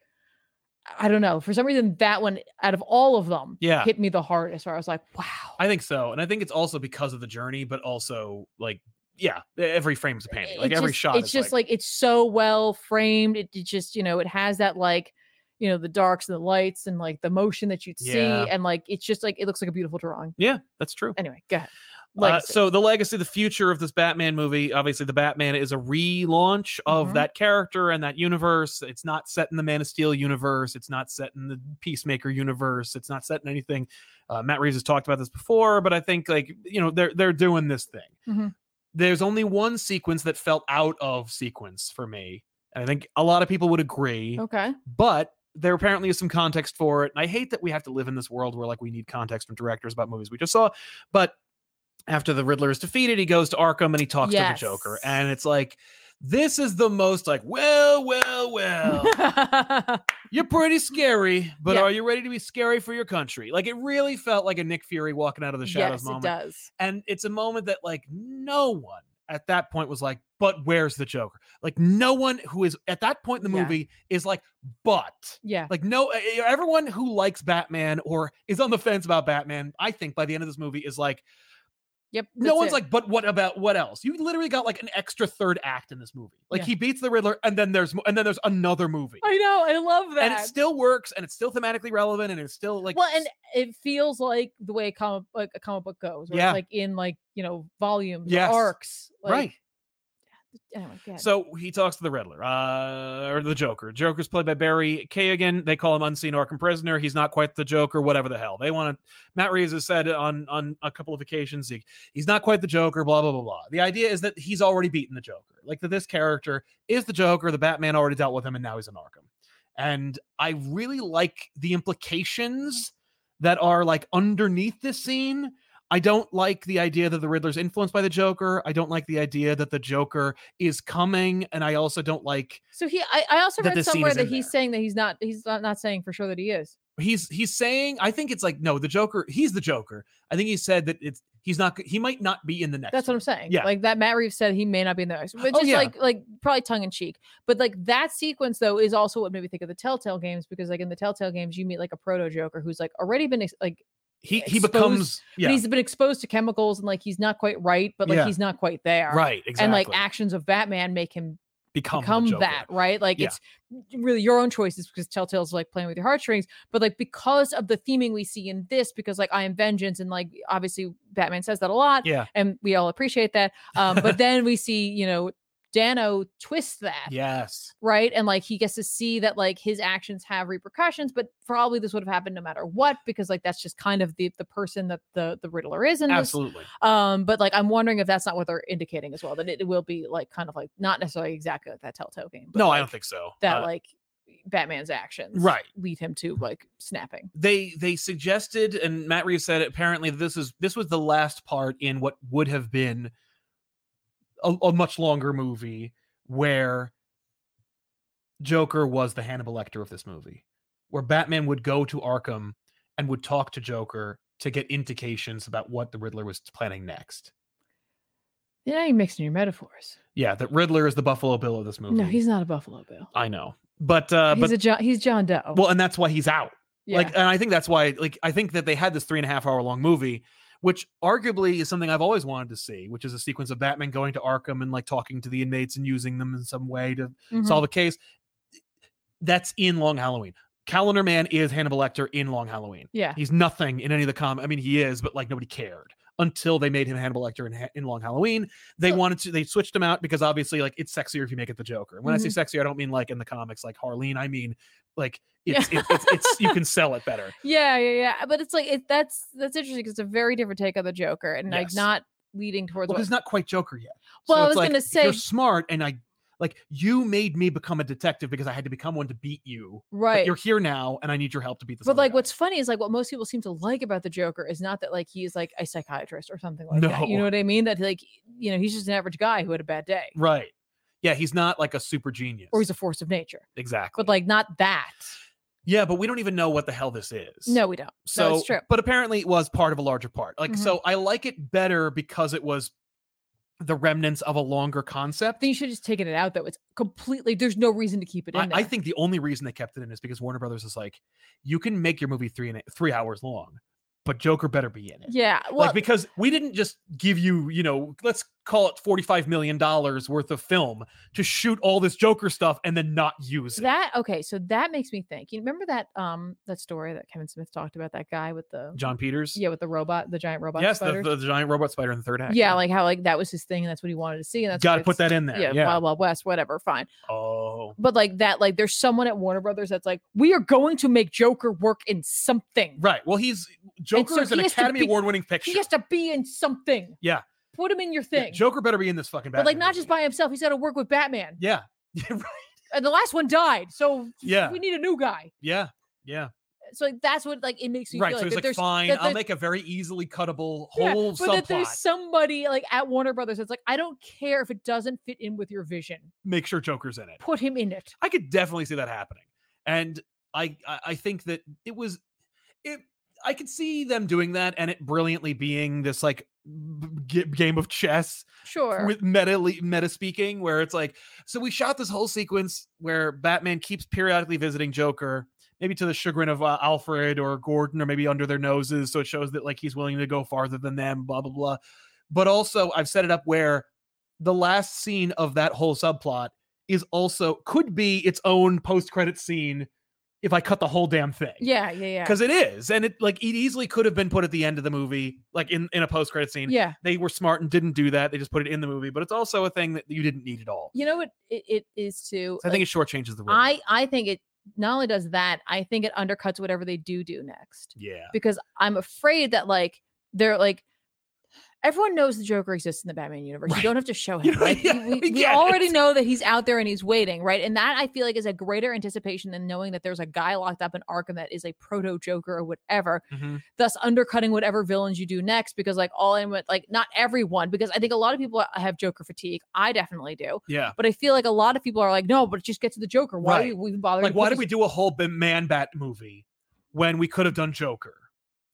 [SPEAKER 2] I don't know. For some reason, that one out of all of them
[SPEAKER 1] Yeah.
[SPEAKER 2] hit me the hardest where I was like, wow.
[SPEAKER 1] I think so. And I think it's also because of the journey, but also like, yeah, e-, every frame's a painting. Like
[SPEAKER 2] it
[SPEAKER 1] every
[SPEAKER 2] just-
[SPEAKER 1] shot
[SPEAKER 2] It's
[SPEAKER 1] is
[SPEAKER 2] just like, it's so well framed. It, it just you know it has that like you know the darks and the lights and like the motion that you'd
[SPEAKER 1] Yeah.
[SPEAKER 2] see and like it's just like it looks like a beautiful drawing.
[SPEAKER 1] yeah, that's true.
[SPEAKER 2] Anyway, go ahead.
[SPEAKER 1] Uh,
[SPEAKER 2] Legacy.
[SPEAKER 1] so the legacy, the future of this Batman movie, obviously the Batman is a relaunch of
[SPEAKER 2] Mhm.
[SPEAKER 1] that character and that universe. It's not set in the Man of Steel universe. It's not set in the Peacemaker universe. It's not set in anything. Uh, Matt Reeves has talked about this before, but I think like you know they're they're doing this thing.
[SPEAKER 2] Mhm.
[SPEAKER 1] There's only one sequence that felt out of sequence for me, and I think a lot of people would agree
[SPEAKER 2] okay.
[SPEAKER 1] but there apparently is some context for it. And I hate that we have to live in this world where like we need context from directors about movies we just saw. But after the Riddler is defeated, he goes to Arkham and he talks
[SPEAKER 2] Yes.
[SPEAKER 1] to the Joker. And it's like, this is the most like, well, well,
[SPEAKER 2] <laughs>
[SPEAKER 1] well, you're pretty scary, but
[SPEAKER 2] Yeah.
[SPEAKER 1] are you ready to be scary for your country? Like it really felt like a Nick Fury walking out of the shadows
[SPEAKER 2] yes,
[SPEAKER 1] moment.
[SPEAKER 2] it does.
[SPEAKER 1] And it's a moment that like no one at that point was like, but where's the Joker? Like no one who is at that point in the
[SPEAKER 2] Yeah.
[SPEAKER 1] movie is like, but
[SPEAKER 2] Yeah.
[SPEAKER 1] like no e- e- everyone who likes Batman or is on the fence about Batman, I think by the end of this movie is like
[SPEAKER 2] Yep.
[SPEAKER 1] no
[SPEAKER 2] that's
[SPEAKER 1] one's
[SPEAKER 2] it.
[SPEAKER 1] like but what about what else? You literally got like an extra third act in this movie. Like
[SPEAKER 2] Yeah.
[SPEAKER 1] he beats the Riddler and then there's mo- and then there's another movie.
[SPEAKER 2] I know. I love that.
[SPEAKER 1] And it still works and it's still thematically relevant and it's still like
[SPEAKER 2] well, and it feels like the way a comic like a comic book goes. where it's,
[SPEAKER 1] Yeah.
[SPEAKER 2] like in like you know volumes, or
[SPEAKER 1] Yes.
[SPEAKER 2] arcs. Like,
[SPEAKER 1] right.
[SPEAKER 2] Anyway, go ahead.
[SPEAKER 1] So he talks to the Riddler, uh, or the Joker. Joker's played by Barry Kagan. They call him unseen Arkham prisoner. He's not quite the Joker, whatever the hell. They want to. Matt Reeves has said on on a couple of occasions he, he's not quite the Joker. Blah blah blah blah. The idea is that he's already beaten the Joker. Like that, this character is the Joker. The Batman already dealt with him, and now he's in Arkham. And I really like the implications that are like underneath this scene. I don't like the idea that the Riddler's influenced by the Joker. I don't like the idea that the Joker is coming, and I also don't like
[SPEAKER 2] So he, I, I also
[SPEAKER 1] that
[SPEAKER 2] read
[SPEAKER 1] this scene
[SPEAKER 2] somewhere
[SPEAKER 1] is
[SPEAKER 2] that
[SPEAKER 1] in
[SPEAKER 2] he's
[SPEAKER 1] there.
[SPEAKER 2] saying that he's not, he's not, not saying for sure that he is.
[SPEAKER 1] he's he's saying I think it's like no, the Joker, he's the Joker. I think he said that it's he's not. He might not be in the next.
[SPEAKER 2] That's what
[SPEAKER 1] one.
[SPEAKER 2] I'm saying.
[SPEAKER 1] Yeah.
[SPEAKER 2] Like that Matt Reeves said he may not be in the next, but
[SPEAKER 1] Oh,
[SPEAKER 2] just
[SPEAKER 1] yeah.
[SPEAKER 2] like like probably tongue in cheek. But like that sequence though is also what made me think of the Telltale games because like in the Telltale games you meet like a proto Joker who's like already been ex- like
[SPEAKER 1] he he
[SPEAKER 2] exposed-
[SPEAKER 1] becomes
[SPEAKER 2] but
[SPEAKER 1] yeah
[SPEAKER 2] he's been exposed to chemicals and like he's not quite right, but like
[SPEAKER 1] Yeah.
[SPEAKER 2] he's not quite there.
[SPEAKER 1] right exactly
[SPEAKER 2] And like actions of Batman make him
[SPEAKER 1] become, the
[SPEAKER 2] become
[SPEAKER 1] Joker.
[SPEAKER 2] that, right? Like
[SPEAKER 1] Yeah.
[SPEAKER 2] it's really your own choices because Telltale's like playing with your heartstrings, but like because of the theming we see in this, because like I am vengeance, and like obviously Batman says that a lot,
[SPEAKER 1] Yeah.
[SPEAKER 2] and we all appreciate that. Um,
[SPEAKER 1] <laughs>
[SPEAKER 2] but then we see, you know, Dano twist that,
[SPEAKER 1] Yes.
[SPEAKER 2] right? And like he gets to see that like his actions have repercussions, but probably this would have happened no matter what, because like that's just kind of the the person that the the Riddler is in this
[SPEAKER 1] Absolutely.
[SPEAKER 2] um, but like I'm wondering if that's not what they're indicating as well. That it, it will be like kind of like not necessarily exactly like that Telltale game. But
[SPEAKER 1] No,
[SPEAKER 2] like,
[SPEAKER 1] I don't think so.
[SPEAKER 2] that
[SPEAKER 1] Uh,
[SPEAKER 2] like Batman's actions
[SPEAKER 1] right. Mm.
[SPEAKER 2] lead him to like snapping.
[SPEAKER 1] they they suggested and Matt Reeves said apparently this is this was the last part in what would have been a, a much longer movie where Joker was the Hannibal Lecter of this movie where Batman would go to Arkham and would talk to Joker to get indications about what the Riddler was planning next.
[SPEAKER 2] Yeah, you're mixing your metaphors.
[SPEAKER 1] Yeah, that Riddler is the Buffalo Bill of this movie.
[SPEAKER 2] No, he's not a Buffalo Bill.
[SPEAKER 1] I know. But Oh, uh
[SPEAKER 2] he's
[SPEAKER 1] but
[SPEAKER 2] a John. He's John Doe.
[SPEAKER 1] well and that's why he's out.
[SPEAKER 2] yeah.
[SPEAKER 1] Like, and I think that's why, like, I think that they had this three and a half hour long movie, which arguably is something I've always wanted to see, which is a sequence of Batman going to Arkham and like talking to the inmates and using them in some way to
[SPEAKER 2] Mhm.
[SPEAKER 1] solve a case. That's in Long Halloween. Calendar Man is Hannibal Lecter in Long Halloween.
[SPEAKER 2] yeah.
[SPEAKER 1] He's nothing in any of the comic. I mean, he is, but like nobody cared until they made him Hannibal Lecter in, Ha- in Long Halloween. They
[SPEAKER 2] So-
[SPEAKER 1] wanted to, they switched him out because obviously, like, it's sexier if you make it the Joker. And when I
[SPEAKER 2] Mm-hmm.
[SPEAKER 1] say sexier, I don't mean like in the comics, like Harleen. I mean, like,
[SPEAKER 2] Yeah.
[SPEAKER 1] it's, it's, it's, it's, you can sell it
[SPEAKER 2] <laughs>
[SPEAKER 1] better.
[SPEAKER 2] Yeah, yeah, yeah. But it's like it, that's that's interesting because it's a very different take on the Joker, and like
[SPEAKER 1] Yes.
[SPEAKER 2] not leading towards.
[SPEAKER 1] Well,
[SPEAKER 2] what-
[SPEAKER 1] he's not quite Joker yet.
[SPEAKER 2] Well, I
[SPEAKER 1] it's
[SPEAKER 2] was
[SPEAKER 1] like,
[SPEAKER 2] gonna say-
[SPEAKER 1] you're smart, and I like you made me become a detective because I had to become one to beat you. But
[SPEAKER 2] right.
[SPEAKER 1] you're here now, and I need your help to beat this.
[SPEAKER 2] But
[SPEAKER 1] other
[SPEAKER 2] like,
[SPEAKER 1] guy.
[SPEAKER 2] what's funny is like what most people seem to like about the Joker is not that like he's like a psychiatrist or something like that. You
[SPEAKER 1] No.
[SPEAKER 2] know what I mean? That like you know he's just an average guy who had a bad day,
[SPEAKER 1] right? Yeah, he's not like a super genius.
[SPEAKER 2] or he's a force of nature.
[SPEAKER 1] exactly.
[SPEAKER 2] But like, not that.
[SPEAKER 1] yeah, but we don't even know what the hell this is.
[SPEAKER 2] No, we don't.
[SPEAKER 1] so
[SPEAKER 2] it's true.
[SPEAKER 1] But apparently, it was part of a larger part. Like,
[SPEAKER 2] Mhm.
[SPEAKER 1] so I like it better because it was the remnants of a longer concept.
[SPEAKER 2] Then you should have just taken it out though. It's completely. There's no reason to keep it in
[SPEAKER 1] I,
[SPEAKER 2] there.
[SPEAKER 1] I think the only reason they kept it in is because Warner Brothers is like, you can make your movie three and a- three hours long, but Joker better be in it.
[SPEAKER 2] Yeah. Well,
[SPEAKER 1] like because we didn't just give you, you know, let's call it forty-five million dollars worth of film to shoot all this Joker stuff and then not use it.
[SPEAKER 2] that okay. So that makes me think. You remember that um that story that Kevin Smith talked about that guy with the
[SPEAKER 1] John Peters.
[SPEAKER 2] yeah with the robot, the giant robot.
[SPEAKER 1] Yes, the,
[SPEAKER 2] spiders?
[SPEAKER 1] the, giant robot spider in the third act.
[SPEAKER 2] yeah, like how like that was his thing and that's what he wanted to see and that's why
[SPEAKER 1] got to put
[SPEAKER 2] it's-
[SPEAKER 1] that in there. Yeah.
[SPEAKER 2] yeah, Wild Wild West, whatever, fine.
[SPEAKER 1] Oh.
[SPEAKER 2] But like that, like there's someone at Warner Brothers that's like, we are going to make Joker work in something.
[SPEAKER 1] Right. Well, he's Joker
[SPEAKER 2] so
[SPEAKER 1] is an
[SPEAKER 2] he has to
[SPEAKER 1] Academy
[SPEAKER 2] be-
[SPEAKER 1] Award-winning picture.
[SPEAKER 2] He has to be in something.
[SPEAKER 1] Yeah.
[SPEAKER 2] Put him in your
[SPEAKER 1] Yeah,
[SPEAKER 2] thing.
[SPEAKER 1] Joker better be in this fucking.
[SPEAKER 2] but
[SPEAKER 1] Batman
[SPEAKER 2] like not just
[SPEAKER 1] movie.
[SPEAKER 2] by himself. He's got to work with Batman.
[SPEAKER 1] Yeah. Right.
[SPEAKER 2] And the last one died, so
[SPEAKER 1] <laughs> yeah.
[SPEAKER 2] we need a new guy.
[SPEAKER 1] Yeah. Yeah.
[SPEAKER 2] So like, that's what like it makes me
[SPEAKER 1] right.
[SPEAKER 2] feel
[SPEAKER 1] so
[SPEAKER 2] like,
[SPEAKER 1] he's
[SPEAKER 2] that
[SPEAKER 1] like,
[SPEAKER 2] there's
[SPEAKER 1] fine,
[SPEAKER 2] that
[SPEAKER 1] I'll
[SPEAKER 2] there's-
[SPEAKER 1] make a very easily cuttable
[SPEAKER 2] <laughs> yeah,
[SPEAKER 1] whole
[SPEAKER 2] but that there's
[SPEAKER 1] subplot.
[SPEAKER 2] somebody like at Warner Brothers that's like, I don't care if it doesn't fit in with your vision.
[SPEAKER 1] Make sure Joker's in it.
[SPEAKER 2] Put him in it.
[SPEAKER 1] I could definitely see that happening, and I I, I think that it was it. I could see them doing that, and it brilliantly being this like b- g- game of chess
[SPEAKER 2] Sure.
[SPEAKER 1] with meta le- meta speaking where it's like so we shot this whole sequence where batman keeps periodically visiting joker maybe to the chagrin of uh, alfred or gordon or maybe under their noses so it shows that like he's willing to go farther than them blah blah blah but also i've set it up where the last scene of that whole subplot is also could be its own post-credit scene if i cut the whole damn thing
[SPEAKER 2] yeah, yeah, yeah.
[SPEAKER 1] because it is and it like it easily could have been put at the end of the movie like in in a post-credit scene
[SPEAKER 2] Yeah.
[SPEAKER 1] they were smart and didn't do that. They just put it in the movie, but it's also a thing that you didn't need at all.
[SPEAKER 2] You know what it, it is too.
[SPEAKER 1] So I
[SPEAKER 2] like,
[SPEAKER 1] think it shortchanges the rule.
[SPEAKER 2] I I think it not only does that, I think it undercuts whatever they do do next
[SPEAKER 1] yeah.
[SPEAKER 2] because I'm afraid that like they're like everyone knows the Joker exists in the Batman universe.
[SPEAKER 1] Right.
[SPEAKER 2] You don't have to show
[SPEAKER 1] <laughs> You
[SPEAKER 2] him.
[SPEAKER 1] don't-
[SPEAKER 2] Like,
[SPEAKER 1] yeah,
[SPEAKER 2] you- we
[SPEAKER 1] we
[SPEAKER 2] we
[SPEAKER 1] get
[SPEAKER 2] already
[SPEAKER 1] it.
[SPEAKER 2] know that he's out there and he's waiting, right? And that I feel like is a greater anticipation than knowing that there's a guy locked up in Arkham that is a proto Joker or whatever,
[SPEAKER 1] Mhm.
[SPEAKER 2] thus undercutting whatever villains you do next. Because like all in with like not everyone, because I think a lot of people have Joker fatigue. I definitely do.
[SPEAKER 1] Yeah.
[SPEAKER 2] But I feel like a lot of people are like, no, but just get to the Joker. Why
[SPEAKER 1] Right.
[SPEAKER 2] do we even bother?
[SPEAKER 1] Like, why did we do a whole Ba- Man Bat movie when we could have done Joker?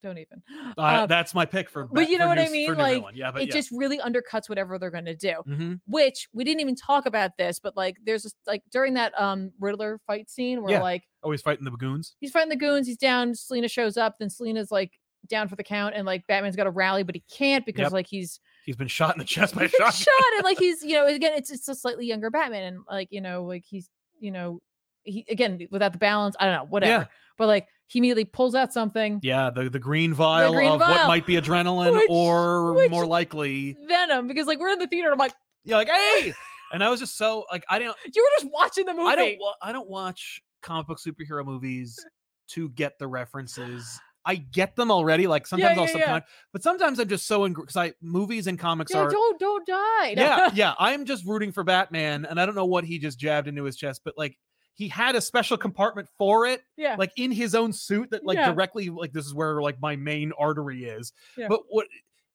[SPEAKER 2] Don't even.
[SPEAKER 1] Uh,
[SPEAKER 2] Uh,
[SPEAKER 1] that's my pick for.
[SPEAKER 2] but you
[SPEAKER 1] for
[SPEAKER 2] know what I
[SPEAKER 1] news-
[SPEAKER 2] mean?
[SPEAKER 1] for newer
[SPEAKER 2] Like,
[SPEAKER 1] one. yeah, but
[SPEAKER 2] it
[SPEAKER 1] yeah.
[SPEAKER 2] just really undercuts whatever they're going to do.
[SPEAKER 1] Mhm.
[SPEAKER 2] Which we didn't even talk about this, but like, there's this, like during that um Riddler fight scene where
[SPEAKER 1] Yeah.
[SPEAKER 2] like
[SPEAKER 1] always Oh, fighting the goons.
[SPEAKER 2] he's fighting the goons, he's down. Selena shows up, then Selena's like down for the count, and like Batman's got to rally, but he can't because
[SPEAKER 1] Yep.
[SPEAKER 2] like he's
[SPEAKER 1] He's been shot in the
[SPEAKER 2] <laughs>
[SPEAKER 1] chest by a
[SPEAKER 2] he's been
[SPEAKER 1] shotgun.
[SPEAKER 2] shot
[SPEAKER 1] <laughs>
[SPEAKER 2] and like he's you know again it's it's a slightly younger Batman and like you know like he's you know he again without the balance I don't know whatever
[SPEAKER 1] Yeah.
[SPEAKER 2] but like he immediately pulls out something
[SPEAKER 1] Yeah, the, the green vial
[SPEAKER 2] green
[SPEAKER 1] of what
[SPEAKER 2] vial.
[SPEAKER 1] might be adrenaline
[SPEAKER 2] Which-
[SPEAKER 1] or
[SPEAKER 2] which-
[SPEAKER 1] more likely.
[SPEAKER 2] Venom because like we're in the theater and I'm like
[SPEAKER 1] You're like,
[SPEAKER 2] <laughs>
[SPEAKER 1] hey! And I was just so like I don't
[SPEAKER 2] you were just watching the movie
[SPEAKER 1] I don't wa- I don't watch comic book superhero movies to get the references. I get them already. Like sometimes I'll
[SPEAKER 2] yeah, yeah.
[SPEAKER 1] subcon- but sometimes I'm just so in because I movies and comics
[SPEAKER 2] You're
[SPEAKER 1] are
[SPEAKER 2] like, don't don't die <laughs>
[SPEAKER 1] yeah, yeah. I'm just rooting for Batman, and I don't know what he just jabbed into his chest, but like he had a special compartment for it,
[SPEAKER 2] yeah
[SPEAKER 1] like in his own suit that like
[SPEAKER 2] Yeah.
[SPEAKER 1] directly like this is where like my main artery is.
[SPEAKER 2] Yeah.
[SPEAKER 1] But what?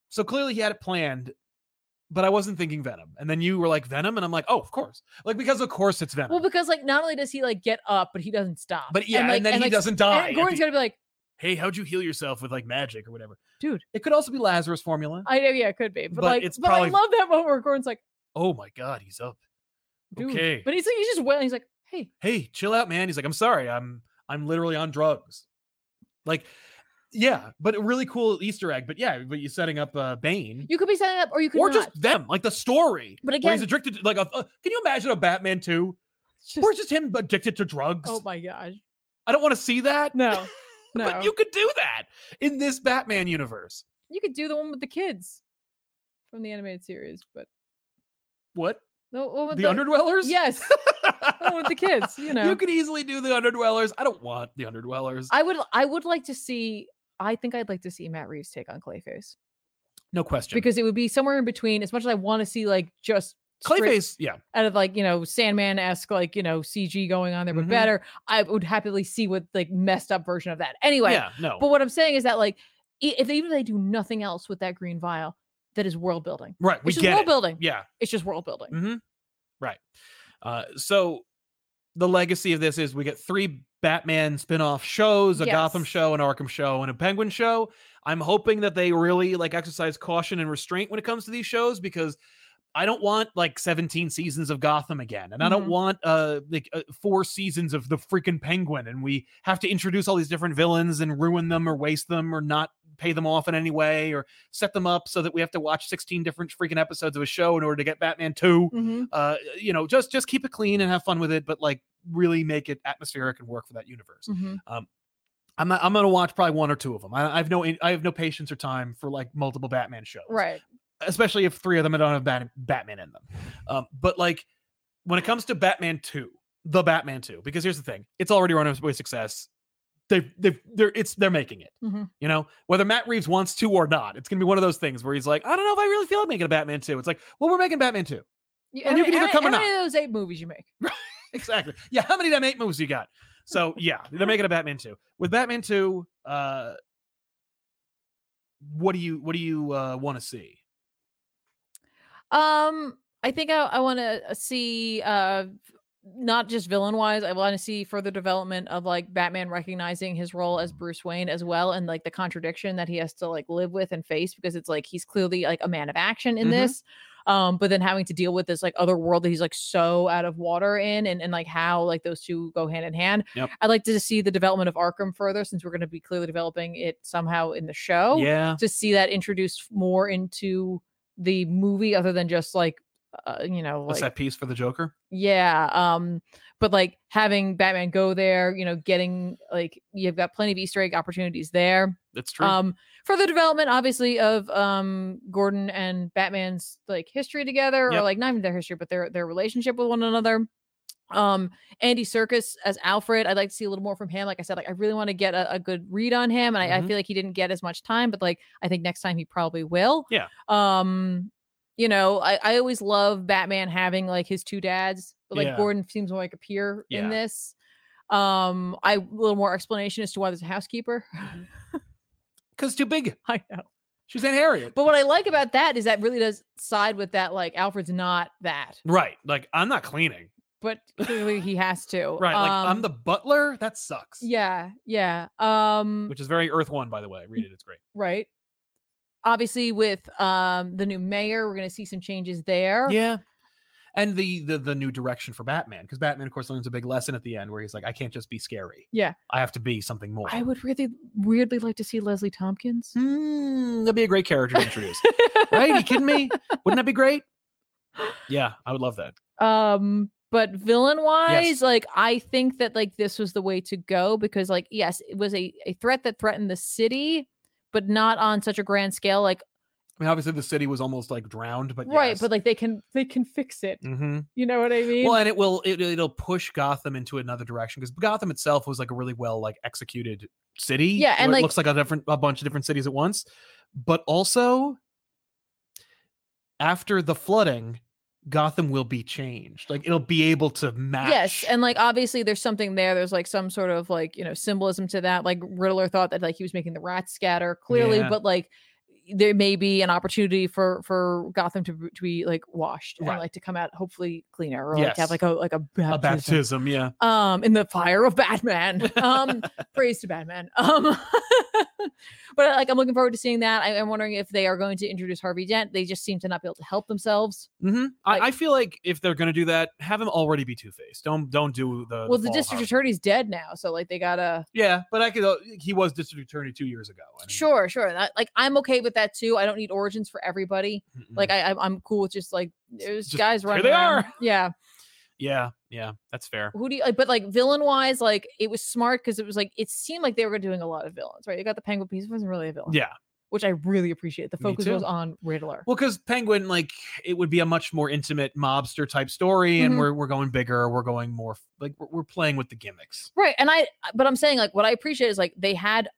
[SPEAKER 1] So clearly he had it planned, but I wasn't thinking Venom, and then you were like Venom, and I'm like, oh, of course, like because of course it's Venom.
[SPEAKER 2] well because like not only does he like get up but he doesn't stop
[SPEAKER 1] but yeah, and,
[SPEAKER 2] like,
[SPEAKER 1] then he
[SPEAKER 2] like,
[SPEAKER 1] doesn't
[SPEAKER 2] and
[SPEAKER 1] die. at
[SPEAKER 2] Gordon's
[SPEAKER 1] the-
[SPEAKER 2] gonna be like
[SPEAKER 1] hey, how'd you heal yourself with like magic or whatever?
[SPEAKER 2] Dude.
[SPEAKER 1] it could also be Lazarus formula.
[SPEAKER 2] I know yeah it could be but,
[SPEAKER 1] But
[SPEAKER 2] like
[SPEAKER 1] it's
[SPEAKER 2] but
[SPEAKER 1] probably-
[SPEAKER 2] I love that moment where Gordon's like
[SPEAKER 1] oh my God, he's up.
[SPEAKER 2] dude
[SPEAKER 1] Okay.
[SPEAKER 2] but he's like he's just wailing he's like hey
[SPEAKER 1] hey chill out man he's like i'm sorry i'm i'm literally on drugs like yeah but a really cool easter egg but yeah but you're setting up uh bane
[SPEAKER 2] you could be setting up or you could
[SPEAKER 1] or
[SPEAKER 2] not.
[SPEAKER 1] just them like the story
[SPEAKER 2] but
[SPEAKER 1] where
[SPEAKER 2] again
[SPEAKER 1] he's addicted to, like a, uh, can you imagine a batman 2
[SPEAKER 2] it's just-
[SPEAKER 1] or just him addicted to drugs
[SPEAKER 2] oh my gosh
[SPEAKER 1] i don't want to see that
[SPEAKER 2] <laughs> no no
[SPEAKER 1] <laughs> but you could do that in this batman universe
[SPEAKER 2] You could do the one with the kids from the animated series, but
[SPEAKER 1] what
[SPEAKER 2] the one
[SPEAKER 1] the,
[SPEAKER 2] with the,
[SPEAKER 1] underdwellers <laughs>
[SPEAKER 2] yes, the one with the kids. You know,
[SPEAKER 1] you could easily do the underdwellers i don't want the underdwellers
[SPEAKER 2] I would I would like to see. I think I'd like to see Matt Reeves take on Clayface
[SPEAKER 1] no question
[SPEAKER 2] because it would be somewhere in between. As much as I want to see like just straight
[SPEAKER 1] clayface yeah
[SPEAKER 2] out of like you know Sandman esque like you know CG going on there, but
[SPEAKER 1] Mhm.
[SPEAKER 2] better. I would happily see what like messed up version of that. Anyway,
[SPEAKER 1] yeah no
[SPEAKER 2] but what I'm saying is that like e- if they, even if they do nothing else with that green vial, that is world building.
[SPEAKER 1] right we
[SPEAKER 2] It's just world
[SPEAKER 1] get it.
[SPEAKER 2] building.
[SPEAKER 1] yeah
[SPEAKER 2] It's just world building.
[SPEAKER 1] Mm-hmm. Right. Uh, so the legacy of this is we get three Batman spin-off shows, a Gotham
[SPEAKER 2] Yes.
[SPEAKER 1] show, an Arkham show, and a Penguin show. I'm hoping that they really like exercise caution and restraint when it comes to these shows because I don't want like 17 seasons of Gotham again, and I don't
[SPEAKER 2] Mhm.
[SPEAKER 1] want uh like uh, four seasons of the freaking Penguin, and we have to introduce all these different villains and ruin them or waste them or not pay them off in any way or set them up so that we have to watch 16 different freaking episodes of a show in order to get Batman 2
[SPEAKER 2] Mm-hmm.
[SPEAKER 1] uh you know just just keep it clean and have fun with it but like really make it atmospheric and work for that universe
[SPEAKER 2] Mhm.
[SPEAKER 1] i'm not, i'm gonna watch probably one or two of them I, I have no i have no patience or time for like multiple batman shows
[SPEAKER 2] Right.
[SPEAKER 1] especially if three of them don't have Bat- batman in them um but like when it comes to batman 2 the batman 2 because here's the thing it's already run away success they they they're it's they're making it
[SPEAKER 2] Mhm.
[SPEAKER 1] you know whether matt reeves wants to or not it's gonna be one of those things where he's like i don't know if i really feel like making a batman 2 it's like well we're making batman 2
[SPEAKER 2] You,
[SPEAKER 1] And you can either come
[SPEAKER 2] how
[SPEAKER 1] or
[SPEAKER 2] many of those eight movies you make?
[SPEAKER 1] <laughs> exactly. Yeah, how many damn eight moves you got? So yeah, they're making a Batman two. With Batman two, uh, what do you what do you uh, want to see?
[SPEAKER 2] Um, I think I, I want to see uh not just villain wise. I want to see further development of like Batman recognizing his role as Bruce Wayne as well, and like the contradiction that he has to like live with and face because it's like he's clearly like a man of action in
[SPEAKER 1] Mhm.
[SPEAKER 2] this. Um, but then having to deal with this like other world that he's like so out of water in, and and like how like those two go hand in hand.
[SPEAKER 1] Yep.
[SPEAKER 2] I'd like to see the development of Arkham further since we're going to be clearly developing it somehow in the show.
[SPEAKER 1] yeah,
[SPEAKER 2] to see that introduced more into the movie other than just like uh, you know
[SPEAKER 1] a
[SPEAKER 2] like
[SPEAKER 1] set piece for the Joker.
[SPEAKER 2] yeah um but like having batman go there you know getting like you've got plenty of easter egg opportunities there
[SPEAKER 1] That's true.
[SPEAKER 2] um further development obviously of um gordon and batman's like history together or
[SPEAKER 1] Yep.
[SPEAKER 2] like not even their history but their their relationship with one another um andy circus as alfred i'd like to see a little more from him like i said like i really want to get a, a good read on him and I, I
[SPEAKER 1] Mhm.
[SPEAKER 2] feel like he didn't get as much time but like i think next time he probably will
[SPEAKER 1] Yeah.
[SPEAKER 2] um you know i, I always love batman having like his two dads but like
[SPEAKER 1] Yeah.
[SPEAKER 2] gordon seems more like a peer
[SPEAKER 1] Yeah.
[SPEAKER 2] in this um i a little more explanation as to why there's a housekeeper <laughs>
[SPEAKER 1] Cause too big.
[SPEAKER 2] i know
[SPEAKER 1] She's Aunt Harriet.
[SPEAKER 2] but what I like about that is that really does side with that, like Alfred's not that.
[SPEAKER 1] Right. Like I'm not cleaning.
[SPEAKER 2] but clearly he has to.
[SPEAKER 1] Right. Like I'm
[SPEAKER 2] Um,
[SPEAKER 1] the butler. That sucks.
[SPEAKER 2] Yeah, yeah. Um
[SPEAKER 1] Which is very Earth One, by the way. Read it. It's great.
[SPEAKER 2] right. Obviously with um the new mayor, we're going to see some changes there.
[SPEAKER 1] Yeah. And the the the new direction for Batman, because Batman, of course, learns a big lesson at the end where he's like, I can't just be scary.
[SPEAKER 2] Yeah.
[SPEAKER 1] I have to be something more.
[SPEAKER 2] I would really weirdly like to see
[SPEAKER 1] <laughs>
[SPEAKER 2] Leslie Tompkins.
[SPEAKER 1] Hmm, that'd be a great character to introduce.
[SPEAKER 2] <laughs>
[SPEAKER 1] right? You kidding me? Wouldn't that be
[SPEAKER 2] <gasps>
[SPEAKER 1] great? Yeah, I would love that.
[SPEAKER 2] um but villain wise like i think that like this was the way to go because like yes it was a, a threat that threatened the city but not on such a grand scale like
[SPEAKER 1] I mean, obviously the city was almost like drowned, but
[SPEAKER 2] right
[SPEAKER 1] yes.
[SPEAKER 2] but like they can they can fix it
[SPEAKER 1] hmm
[SPEAKER 2] you know what i mean
[SPEAKER 1] well, and it will it, it'll push Gotham into another direction because Gotham itself was like a really well like executed city.
[SPEAKER 2] Yeah, and,
[SPEAKER 1] where it
[SPEAKER 2] like-
[SPEAKER 1] looks like a different a bunch of different cities at once, but also after the flooding, Gotham will be changed. Like it'll be able to match.
[SPEAKER 2] yes and like obviously there's something there there's like some sort of like you know symbolism to that like riddler thought that like he was making the rats scatter clearly
[SPEAKER 1] Yeah.
[SPEAKER 2] but like there may be an opportunity for for gotham to, b- to be like washed
[SPEAKER 1] Right.
[SPEAKER 2] and like to come out hopefully cleaner or like have
[SPEAKER 1] Yes.
[SPEAKER 2] like a like a
[SPEAKER 1] a
[SPEAKER 2] baptism.
[SPEAKER 1] baptism. Yeah,
[SPEAKER 2] um in the fire of
[SPEAKER 1] <laughs>
[SPEAKER 2] batman um praise to batman um <laughs> but like i'm looking forward to seeing that I, am wondering if they are going to introduce harvey dent they just seem to not be able to help themselves
[SPEAKER 1] hmm I,
[SPEAKER 2] Like-
[SPEAKER 1] I feel like if they're gonna do that, have him already be Two Faced. Don't don't do the
[SPEAKER 2] well the
[SPEAKER 1] fall
[SPEAKER 2] district
[SPEAKER 1] Harvey.
[SPEAKER 2] attorney's dead now so like they gotta
[SPEAKER 1] Yeah, but I could. uh, He was district attorney two years ago. I mean,
[SPEAKER 2] sure sure and I- like i'm okay with that too i don't need origins for everybody
[SPEAKER 1] mm-mm.
[SPEAKER 2] like I, I'm- i'm cool with just like there's
[SPEAKER 1] Mm. just,
[SPEAKER 2] guys
[SPEAKER 1] "Here
[SPEAKER 2] running
[SPEAKER 1] they
[SPEAKER 2] around."
[SPEAKER 1] are.
[SPEAKER 2] yeah
[SPEAKER 1] yeah, yeah, that's fair.
[SPEAKER 2] who do you like, but like villain wise like it was smart because it was like it seemed like they were doing a lot of villains right you got the penguin piece wasn't really a villain
[SPEAKER 1] Yeah,
[SPEAKER 2] which i really appreciate the
[SPEAKER 1] Me
[SPEAKER 2] focus was
[SPEAKER 1] too.
[SPEAKER 2] on riddler
[SPEAKER 1] well, because Penguin, like, it would be a much more intimate mobster type story,
[SPEAKER 2] Mhm.
[SPEAKER 1] and we're we're going bigger, we're going more f- like we're, we're playing with the gimmicks.
[SPEAKER 2] Right. And I, but I'm saying like what I appreciate is like they had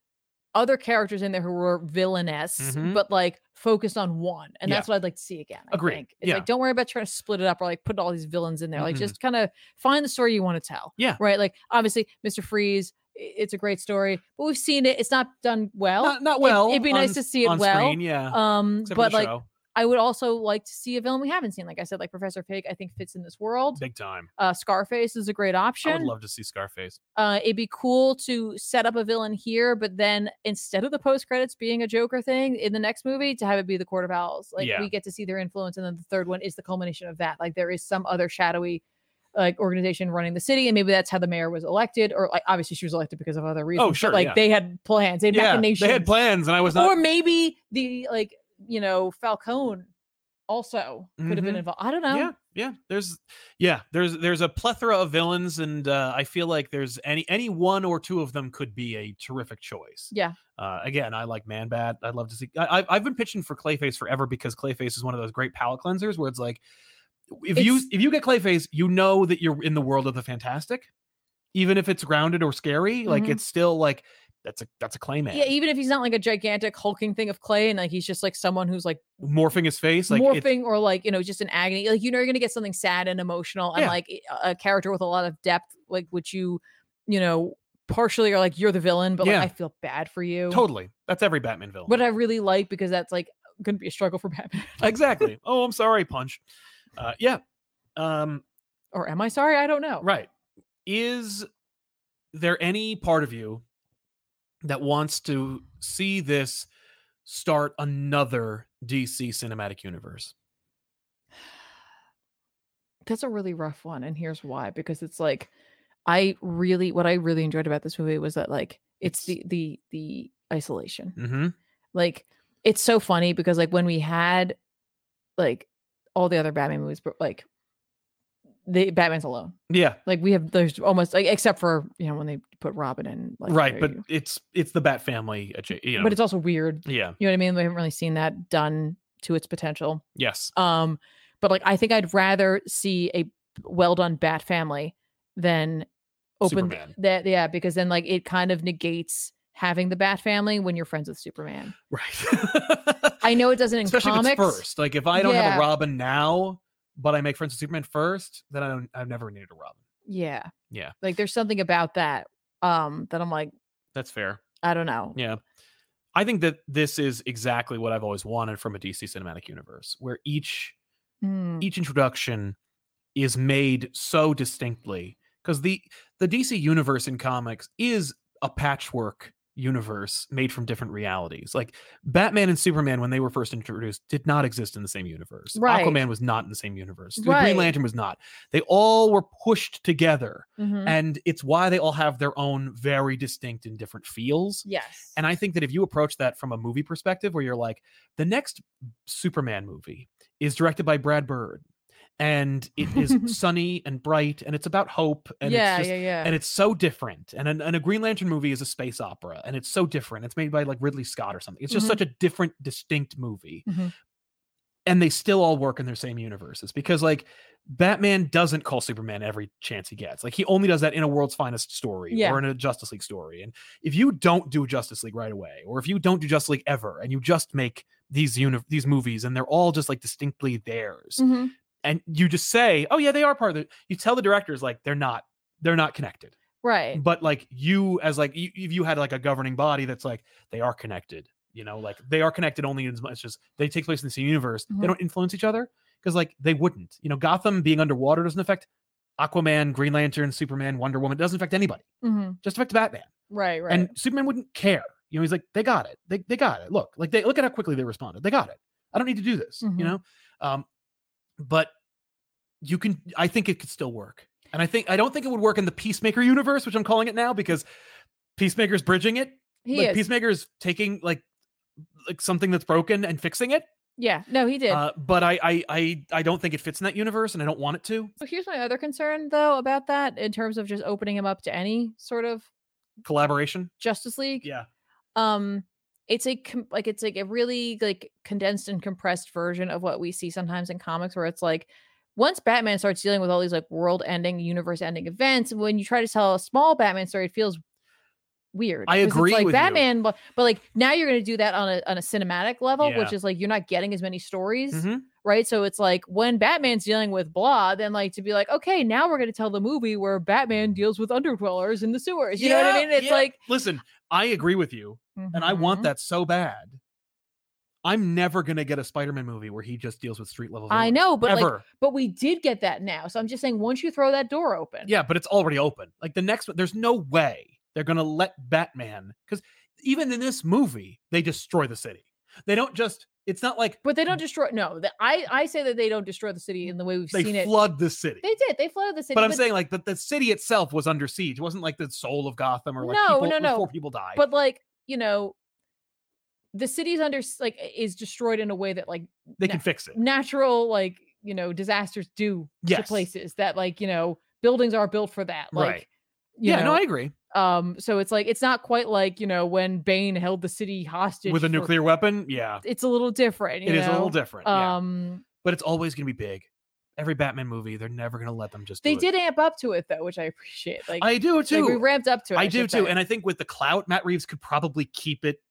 [SPEAKER 2] other characters in there who were villainous,
[SPEAKER 1] Mhm.
[SPEAKER 2] but like focused on one. And
[SPEAKER 1] Yeah.
[SPEAKER 2] that's what I'd like to see again. I
[SPEAKER 1] Agreed.
[SPEAKER 2] think. It's
[SPEAKER 1] Yeah.
[SPEAKER 2] like, don't worry about trying to split it up or like put all these villains in there. Like
[SPEAKER 1] Mhm.
[SPEAKER 2] just kind of find the story you want to tell.
[SPEAKER 1] Yeah.
[SPEAKER 2] Right. Like obviously, Mr. Freeze, i- it's a great story, but we've seen it. It's not done well.
[SPEAKER 1] not, not
[SPEAKER 2] Oh, It-
[SPEAKER 1] well.
[SPEAKER 2] it'd be
[SPEAKER 1] on
[SPEAKER 2] nice
[SPEAKER 1] s-
[SPEAKER 2] to see it
[SPEAKER 1] on
[SPEAKER 2] well.
[SPEAKER 1] screen, yeah.
[SPEAKER 2] Um,
[SPEAKER 1] Except for
[SPEAKER 2] but
[SPEAKER 1] the
[SPEAKER 2] like
[SPEAKER 1] show,
[SPEAKER 2] I would also like to see a villain we haven't seen. Like I said, like Professor Pig, I think fits in this world.
[SPEAKER 1] big time.
[SPEAKER 2] Uh, Scarface is a great option
[SPEAKER 1] I would love to see Scarface.
[SPEAKER 2] uh, it'd be cool to set up a villain here, but then instead of the post credits being a Joker thing in the next movie, to have it be the Court of Owls. Like
[SPEAKER 1] Yeah.
[SPEAKER 2] we get to see their influence, and then the third one is the culmination of that. Like there is some other shadowy like organization running the city, and maybe that's how the mayor was elected, or like obviously she was elected because of other reasons. but,
[SPEAKER 1] Oh, sure,
[SPEAKER 2] like
[SPEAKER 1] yeah.
[SPEAKER 2] they had plans, they had
[SPEAKER 1] Yeah,
[SPEAKER 2] machinations,
[SPEAKER 1] they had plans, uh and I was not.
[SPEAKER 2] or maybe the like you know Falcone also could have been
[SPEAKER 1] Mhm.
[SPEAKER 2] involved. I don't know.
[SPEAKER 1] yeah yeah there's yeah there's there's a plethora of villains and uh, i feel like there's any any one or two of them could be a terrific choice
[SPEAKER 2] Yeah.
[SPEAKER 1] uh, again i like man bat i'd love to see I, I've- i've been pitching for clayface forever because clayface is one of those great palate cleansers where it's like if you
[SPEAKER 2] It's-
[SPEAKER 1] if you get clayface you know that you're in the world of the fantastic even if it's grounded or scary like
[SPEAKER 2] Mhm.
[SPEAKER 1] it's still like that's a that's a clayman
[SPEAKER 2] Yeah, e even if he's not like a gigantic hulking thing of clay, and like he's just like someone who's like
[SPEAKER 1] morphing his face like it's-
[SPEAKER 2] morphing or like you know just an agony like you know you're gonna get something sad and emotional and
[SPEAKER 1] Yeah.
[SPEAKER 2] like i- a character with a lot of depth like which you you know partially are like you're the villain but
[SPEAKER 1] Yeah.
[SPEAKER 2] like i feel bad for you
[SPEAKER 1] totally that's every batman villain
[SPEAKER 2] but i really like because that's like gonna be a struggle for batman <laughs>
[SPEAKER 1] exactly oh i'm sorry punch uh, yeah um
[SPEAKER 2] or am i sorry i don't know
[SPEAKER 1] Right. Is there any part of you that wants to see this start another DC cinematic universe?
[SPEAKER 2] that's a really rough one and here's why because it's like i really what i really enjoyed about this movie was that like it's the
[SPEAKER 1] It's-
[SPEAKER 2] the the isolation
[SPEAKER 1] Mm-hmm.
[SPEAKER 2] like it's so funny because like when we had like all the other batman movies but like the batman's alone
[SPEAKER 1] Yeah.
[SPEAKER 2] like we have there's almost like except for you know when they put robin in like
[SPEAKER 1] right.
[SPEAKER 2] there
[SPEAKER 1] But
[SPEAKER 2] you-
[SPEAKER 1] it's it's the Bat family. adja- You know.
[SPEAKER 2] but it's also weird
[SPEAKER 1] yeah.
[SPEAKER 2] you know what i mean we haven't really seen that done to its potential
[SPEAKER 1] Yes.
[SPEAKER 2] um but like i think i'd rather see a well done bat family than open th-
[SPEAKER 1] Superman.
[SPEAKER 2] that yeah because then like it kind of negates having the bat family when you're friends with superman
[SPEAKER 1] Right. <laughs>
[SPEAKER 2] i know it doesn't in
[SPEAKER 1] Especially
[SPEAKER 2] comics
[SPEAKER 1] if it's first. Like if I don't have
[SPEAKER 2] Yeah.
[SPEAKER 1] a Robin now, but I make friends with Superman first, then I don't. I've never needed a Robin.
[SPEAKER 2] Yeah.
[SPEAKER 1] Yeah.
[SPEAKER 2] Like there's something about that um that I'm like,
[SPEAKER 1] That's fair.
[SPEAKER 2] I don't know.
[SPEAKER 1] Yeah. I think that this is exactly what I've always wanted from a DC cinematic universe, where each
[SPEAKER 2] Hmm.
[SPEAKER 1] each introduction is made so distinctly because the the DC universe in comics is a patchwork universe made from different realities. Like Batman and Superman, when they were first introduced, did not exist in the same universe.
[SPEAKER 2] Right.
[SPEAKER 1] Aquaman was not in the same universe. The
[SPEAKER 2] Right.
[SPEAKER 1] Green Lantern was not. They all were pushed together,
[SPEAKER 2] Mhm.
[SPEAKER 1] and it's why they all have their own very distinct and different feels.
[SPEAKER 2] yes.
[SPEAKER 1] And I think that if you approach that from a movie perspective, where you're like, the next Superman movie is directed by Brad Bird, and it is
[SPEAKER 2] <laughs>
[SPEAKER 1] sunny and bright, and it's about hope, and
[SPEAKER 2] yeah,
[SPEAKER 1] it's just
[SPEAKER 2] yeah, yeah.
[SPEAKER 1] and it's so different. And, an- and a Green Lantern movie is a space opera, and it's so different. It's made by like Ridley Scott or something. It's just
[SPEAKER 2] Mhm.
[SPEAKER 1] such a different, distinct movie.
[SPEAKER 2] Mhm.
[SPEAKER 1] And they still all work in their same universes because like Batman doesn't call Superman every chance he gets. Like he only does that in a World's Finest story
[SPEAKER 2] Yeah.
[SPEAKER 1] or in a Justice League story. And if you don't do Justice League right away, or if you don't do Justice League ever, and you just make these uni- these movies and they're all just like distinctly theirs
[SPEAKER 2] Mhm.
[SPEAKER 1] and you just say oh yeah they are part of the you tell the directors like they're not they're not connected
[SPEAKER 2] Right.
[SPEAKER 1] but like you as like you, if you had like a governing body that's like they are connected you know like they are connected only as much as they take place in the same universe
[SPEAKER 2] Mhm.
[SPEAKER 1] they don't influence each other because like they wouldn't you know gotham being underwater doesn't affect aquaman green lantern superman wonder woman it doesn't affect anybody
[SPEAKER 2] hmm
[SPEAKER 1] just affects batman
[SPEAKER 2] Right, right.
[SPEAKER 1] and superman wouldn't care you know he's like they got it they, they got it look like they look at how quickly they responded they got it i don't need to do this
[SPEAKER 2] Mhm.
[SPEAKER 1] you know um but you can i think it could still work and i think i don't think it would work in the peacemaker universe which i'm calling it now because peacemaker's bridging it
[SPEAKER 2] he
[SPEAKER 1] like
[SPEAKER 2] is.
[SPEAKER 1] peacemaker is taking like like something that's broken and fixing it
[SPEAKER 2] yeah. No, he did.
[SPEAKER 1] uh, but I, I i i don't think it fits in that universe and i don't want it to
[SPEAKER 2] so here's my other concern though about that in terms of just opening him up to any sort of
[SPEAKER 1] collaboration
[SPEAKER 2] Justice League.
[SPEAKER 1] yeah
[SPEAKER 2] Um it's a com- like it's like a really like condensed and compressed version of what we see sometimes in comics where it's like once Batman starts dealing with all these like world ending, universe ending events, when you try to tell a small Batman story, it feels weird.
[SPEAKER 1] I
[SPEAKER 2] 'cause
[SPEAKER 1] agree
[SPEAKER 2] It's like
[SPEAKER 1] with you.
[SPEAKER 2] Batman, but, but like now you're gonna do that on a on a cinematic level, which is like you're not getting as many stories.
[SPEAKER 1] Mhm.
[SPEAKER 2] right? So it's like when Batman's dealing with blah, then like to be like, okay, now we're gonna tell the movie where Batman deals with underdwellers in the sewers. You know what I
[SPEAKER 1] Yeah,
[SPEAKER 2] mean? It's
[SPEAKER 1] yeah.
[SPEAKER 2] like,
[SPEAKER 1] listen i agree with you and I want
[SPEAKER 2] Mhm.
[SPEAKER 1] that so bad. I'm never gonna get a Spider-Man movie where he just deals with street level.
[SPEAKER 2] I know, but like,
[SPEAKER 1] ever.
[SPEAKER 2] but we did get that now. So I'm just saying, once you throw that door open,
[SPEAKER 1] yeah, but it's already open. Like the next one, there's no way they're gonna let Batman because even in this movie, they destroy the city. They don't just. It's not like
[SPEAKER 2] But they don't destroy. No, the, I I say that they don't destroy the city in the way we've
[SPEAKER 1] they
[SPEAKER 2] seen it.
[SPEAKER 1] flood the city.
[SPEAKER 2] They did. They flooded the city.
[SPEAKER 1] but I'm saying like the, the city itself was under siege. It wasn't like the soul of Gotham or like
[SPEAKER 2] No,
[SPEAKER 1] people,
[SPEAKER 2] no, no.
[SPEAKER 1] before people die.
[SPEAKER 2] but like you know, the city's under s- like is destroyed in a way that like
[SPEAKER 1] they
[SPEAKER 2] no.
[SPEAKER 1] can fix it.
[SPEAKER 2] natural like you know disasters do
[SPEAKER 1] Yes.
[SPEAKER 2] to places that like you know buildings are built for that like
[SPEAKER 1] Right.
[SPEAKER 2] you
[SPEAKER 1] yeah,
[SPEAKER 2] know,
[SPEAKER 1] no, I agree.
[SPEAKER 2] um so it's like it's not quite like you know when bane held the city hostage
[SPEAKER 1] With a
[SPEAKER 2] for-
[SPEAKER 1] nuclear weapon, yeah,
[SPEAKER 2] it's a little different
[SPEAKER 1] it is a little different. yeah.
[SPEAKER 2] um
[SPEAKER 1] but it's always going to be big. Every Batman movie, they're never going to let them just.
[SPEAKER 2] they
[SPEAKER 1] do it.
[SPEAKER 2] did amp up to it though which i appreciate like
[SPEAKER 1] I do
[SPEAKER 2] like, we
[SPEAKER 1] too.
[SPEAKER 2] ramped up to it
[SPEAKER 1] I do
[SPEAKER 2] should
[SPEAKER 1] too.
[SPEAKER 2] say.
[SPEAKER 1] And I think with the clout, Matt Reeves could probably keep it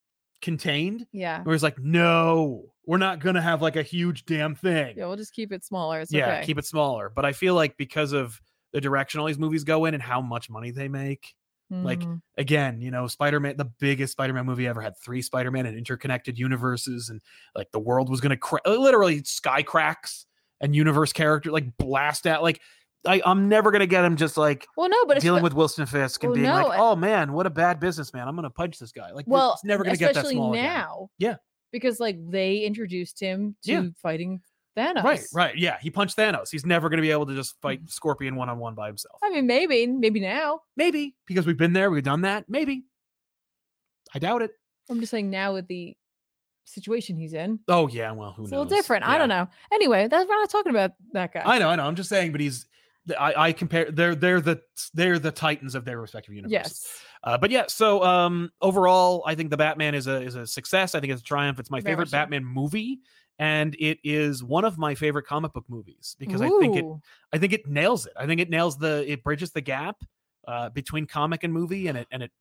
[SPEAKER 1] contained.
[SPEAKER 2] yeah
[SPEAKER 1] Where he's like, no, we're not going to have like a huge damn thing.
[SPEAKER 2] yeah we'll just keep it smaller it's
[SPEAKER 1] yeah,
[SPEAKER 2] okay
[SPEAKER 1] keep it smaller. But I feel like because of the direction all these movies go in and how much money they make, like,
[SPEAKER 2] Mhm.
[SPEAKER 1] again, you know, Spider Man, the biggest Spider Man movie ever had three Spider Man and interconnected universes, and like the world was going to cra- uh, literally sky cracks and universe character like blast out. Like, I, I'm never going to get him just like
[SPEAKER 2] well no but
[SPEAKER 1] dealing
[SPEAKER 2] espe-
[SPEAKER 1] with Wilson Fisk and
[SPEAKER 2] Well,
[SPEAKER 1] being
[SPEAKER 2] no,
[SPEAKER 1] like, "Oh man, what a bad businessman! I'm gonna punch this guy." Like,
[SPEAKER 2] well
[SPEAKER 1] it's never gonna get that
[SPEAKER 2] especially
[SPEAKER 1] small again.
[SPEAKER 2] now
[SPEAKER 1] Yeah.
[SPEAKER 2] because like they introduced him to
[SPEAKER 1] Yeah.
[SPEAKER 2] fighting thanos Mm-hmm.
[SPEAKER 1] Right, right, yeah. He punched Thanos. He's never gonna be able to just fight Scorpion one on one by himself.
[SPEAKER 2] I mean, maybe, maybe now.
[SPEAKER 1] Maybe because we've been there, we've done that. Maybe. I doubt it.
[SPEAKER 2] I'm just saying now with the situation he's in,
[SPEAKER 1] Oh yeah, well, who
[SPEAKER 2] it's a
[SPEAKER 1] knows?
[SPEAKER 2] little different. I
[SPEAKER 1] Yeah.
[SPEAKER 2] don't know. Anyway, that's we're not talking about that guy.
[SPEAKER 1] I know, I know. I'm just saying, but he's. th- I, I compare. They're they're the they're the titans of their respective universes.
[SPEAKER 2] yes,
[SPEAKER 1] Uh, but yeah, so um, overall, I think the Batman is a is a success. I think it's a triumph. It's my
[SPEAKER 2] Very
[SPEAKER 1] favorite
[SPEAKER 2] much so.
[SPEAKER 1] Batman movie, and it is one of my favorite comic book movies because I think it
[SPEAKER 2] Ooh,
[SPEAKER 1] I think it nails it. I think it nails the it bridges the gap uh, between comic and movie, and it and it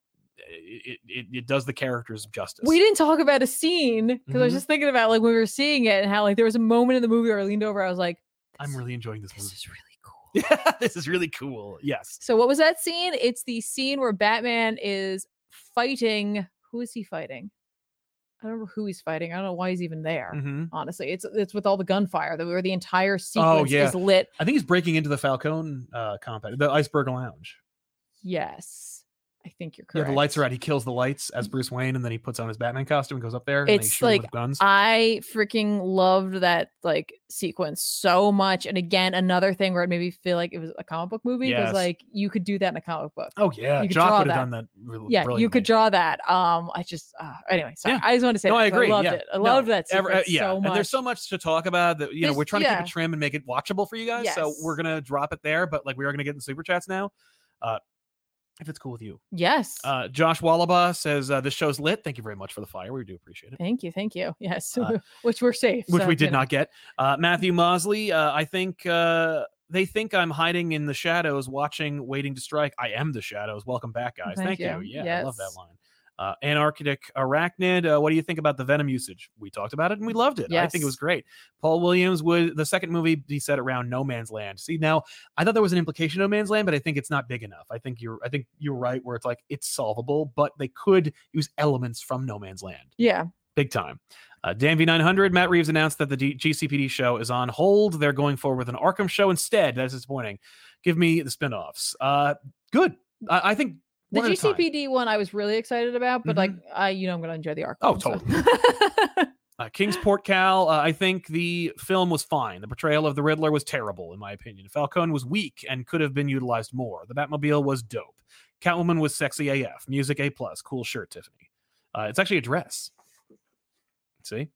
[SPEAKER 1] it, it, it does the characters justice.
[SPEAKER 2] we didn't talk about a scene because I was
[SPEAKER 1] Mhm.
[SPEAKER 2] just thinking about like when we were seeing it and how like there was a moment in the movie where I leaned over, I was like,
[SPEAKER 1] I'm
[SPEAKER 2] "This-
[SPEAKER 1] really enjoying this
[SPEAKER 2] this
[SPEAKER 1] movie.
[SPEAKER 2] is really cool.
[SPEAKER 1] Yeah, <laughs> this is really cool. Yes,
[SPEAKER 2] So what was that scene? It's the scene where Batman is fighting. Who is he fighting? I don't remember who he's fighting. I don't know why he's even there.
[SPEAKER 1] Mhm.
[SPEAKER 2] Honestly, it's it's with all the gunfire that where the entire sequence
[SPEAKER 1] Oh, yeah.
[SPEAKER 2] is lit.
[SPEAKER 1] I think he's breaking into the Falcone uh, compound, the Iceberg Lounge.
[SPEAKER 2] Yes, I think you're
[SPEAKER 1] Yeah,
[SPEAKER 2] correct. Mm-hmm.
[SPEAKER 1] the lights are out. He kills the lights as Bruce Wayne, and then he puts on his Batman costume and goes up there. and they
[SPEAKER 2] It's
[SPEAKER 1] shoot him
[SPEAKER 2] like- uh,
[SPEAKER 1] with guns.
[SPEAKER 2] I freaking loved that like sequence so much. And again, another thing where it made me feel like it was a comic book movie
[SPEAKER 1] Yes.
[SPEAKER 2] was like you could do that in a comic book.
[SPEAKER 1] oh yeah,
[SPEAKER 2] you could
[SPEAKER 1] Jock
[SPEAKER 2] draw
[SPEAKER 1] would have
[SPEAKER 2] that.
[SPEAKER 1] done that. Really
[SPEAKER 2] yeah, you could draw that. Um, I just uh, anyway, sorry.
[SPEAKER 1] Oh, Yeah.
[SPEAKER 2] I just want to say
[SPEAKER 1] No,
[SPEAKER 2] that
[SPEAKER 1] I
[SPEAKER 2] 'cause
[SPEAKER 1] agree,
[SPEAKER 2] loved
[SPEAKER 1] yeah.
[SPEAKER 2] it. I
[SPEAKER 1] No,
[SPEAKER 2] loved that
[SPEAKER 1] Every,
[SPEAKER 2] sequence
[SPEAKER 1] uh, yeah,
[SPEAKER 2] so much.
[SPEAKER 1] and there's so much to talk about that you know
[SPEAKER 2] There's-
[SPEAKER 1] we're trying to
[SPEAKER 2] yeah.
[SPEAKER 1] keep it trim and make it watchable for you guys. So
[SPEAKER 2] Yes.
[SPEAKER 1] we're gonna drop it there, but like we are gonna get in super chats now, uh, if it's cool with you.
[SPEAKER 2] yes.
[SPEAKER 1] Uh, Josh Wallaba says uh, this show's lit. Thank you very much for the fire. We do appreciate it.
[SPEAKER 2] thank you, thank you. Yes,
[SPEAKER 1] uh,
[SPEAKER 2] <laughs> which we're safe.
[SPEAKER 1] which
[SPEAKER 2] so,
[SPEAKER 1] we
[SPEAKER 2] you
[SPEAKER 1] did
[SPEAKER 2] know.
[SPEAKER 1] not get. Uh, Matthew Mosley, uh, I think uh, they think I'm hiding in the shadows, watching, waiting to strike. I am the shadows. Welcome back, guys. Thank,
[SPEAKER 2] Thank
[SPEAKER 1] you.
[SPEAKER 2] you.
[SPEAKER 1] Yeah, I love that
[SPEAKER 2] Yes.
[SPEAKER 1] line. Uh, Anarchic Arachnid, uh, what do you think about the Venom usage? We talked about it and we loved it. I think it was
[SPEAKER 2] Yes.
[SPEAKER 1] great. Paul Williams would the second movie be set around No Man's Land. See, now I thought there was an implication of No Man's Land, but I think it's not big enough. I think you're I think you're right where it's like it's solvable, but they could use elements from No Man's Land
[SPEAKER 2] Yeah,
[SPEAKER 1] big time. Uh, Dan V900, Matt Reeves announced that the D- GCPD show is on hold. They're going forward with an Arkham show instead. That's disappointing. Give me the spinoffs. Uh, good. I, I think
[SPEAKER 2] the
[SPEAKER 1] one at a time. Mm-hmm.
[SPEAKER 2] GCPD one I was really excited about, but like I, you know, I'm gonna enjoy the arc.
[SPEAKER 1] Oh,
[SPEAKER 2] <laughs> totally.
[SPEAKER 1] Uh,
[SPEAKER 2] <gasps>
[SPEAKER 1] Kingsport Cal, uh, I think the film was fine. The portrayal of the Riddler was terrible, in my opinion. Falcone was weak and could have been utilized more. The Batmobile was dope. Catwoman was sexy AF. Music A plus. Cool shirt, Tiffany. Uh, it's actually a dress. See,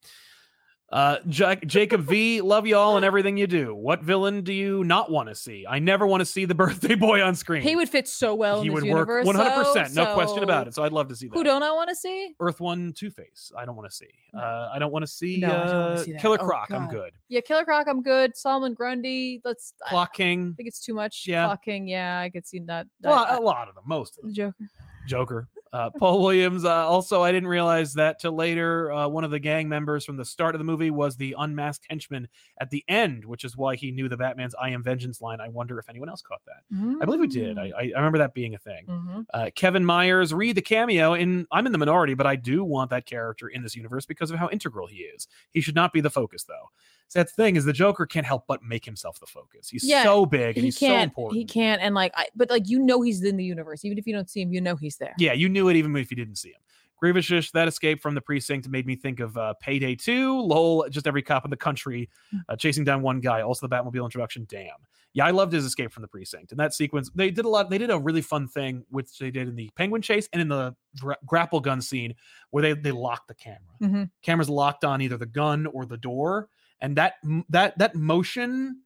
[SPEAKER 1] uh, Jack Jacob V, love y'all and everything you do. What villain do you not want to see? I never want to see the <laughs> birthday boy on screen.
[SPEAKER 2] he would fit so well.
[SPEAKER 1] He
[SPEAKER 2] in
[SPEAKER 1] would
[SPEAKER 2] this
[SPEAKER 1] work
[SPEAKER 2] universe,
[SPEAKER 1] 100%. No question about
[SPEAKER 2] so
[SPEAKER 1] it. So I'd love to see that.
[SPEAKER 2] Who don't I want to see?
[SPEAKER 1] Earth One Two Face. I don't want to see.
[SPEAKER 2] No.
[SPEAKER 1] Uh, I don't want to see,
[SPEAKER 2] No, I don't wanna
[SPEAKER 1] uh,
[SPEAKER 2] see that.
[SPEAKER 1] Killer
[SPEAKER 2] Oh,
[SPEAKER 1] Croc. I'm
[SPEAKER 2] God.
[SPEAKER 1] good.
[SPEAKER 2] Yeah, Killer Croc, I'm good. Solomon Grundy, let's. I-
[SPEAKER 1] Clock
[SPEAKER 2] I <laughs>
[SPEAKER 1] King.
[SPEAKER 2] think it's too much.
[SPEAKER 1] Yeah.
[SPEAKER 2] Fucking yeah, I could see that. that
[SPEAKER 1] Well, uh, a lot of them. Most of
[SPEAKER 2] the <laughs>
[SPEAKER 1] them.
[SPEAKER 2] Joker.
[SPEAKER 1] Joker. Uh, Paul Williams. Uh, also, I didn't realize that till later. Uh, one of the gang members from the start of the movie was the unmasked henchman at the end, which is why he knew the Batman's "I am Vengeance" line. I wonder if anyone else caught that. I believe we did.
[SPEAKER 2] Mm-hmm. Mm.
[SPEAKER 1] I, I I remember that being a thing.
[SPEAKER 2] hmm
[SPEAKER 1] Uh, Kevin Myers, read the cameo. In I'm in the minority, but I do want that character in this universe because of how integral he is. He should not be the focus, though. So that's the thing is the Joker can't help but make himself the focus. He's
[SPEAKER 2] Yeah,
[SPEAKER 1] so big and
[SPEAKER 2] He
[SPEAKER 1] he's so
[SPEAKER 2] can't.
[SPEAKER 1] important.
[SPEAKER 2] he can't. And like, I, but like, you know, he's in the universe. Even if you don't see him, you know he's there.
[SPEAKER 1] Yeah, you knew it even if you didn't see him. Grievoushish, that escape from the precinct made me think of uh, Payday 2, lol, just every cop in the country
[SPEAKER 2] Hmm.
[SPEAKER 1] uh, chasing down one guy. Also, the Batmobile introduction, damn. Yeah, I loved his escape from the precinct. And that sequence, they did a lot, they did a really fun thing, which they did in the penguin chase and in the gra- grapple gun scene where they, they locked the camera.
[SPEAKER 2] Mhm.
[SPEAKER 1] Camera's locked on either the gun or the door. And that, m- that, that motion,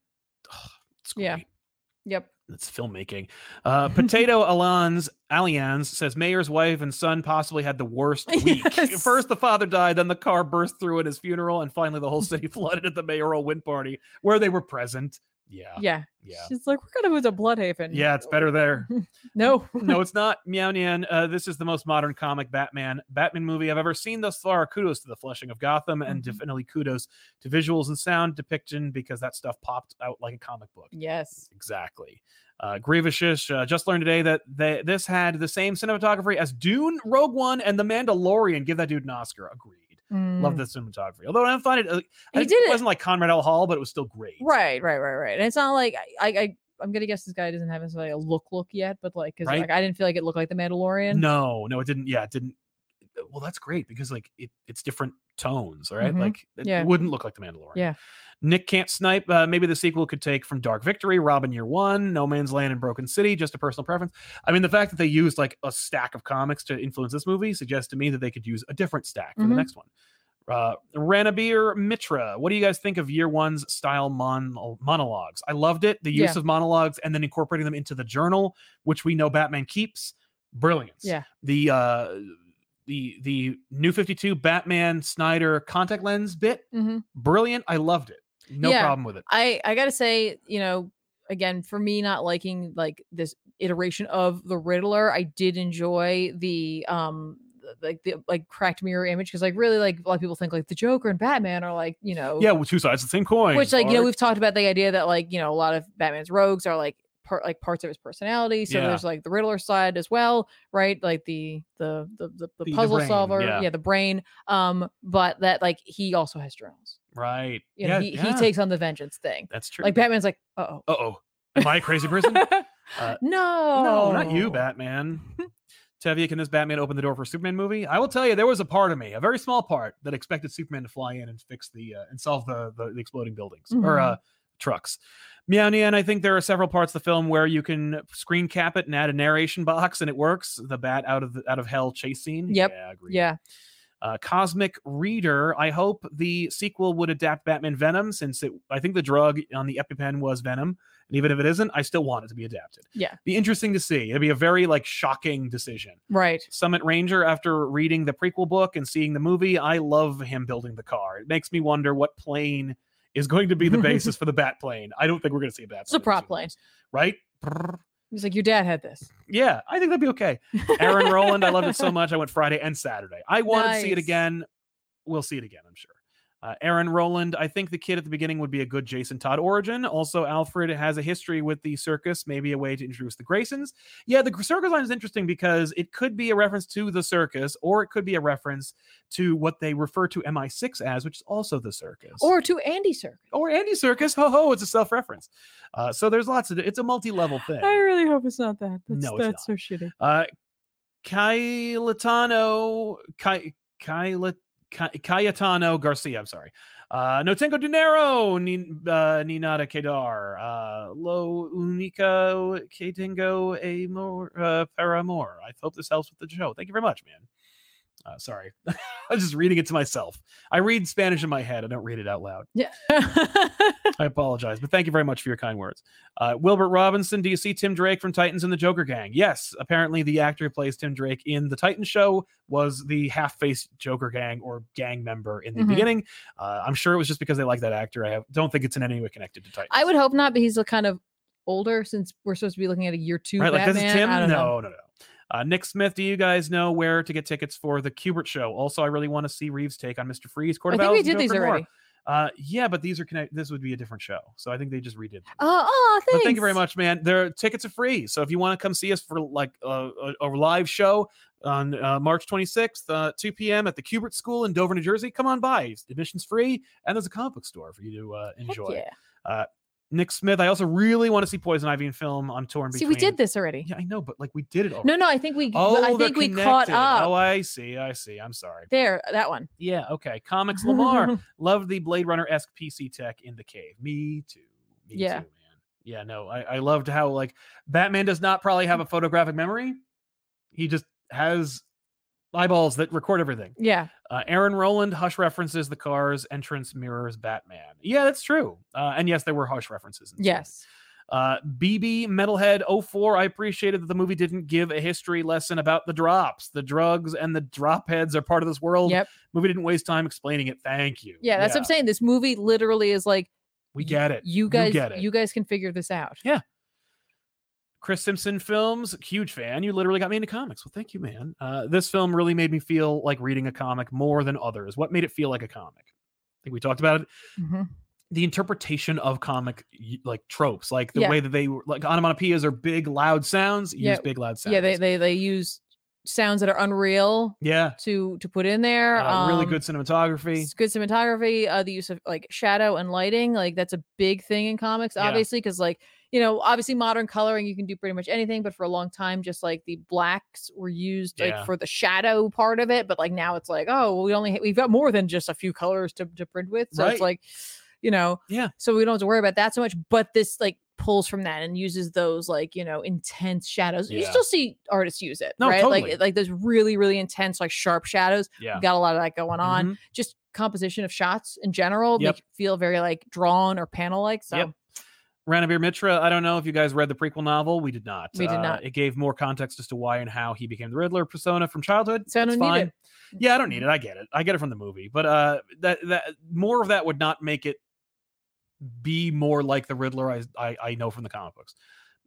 [SPEAKER 1] it's
[SPEAKER 2] Yeah.
[SPEAKER 1] great.
[SPEAKER 2] Yep.
[SPEAKER 1] That's filmmaking. Uh, Potato Alans Allianz says Mayor's wife and son possibly had the worst week.
[SPEAKER 2] Yes.
[SPEAKER 1] First, the father died, then the car burst through at his funeral, and finally, the whole city <laughs> flooded at the mayoral win party where they were present. Yeah,
[SPEAKER 2] Yeah.
[SPEAKER 1] yeah,
[SPEAKER 2] She's like, we're gonna move to Bloodhaven.
[SPEAKER 1] yeah. It's better there.
[SPEAKER 2] No.
[SPEAKER 1] <laughs> No, it's not. Meow Nian. Uh, this is the most modern comic Batman Batman movie I've ever seen thus far. Kudos to the fleshing of Gotham, and
[SPEAKER 2] Mhm.
[SPEAKER 1] definitely kudos to visuals and sound depiction because that stuff popped out like a comic book.
[SPEAKER 2] Yes.
[SPEAKER 1] Exactly. Uh, Grievoushish uh, just learned today that they, this had the same cinematography as Dune, Rogue One, and The Mandalorian. Give that dude an Oscar. Agreed. Love
[SPEAKER 2] Mm.
[SPEAKER 1] the cinematography. Although I don't find it. Uh, I
[SPEAKER 2] He
[SPEAKER 1] did
[SPEAKER 2] did
[SPEAKER 1] it
[SPEAKER 2] it-
[SPEAKER 1] wasn't like Conrad L. Hall, but it was still great.
[SPEAKER 2] Right. Right. Right. Right. And it's not like I. I, I I'm gonna guess this guy doesn't have necessarily a look look yet, but like, cause
[SPEAKER 1] Right.
[SPEAKER 2] like I didn't feel like it looked like the Mandalorian.
[SPEAKER 1] No, no, it didn't. Yeah, it didn't. uh, Well, that's great because like it, it's different tones, right?
[SPEAKER 2] Mhm.
[SPEAKER 1] Like it,
[SPEAKER 2] Yeah.
[SPEAKER 1] it wouldn't look like the Mandalorian.
[SPEAKER 2] Yeah.
[SPEAKER 1] Nick can't snipe. Uh, maybe the sequel could take from Dark Victory, Robin Year One, No Man's Land, and Broken City. Just a personal preference. I mean, the fact that they used like a stack of comics to influence this movie suggests to me that they could use a different stack for the
[SPEAKER 2] Mhm.
[SPEAKER 1] next one. Uh, Ranabir Mitra, what do you guys think of Year One's style mon- monologues? I loved it. The use
[SPEAKER 2] Yeah.
[SPEAKER 1] of monologues and then incorporating them into the journal, which we know Batman keeps. Brilliance
[SPEAKER 2] Yeah.
[SPEAKER 1] the uh the the new 52 batman snyder contact lens bit
[SPEAKER 2] Mm-hmm.
[SPEAKER 1] brilliant i loved it no
[SPEAKER 2] Yeah.
[SPEAKER 1] problem with it
[SPEAKER 2] I I gotta say, you know, again, for me not liking like this iteration of the Riddler, I did enjoy the um th- like the like cracked mirror image because like really like a lot of people think like the Joker and Batman are like you know
[SPEAKER 1] yeah with two sides of the same coin
[SPEAKER 2] which like you know
[SPEAKER 1] Art.
[SPEAKER 2] we've talked about the idea that like you know a lot of Batman's rogues are like part like parts of his personality. So
[SPEAKER 1] Yeah.
[SPEAKER 2] there's like the Riddler side as well, right? Like the the the the, the
[SPEAKER 1] The- the
[SPEAKER 2] puzzle
[SPEAKER 1] brain,
[SPEAKER 2] solver,
[SPEAKER 1] yeah.
[SPEAKER 2] yeah. the brain. Um, but that like he also has journals.
[SPEAKER 1] Right.
[SPEAKER 2] You know,
[SPEAKER 1] yeah,
[SPEAKER 2] he, he
[SPEAKER 1] yeah,
[SPEAKER 2] takes on the vengeance thing.
[SPEAKER 1] That's true.
[SPEAKER 2] Like Batman's like, <laughs> oh,
[SPEAKER 1] Uh oh. Am I a crazy
[SPEAKER 2] <laughs>
[SPEAKER 1] person?
[SPEAKER 2] no,
[SPEAKER 1] Uh,
[SPEAKER 2] no,
[SPEAKER 1] No, not you, Batman. Tevye, can this Batman open the door for a Superman movie? I will tell you, there was a part of me, a very small part, that expected Superman to fly in and fix the uh, and solve the the, the exploding buildings or
[SPEAKER 2] Mhm.
[SPEAKER 1] uh, trucks. Meow and I think there are several parts of the film where you can screen cap it and add a narration box, and it works. The bat out of the, out of hell chase scene.
[SPEAKER 2] Yep.
[SPEAKER 1] Yeah. Agreed.
[SPEAKER 2] Yeah,
[SPEAKER 1] Uh, Cosmic Reader. I hope the sequel would adapt Batman Venom, since it, I think the drug on the EpiPen was Venom, and even if it isn't, I still want it to be adapted.
[SPEAKER 2] Yeah.
[SPEAKER 1] be interesting to see. It'd be a very like shocking decision.
[SPEAKER 2] right.
[SPEAKER 1] Summit Ranger, after reading the prequel book and seeing the movie, I love him building the car. It makes me wonder what plane is going to be
[SPEAKER 2] <laughs>
[SPEAKER 1] the basis for the Bat plane. I don't think we're going to see a Bat.
[SPEAKER 2] It's a
[SPEAKER 1] plane in
[SPEAKER 2] prop
[SPEAKER 1] Zoom
[SPEAKER 2] plane.
[SPEAKER 1] Rooms, right? Brrr.
[SPEAKER 2] He's like, your dad had this.
[SPEAKER 1] Yeah, I think that'd be okay. Aaron Roland, I loved it so much. I went Friday and Saturday. I want to see it
[SPEAKER 2] Nice.
[SPEAKER 1] again. We'll see it again, I'm sure. Uh, Aaron Roland, I think the kid at the beginning would be a good Jason Todd origin. Also, Alfred has a history with the circus, maybe a way to introduce the Graysons. Yeah, the circus line is interesting because it could be a reference to the circus, or it could be a reference to what they refer to MI6 as, which is also the circus.
[SPEAKER 2] Or to Andy Circus.
[SPEAKER 1] or Andy Circus. Ho ho, it's a self reference. Uh, so there's lots of it's a multi level thing.
[SPEAKER 2] I really hope it's not that. That's,
[SPEAKER 1] No, it's
[SPEAKER 2] that's so shitty.
[SPEAKER 1] Uh, Cayetano, Cay, Cayla- Cay- Cayetano Garcia. I'm sorry. Uh, Notengo Dinero, Nin, uh, Ninada Kedar, uh, Lo Unico Ketengo Amor, uh, Paramor. I hope this helps with the show. Thank you very much, man. Uh, sorry. <laughs> I was just reading it to myself. I read Spanish in my head. I don't read it out loud.
[SPEAKER 2] <laughs> Yeah.
[SPEAKER 1] I apologize, but thank you very much for your kind words. Uh, Wilbert Robinson, do you see Tim Drake from Titans and the Joker Gang? Yes, apparently the actor who plays Tim Drake in the Titan show was the half faced Joker Gang or gang member in the
[SPEAKER 2] Mhm.
[SPEAKER 1] beginning. Uh, I'm sure it was just because they like that actor. I have, don't think it's in any way connected to Titans.
[SPEAKER 2] I would hope not, but he's a kind of older since we're supposed to be looking at a year two
[SPEAKER 1] right, like
[SPEAKER 2] Batman.
[SPEAKER 1] this is Tim. No,
[SPEAKER 2] I don't know.
[SPEAKER 1] no, no. Uh, Nick Smith, do you guys know where to get tickets for the Kubert show? Also, I really want to see Reeves' take on Mr. Freeze. Court
[SPEAKER 2] I
[SPEAKER 1] of
[SPEAKER 2] think we
[SPEAKER 1] Owls, and
[SPEAKER 2] did these
[SPEAKER 1] Joker and more.
[SPEAKER 2] already.
[SPEAKER 1] Uh, yeah, but these are connected. This would be a different show, so I think they just redid. Them.
[SPEAKER 2] Oh, oh,
[SPEAKER 1] But
[SPEAKER 2] thanks.
[SPEAKER 1] thank you very much, man. Their tickets are free. So if you want to come see us for like a, a, a live show on uh, March 26th, uh, 2 p.m. at the Cubert School in Dover, New Jersey, come on by. Admission's free, and there's a comic book store for you to uh,
[SPEAKER 2] Heck
[SPEAKER 1] enjoy.
[SPEAKER 2] yeah.
[SPEAKER 1] Nick Smith, I also really want to see Poison Ivy in film on tour. in
[SPEAKER 2] See, we
[SPEAKER 1] between.
[SPEAKER 2] did this already.
[SPEAKER 1] Yeah, I know, but like we did it already.
[SPEAKER 2] No, no, I think we
[SPEAKER 1] Oh,
[SPEAKER 2] I
[SPEAKER 1] they're
[SPEAKER 2] think we caught
[SPEAKER 1] connected.
[SPEAKER 2] up.
[SPEAKER 1] Oh, I see. I see. I'm sorry.
[SPEAKER 2] there, that one.
[SPEAKER 1] Yeah. Okay.
[SPEAKER 2] <laughs>
[SPEAKER 1] Comics Lamar. Love the Blade Runner esque PC tech in the cave. Me too. Me
[SPEAKER 2] Yeah.
[SPEAKER 1] too, man. Yeah, no, I, I loved how like Batman does not probably have a photographic memory. He just has eyeballs that record everything.
[SPEAKER 2] yeah.
[SPEAKER 1] Uh, Aaron Roland Hush references the car's entrance mirrors Batman. Yeah, that's true. Uh, and yes, there were Hush references. in this one.
[SPEAKER 2] Yes.
[SPEAKER 1] Uh, BB Metalhead 04. I appreciated that the movie didn't give a history lesson about the drops. The drugs and the drop heads are part of this world.
[SPEAKER 2] Yep.
[SPEAKER 1] Movie didn't waste time explaining it. Thank you.
[SPEAKER 2] Yeah, that's what I'm saying. This movie literally is like
[SPEAKER 1] We
[SPEAKER 2] y-
[SPEAKER 1] get it.
[SPEAKER 2] You guys
[SPEAKER 1] get it.
[SPEAKER 2] you guys can figure this out.
[SPEAKER 1] Chris Simpson films, huge fan. You literally got me into comics. Well, thank you, man. Uh, this film really made me feel like reading a comic more than others. What made it feel like a comic? I think we talked about it.
[SPEAKER 2] Mhm.
[SPEAKER 1] The interpretation of comic y- like tropes, like the
[SPEAKER 2] Yeah.
[SPEAKER 1] way that they were like onomatopoeias are big, loud sounds. Use
[SPEAKER 2] Yeah,
[SPEAKER 1] big, loud sounds.
[SPEAKER 2] Yeah, they, they they use sounds that are unreal
[SPEAKER 1] yeah.
[SPEAKER 2] to to put in there.
[SPEAKER 1] Uh, really
[SPEAKER 2] um,
[SPEAKER 1] good cinematography.
[SPEAKER 2] It's good cinematography, uh, the use of like shadow and lighting, like that's a big thing in comics,
[SPEAKER 1] Yeah.
[SPEAKER 2] obviously, because like you know, obviously modern coloring you can do pretty much anything, but for a long time, just like the blacks were used
[SPEAKER 1] Yeah.
[SPEAKER 2] like for the shadow part of it, but like now it's like oh, well, we only ha- we've got more than just a few colors to to print with, so
[SPEAKER 1] Right.
[SPEAKER 2] it's like you know,
[SPEAKER 1] Yeah.
[SPEAKER 2] so we don't have to worry about that so much. But this like pulls from that and uses those like you know intense shadows. You
[SPEAKER 1] Yeah.
[SPEAKER 2] still see artists use it,
[SPEAKER 1] No,
[SPEAKER 2] right?
[SPEAKER 1] totally.
[SPEAKER 2] Like like those really really intense like sharp shadows.
[SPEAKER 1] Yeah.
[SPEAKER 2] Got a lot of that going on
[SPEAKER 1] Mhm.
[SPEAKER 2] just composition of shots in general
[SPEAKER 1] Yep.
[SPEAKER 2] make it feel very like drawn or panel like. So
[SPEAKER 1] Yep. Mm-hmm. Ranabir Mitra, I don't know if you guys read the prequel novel. We did not.
[SPEAKER 2] We did
[SPEAKER 1] Uh,
[SPEAKER 2] not.
[SPEAKER 1] It gave more context as to why and how he became the Riddler persona from childhood.
[SPEAKER 2] so I
[SPEAKER 1] It's
[SPEAKER 2] don't need
[SPEAKER 1] fine.
[SPEAKER 2] it.
[SPEAKER 1] Yeah, I don't need it. I get it. I get it from the movie. But uh that that more of that would not make it be more like the Riddler I I, I know from the comic books.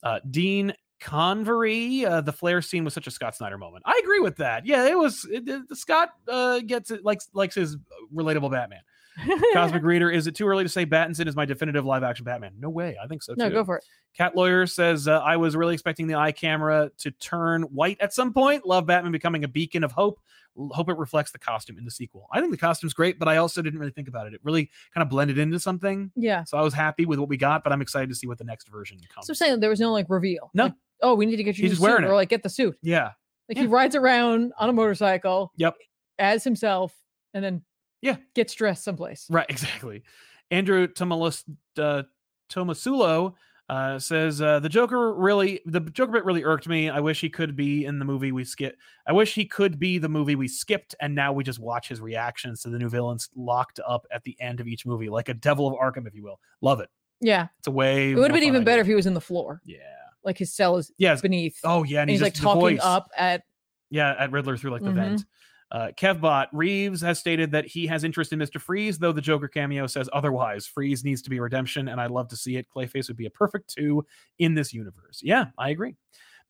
[SPEAKER 1] Uh Dean Convery, uh, the flare scene was such a Scott Snyder moment. I agree with that. Yeah, it was it, it- Scott uh gets it like likes his relatable Batman.
[SPEAKER 2] <laughs>
[SPEAKER 1] Cosmic Reader, is it too early to say Battinson is my definitive live action Batman? No way. I think so too.
[SPEAKER 2] no, go for it.
[SPEAKER 1] Cat Lawyer says, uh, I was really expecting the eye camera to turn white at some point. Love Batman becoming a beacon of hope. L- Hope it reflects the costume in the sequel. I think the costume's great, but I also didn't really think about it. It really kind of blended into something.
[SPEAKER 2] Yeah.
[SPEAKER 1] So I was happy with what we got, but I'm excited to see what the next version comes.
[SPEAKER 2] So I'm saying there was no like reveal.
[SPEAKER 1] No.
[SPEAKER 2] Like, oh, we need to get
[SPEAKER 1] He's
[SPEAKER 2] you new
[SPEAKER 1] just
[SPEAKER 2] suit,
[SPEAKER 1] wearing it.
[SPEAKER 2] or like get the suit.
[SPEAKER 1] yeah.
[SPEAKER 2] Like
[SPEAKER 1] Yeah.
[SPEAKER 2] he rides around on a motorcycle.
[SPEAKER 1] Yep.
[SPEAKER 2] As himself, and then
[SPEAKER 1] Yeah.
[SPEAKER 2] gets dressed someplace.
[SPEAKER 1] Right, <laughs> exactly. Andrew Tomalos, uh, Tomasulo uh, says uh, the Joker really, the Joker bit really irked me. I wish he could be in the movie we skip. I wish he could be the movie we skipped, and now we just watch his reactions to the new villains locked up at the end of each movie, like a Devil of Arkham, if you will. Love it.
[SPEAKER 2] Yeah.
[SPEAKER 1] It's a way.
[SPEAKER 2] It would have
[SPEAKER 1] more
[SPEAKER 2] been even
[SPEAKER 1] fun
[SPEAKER 2] better
[SPEAKER 1] idea.
[SPEAKER 2] if he was in the floor.
[SPEAKER 1] Yeah.
[SPEAKER 2] Like his cell is
[SPEAKER 1] Yes.
[SPEAKER 2] beneath.
[SPEAKER 1] Oh yeah, and,
[SPEAKER 2] and he's, like
[SPEAKER 1] just- the
[SPEAKER 2] talking
[SPEAKER 1] voice.
[SPEAKER 2] up at
[SPEAKER 1] Yeah, at Riddler through like the
[SPEAKER 2] Mhm.
[SPEAKER 1] vent. Uh, Kevbot Reeves has stated that he has interest in Mister Freeze, though the Joker cameo says otherwise. Freeze needs to be redemption, and I'd love to see it. Clayface would be a perfect two in this universe. Yeah, I agree.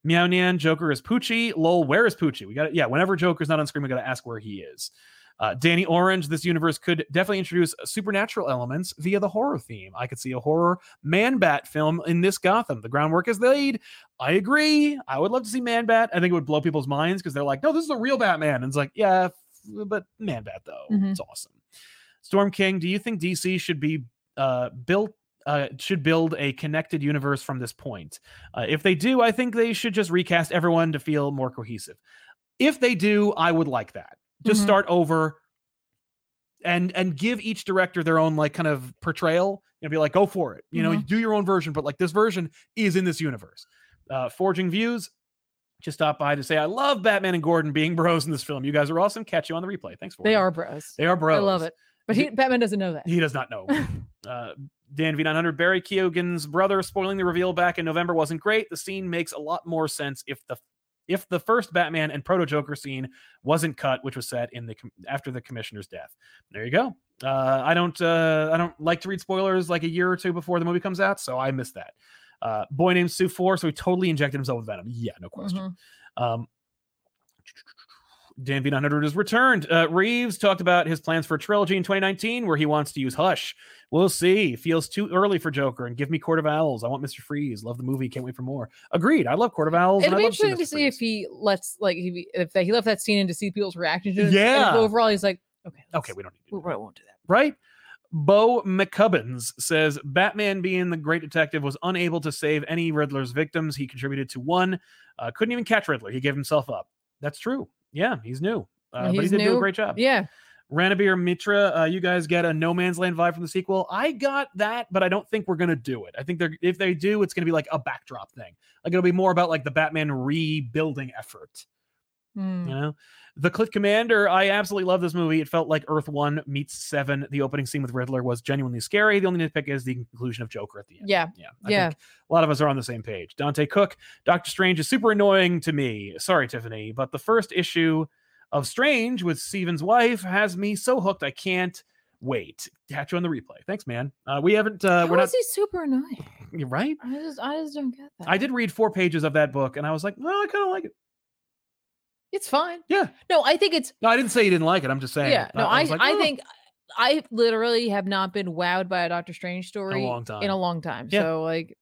[SPEAKER 1] Meow Nian, Joker is Poochie. Lol, where is Poochie? We got to Yeah, whenever Joker's not on screen, we got to ask where he is. Uh, Danny Orange, this universe could definitely introduce supernatural elements via the horror theme. I could see a horror Man Bat film in this Gotham. The groundwork is laid. I agree. I would love to see Man Bat. I think it would blow people's minds because they're like, no, this is a real Batman. And it's like, yeah, f- but Man Bat, though,
[SPEAKER 2] Mhm.
[SPEAKER 1] it's awesome. Storm King, do you think DC should be uh, built? Uh, should build a connected universe from this point. Uh, if they do, I think they should just recast everyone to feel more cohesive. If they do, I would like that. Just
[SPEAKER 2] Mhm.
[SPEAKER 1] start over and and give each director their own like kind of portrayal and be like, go for it. You know,
[SPEAKER 2] Mhm.
[SPEAKER 1] do your own version, but like this version is in this universe. Uh, Forging Views just stopped by to say, I love Batman and Gordon being <laughs> bros in this film. You guys are awesome. Catch you on the replay. Thanks for
[SPEAKER 2] they are bros.
[SPEAKER 1] They are bros.
[SPEAKER 2] I love it. But he, Batman doesn't know that.
[SPEAKER 1] He does not know. uh, Dan V900, Barry Keoghan's brother spoiling the reveal back in November wasn't great. The scene makes a lot more sense if the if the first Batman and Proto Joker scene wasn't cut, which was set in the com- after the commissioner's death. There you go. Uh, I don't uh, I don't like to read spoilers like a year or two before the movie comes out, so I missed that. Uh, boy named Sue Four, so he totally injected himself with venom. Yeah, no question.
[SPEAKER 2] Mhm.
[SPEAKER 1] Um, Dan V900 has returned. Uh, Reeves talked about his plans for a trilogy in 2019 where he wants to use Hush. We'll see. Feels too early for Joker and give me Court of Owls. I want Mr. Freeze. Love the movie. Can't wait for more. Agreed. I love Court of Owls.
[SPEAKER 2] It'd
[SPEAKER 1] and
[SPEAKER 2] be
[SPEAKER 1] I'd love
[SPEAKER 2] interesting to see
[SPEAKER 1] Mr.
[SPEAKER 2] if he lets like he be- if that he left that scene in to see people's reaction to it. And
[SPEAKER 1] Yeah.
[SPEAKER 2] if overall, he's like, okay,
[SPEAKER 1] Freeze. Okay,
[SPEAKER 2] let's-
[SPEAKER 1] we don't need to.
[SPEAKER 2] we probably won't do that.
[SPEAKER 1] right? Bo McCubbins says Batman, being the great detective, was unable to save any Riddler's victims. He contributed to one, uh, couldn't even catch Riddler. He gave himself up. That's true. Yeah, he's new, uh, but he
[SPEAKER 2] He's
[SPEAKER 1] did do a
[SPEAKER 2] new.
[SPEAKER 1] great job.
[SPEAKER 2] Yeah,
[SPEAKER 1] Ranabir Mitra, uh, you guys get a No Man's Land vibe from the sequel. I got that, but I don't think we're gonna do it. I think they're if they do, it's gonna be like a backdrop thing. Like it'll be more about like the Batman rebuilding effort.
[SPEAKER 2] Mm.
[SPEAKER 1] You know, the Cliff Commander. I absolutely love this movie. It felt like Earth One meets Seven. The opening scene with Riddler was genuinely scary. The only nitpick is the conclusion of Joker at the end.
[SPEAKER 2] Yeah.
[SPEAKER 1] yeah,
[SPEAKER 2] Yeah.
[SPEAKER 1] think a lot of us are on the same page. Dante Cook, Doctor Strange is super annoying to me. Sorry, Tiffany, but the first issue of Strange with Steven's wife has me so hooked I can't wait. Catch you on the replay. Thanks, man. Uh, we haven't. Uh,
[SPEAKER 2] How
[SPEAKER 1] we're not.
[SPEAKER 2] is he super annoying?
[SPEAKER 1] You're right.
[SPEAKER 2] I just I just don't get that.
[SPEAKER 1] I did read four pages of that book, and I was like, well, I kind of like it.
[SPEAKER 2] It's fine.
[SPEAKER 1] Yeah.
[SPEAKER 2] No, I think it's
[SPEAKER 1] No, I didn't say you didn't like it. I'm just saying.
[SPEAKER 2] yeah. No, I I,
[SPEAKER 1] was like, "Oh."
[SPEAKER 2] think I literally have not been wowed by a Doctor Strange story
[SPEAKER 1] long time.
[SPEAKER 2] in a long time.
[SPEAKER 1] Yeah.
[SPEAKER 2] So like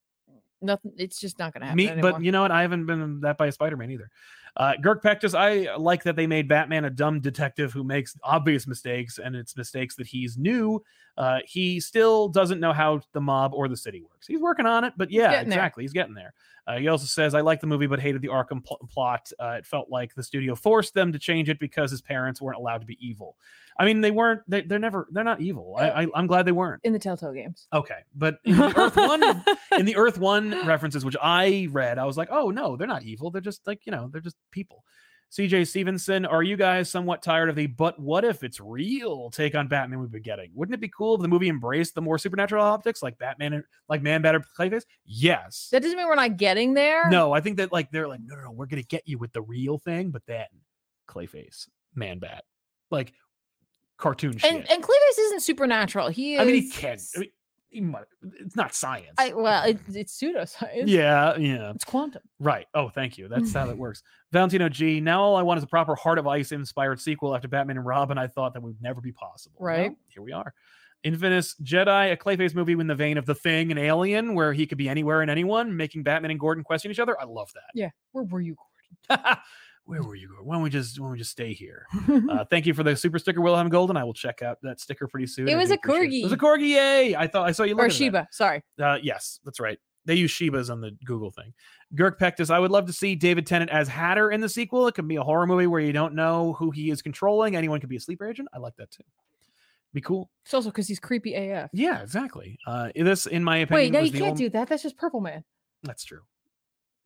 [SPEAKER 2] nothing. It's just not gonna happen.
[SPEAKER 1] Me,
[SPEAKER 2] anymore.
[SPEAKER 1] but you know what? I haven't been that by a Spider-Man either. Uh, Girk Pectus, I like that they made Batman a dumb detective who makes obvious mistakes, and it's mistakes that he's new. Uh, he still doesn't know how the mob or the city works. He's working on it, but yeah,
[SPEAKER 2] getting there.
[SPEAKER 1] exactly, he's getting there. Uh, he also says, "I like the movie, but hated the Arkham pl- plot. Uh, it felt like the studio forced them to change it because his parents weren't allowed to be evil. I mean, they weren't. They, they're never. They're not evil. I, I, I'm glad they weren't.
[SPEAKER 2] in the Telltale games.
[SPEAKER 1] Okay,
[SPEAKER 2] <laughs>
[SPEAKER 1] but in the Earth One in the Earth One references, which I read, I was like, oh no, they're not evil. They're just like, you know, they're just people. CJ Stevenson, are you guys somewhat tired of the but what if it's real take on Batman we've been getting? Wouldn't it be cool if the movie embraced the more supernatural optics like Batman and like Man Batter Clayface? Yes.
[SPEAKER 2] that doesn't mean we're not getting there.
[SPEAKER 1] no, I think that like they're like, no, no, no, we're gonna get you with the real thing, but then Clayface, Man Bat, like cartoon shit.
[SPEAKER 2] And and Cletus isn't supernatural. He is
[SPEAKER 1] I mean, he can. I mean, you might- it's not science.
[SPEAKER 2] I, well, it, it's pseudoscience.
[SPEAKER 1] yeah, yeah.
[SPEAKER 2] It's quantum.
[SPEAKER 1] Right. Oh, thank you. That's
[SPEAKER 2] <laughs>
[SPEAKER 1] how that works. Valentino G. Now all I want is a proper Heart of Ice inspired sequel after Batman and Robin. I thought that would never be possible. Well,
[SPEAKER 2] Right.
[SPEAKER 1] here we are. Infamous Jedi, a Clayface movie in the vein of The Thing and Alien, where he could be anywhere and anyone, making Batman and Gordon question each other. I love
[SPEAKER 2] Yeah. Where were you,
[SPEAKER 1] that. where were you? Gordon? Why don't we just why don't we just stay here? <laughs>
[SPEAKER 2] Gordon?
[SPEAKER 1] Uh, thank you for the super sticker, Wilhelm Golden. I will check out that sticker pretty soon.
[SPEAKER 2] It
[SPEAKER 1] I
[SPEAKER 2] was
[SPEAKER 1] do
[SPEAKER 2] a
[SPEAKER 1] appreciate It. It was a
[SPEAKER 2] corgi.
[SPEAKER 1] corgi. Yay! I thought I saw you. looking
[SPEAKER 2] or
[SPEAKER 1] at that.
[SPEAKER 2] Sheba. Sorry.
[SPEAKER 1] Uh, yes, that's right. They use Shebas on the Google thing. Girk Pectus, I would love to see David Tennant as Hatter in the sequel. It could be a horror movie where you don't know who he is controlling. Anyone could be a sleeper agent. I like that too. Be cool.
[SPEAKER 2] It's also because he's creepy AF.
[SPEAKER 1] Yeah, exactly. Uh, this, in my opinion,
[SPEAKER 2] Wait, no,
[SPEAKER 1] was
[SPEAKER 2] you
[SPEAKER 1] the
[SPEAKER 2] can't
[SPEAKER 1] only-
[SPEAKER 2] do that. That's just Purple Man.
[SPEAKER 1] That's true.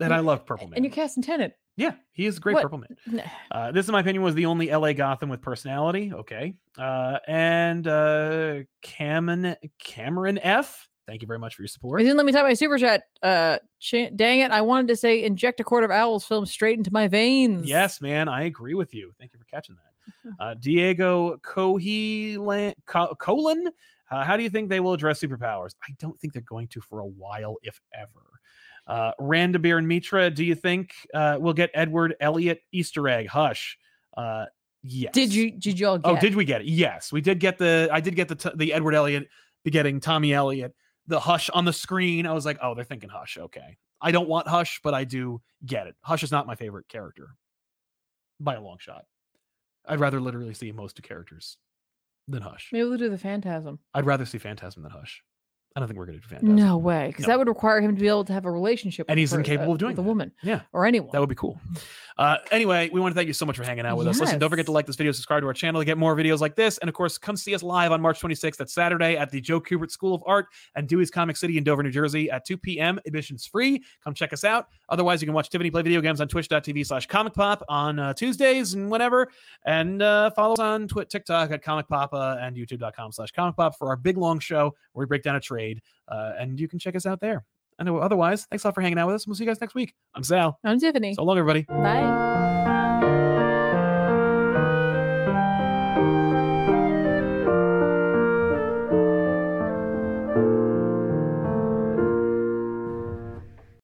[SPEAKER 1] And I love Purple Man.
[SPEAKER 2] And you're casting Tenant.
[SPEAKER 1] yeah, he is a great
[SPEAKER 2] What?
[SPEAKER 1] Purple Man.
[SPEAKER 2] Nah.
[SPEAKER 1] Uh, this, in my opinion, was the only LA Gotham with personality. Okay. Uh, and uh, Cameron Cameron F. Thank you very much for your
[SPEAKER 2] You
[SPEAKER 1] support.
[SPEAKER 2] didn't let me type my super chat. Uh, ch- dang it! I wanted to say inject a quarter of owls film straight into my veins.
[SPEAKER 1] Yes, man, I agree with you. Thank you for catching that. Uh, Diego Cohelan, Co- Colon, uh, how do you think they will address superpowers? I don't think they're going to for a while, if ever. Uh, Randabeer and Mitra, do you think uh, we'll get Edward Elliot Easter egg? Hush. Uh, yes.
[SPEAKER 2] Did you? Did y'all get?
[SPEAKER 1] Oh, did we get it? Yes, we did get the. I did get the t- the Edward Elliot begetting Tommy Elliot. The hush on the screen. I was like, oh, they're thinking hush. Okay, I don't want hush, but I do get it. Hush is not my favorite character by a long shot. I'd rather literally see most characters than hush.
[SPEAKER 2] Maybe we'll do the Phantasm.
[SPEAKER 1] I'd rather see Phantasm than hush. I don't think we're gonna do Phantasm.
[SPEAKER 2] No way, because
[SPEAKER 1] No.
[SPEAKER 2] that would require him to be able to have a relationship.
[SPEAKER 1] And
[SPEAKER 2] with
[SPEAKER 1] he's
[SPEAKER 2] her- uh,
[SPEAKER 1] incapable of
[SPEAKER 2] with
[SPEAKER 1] doing
[SPEAKER 2] a
[SPEAKER 1] that.
[SPEAKER 2] woman.
[SPEAKER 1] Yeah.
[SPEAKER 2] or anyone.
[SPEAKER 1] That would be cool. Uh, anyway, we want to thank you so much for hanging out with us. Listen, don't forget to
[SPEAKER 2] Yes.
[SPEAKER 1] like this video, subscribe to our channel to get more videos like this. And of course, come see us live on March 26th at Saturday at the Joe Kubert School of Art and Dewey's Comic City in Dover, New Jersey at 2 p.m. Admissions free. Come check us out. Otherwise, you can watch Tiffany play video games on twitch.tv slash comic pop on uh, Tuesdays and whenever. And uh, follow us on Twi- TikTok at comic pop uh, and youtube.com slash comic pop for our big long show where we break down a trade. Uh, and you can check us out there. And otherwise, thanks a lot for hanging out with us. and We'll see you guys next week. I'm Sal.
[SPEAKER 2] I'm Tiffany.
[SPEAKER 1] So long, everybody.
[SPEAKER 2] Bye.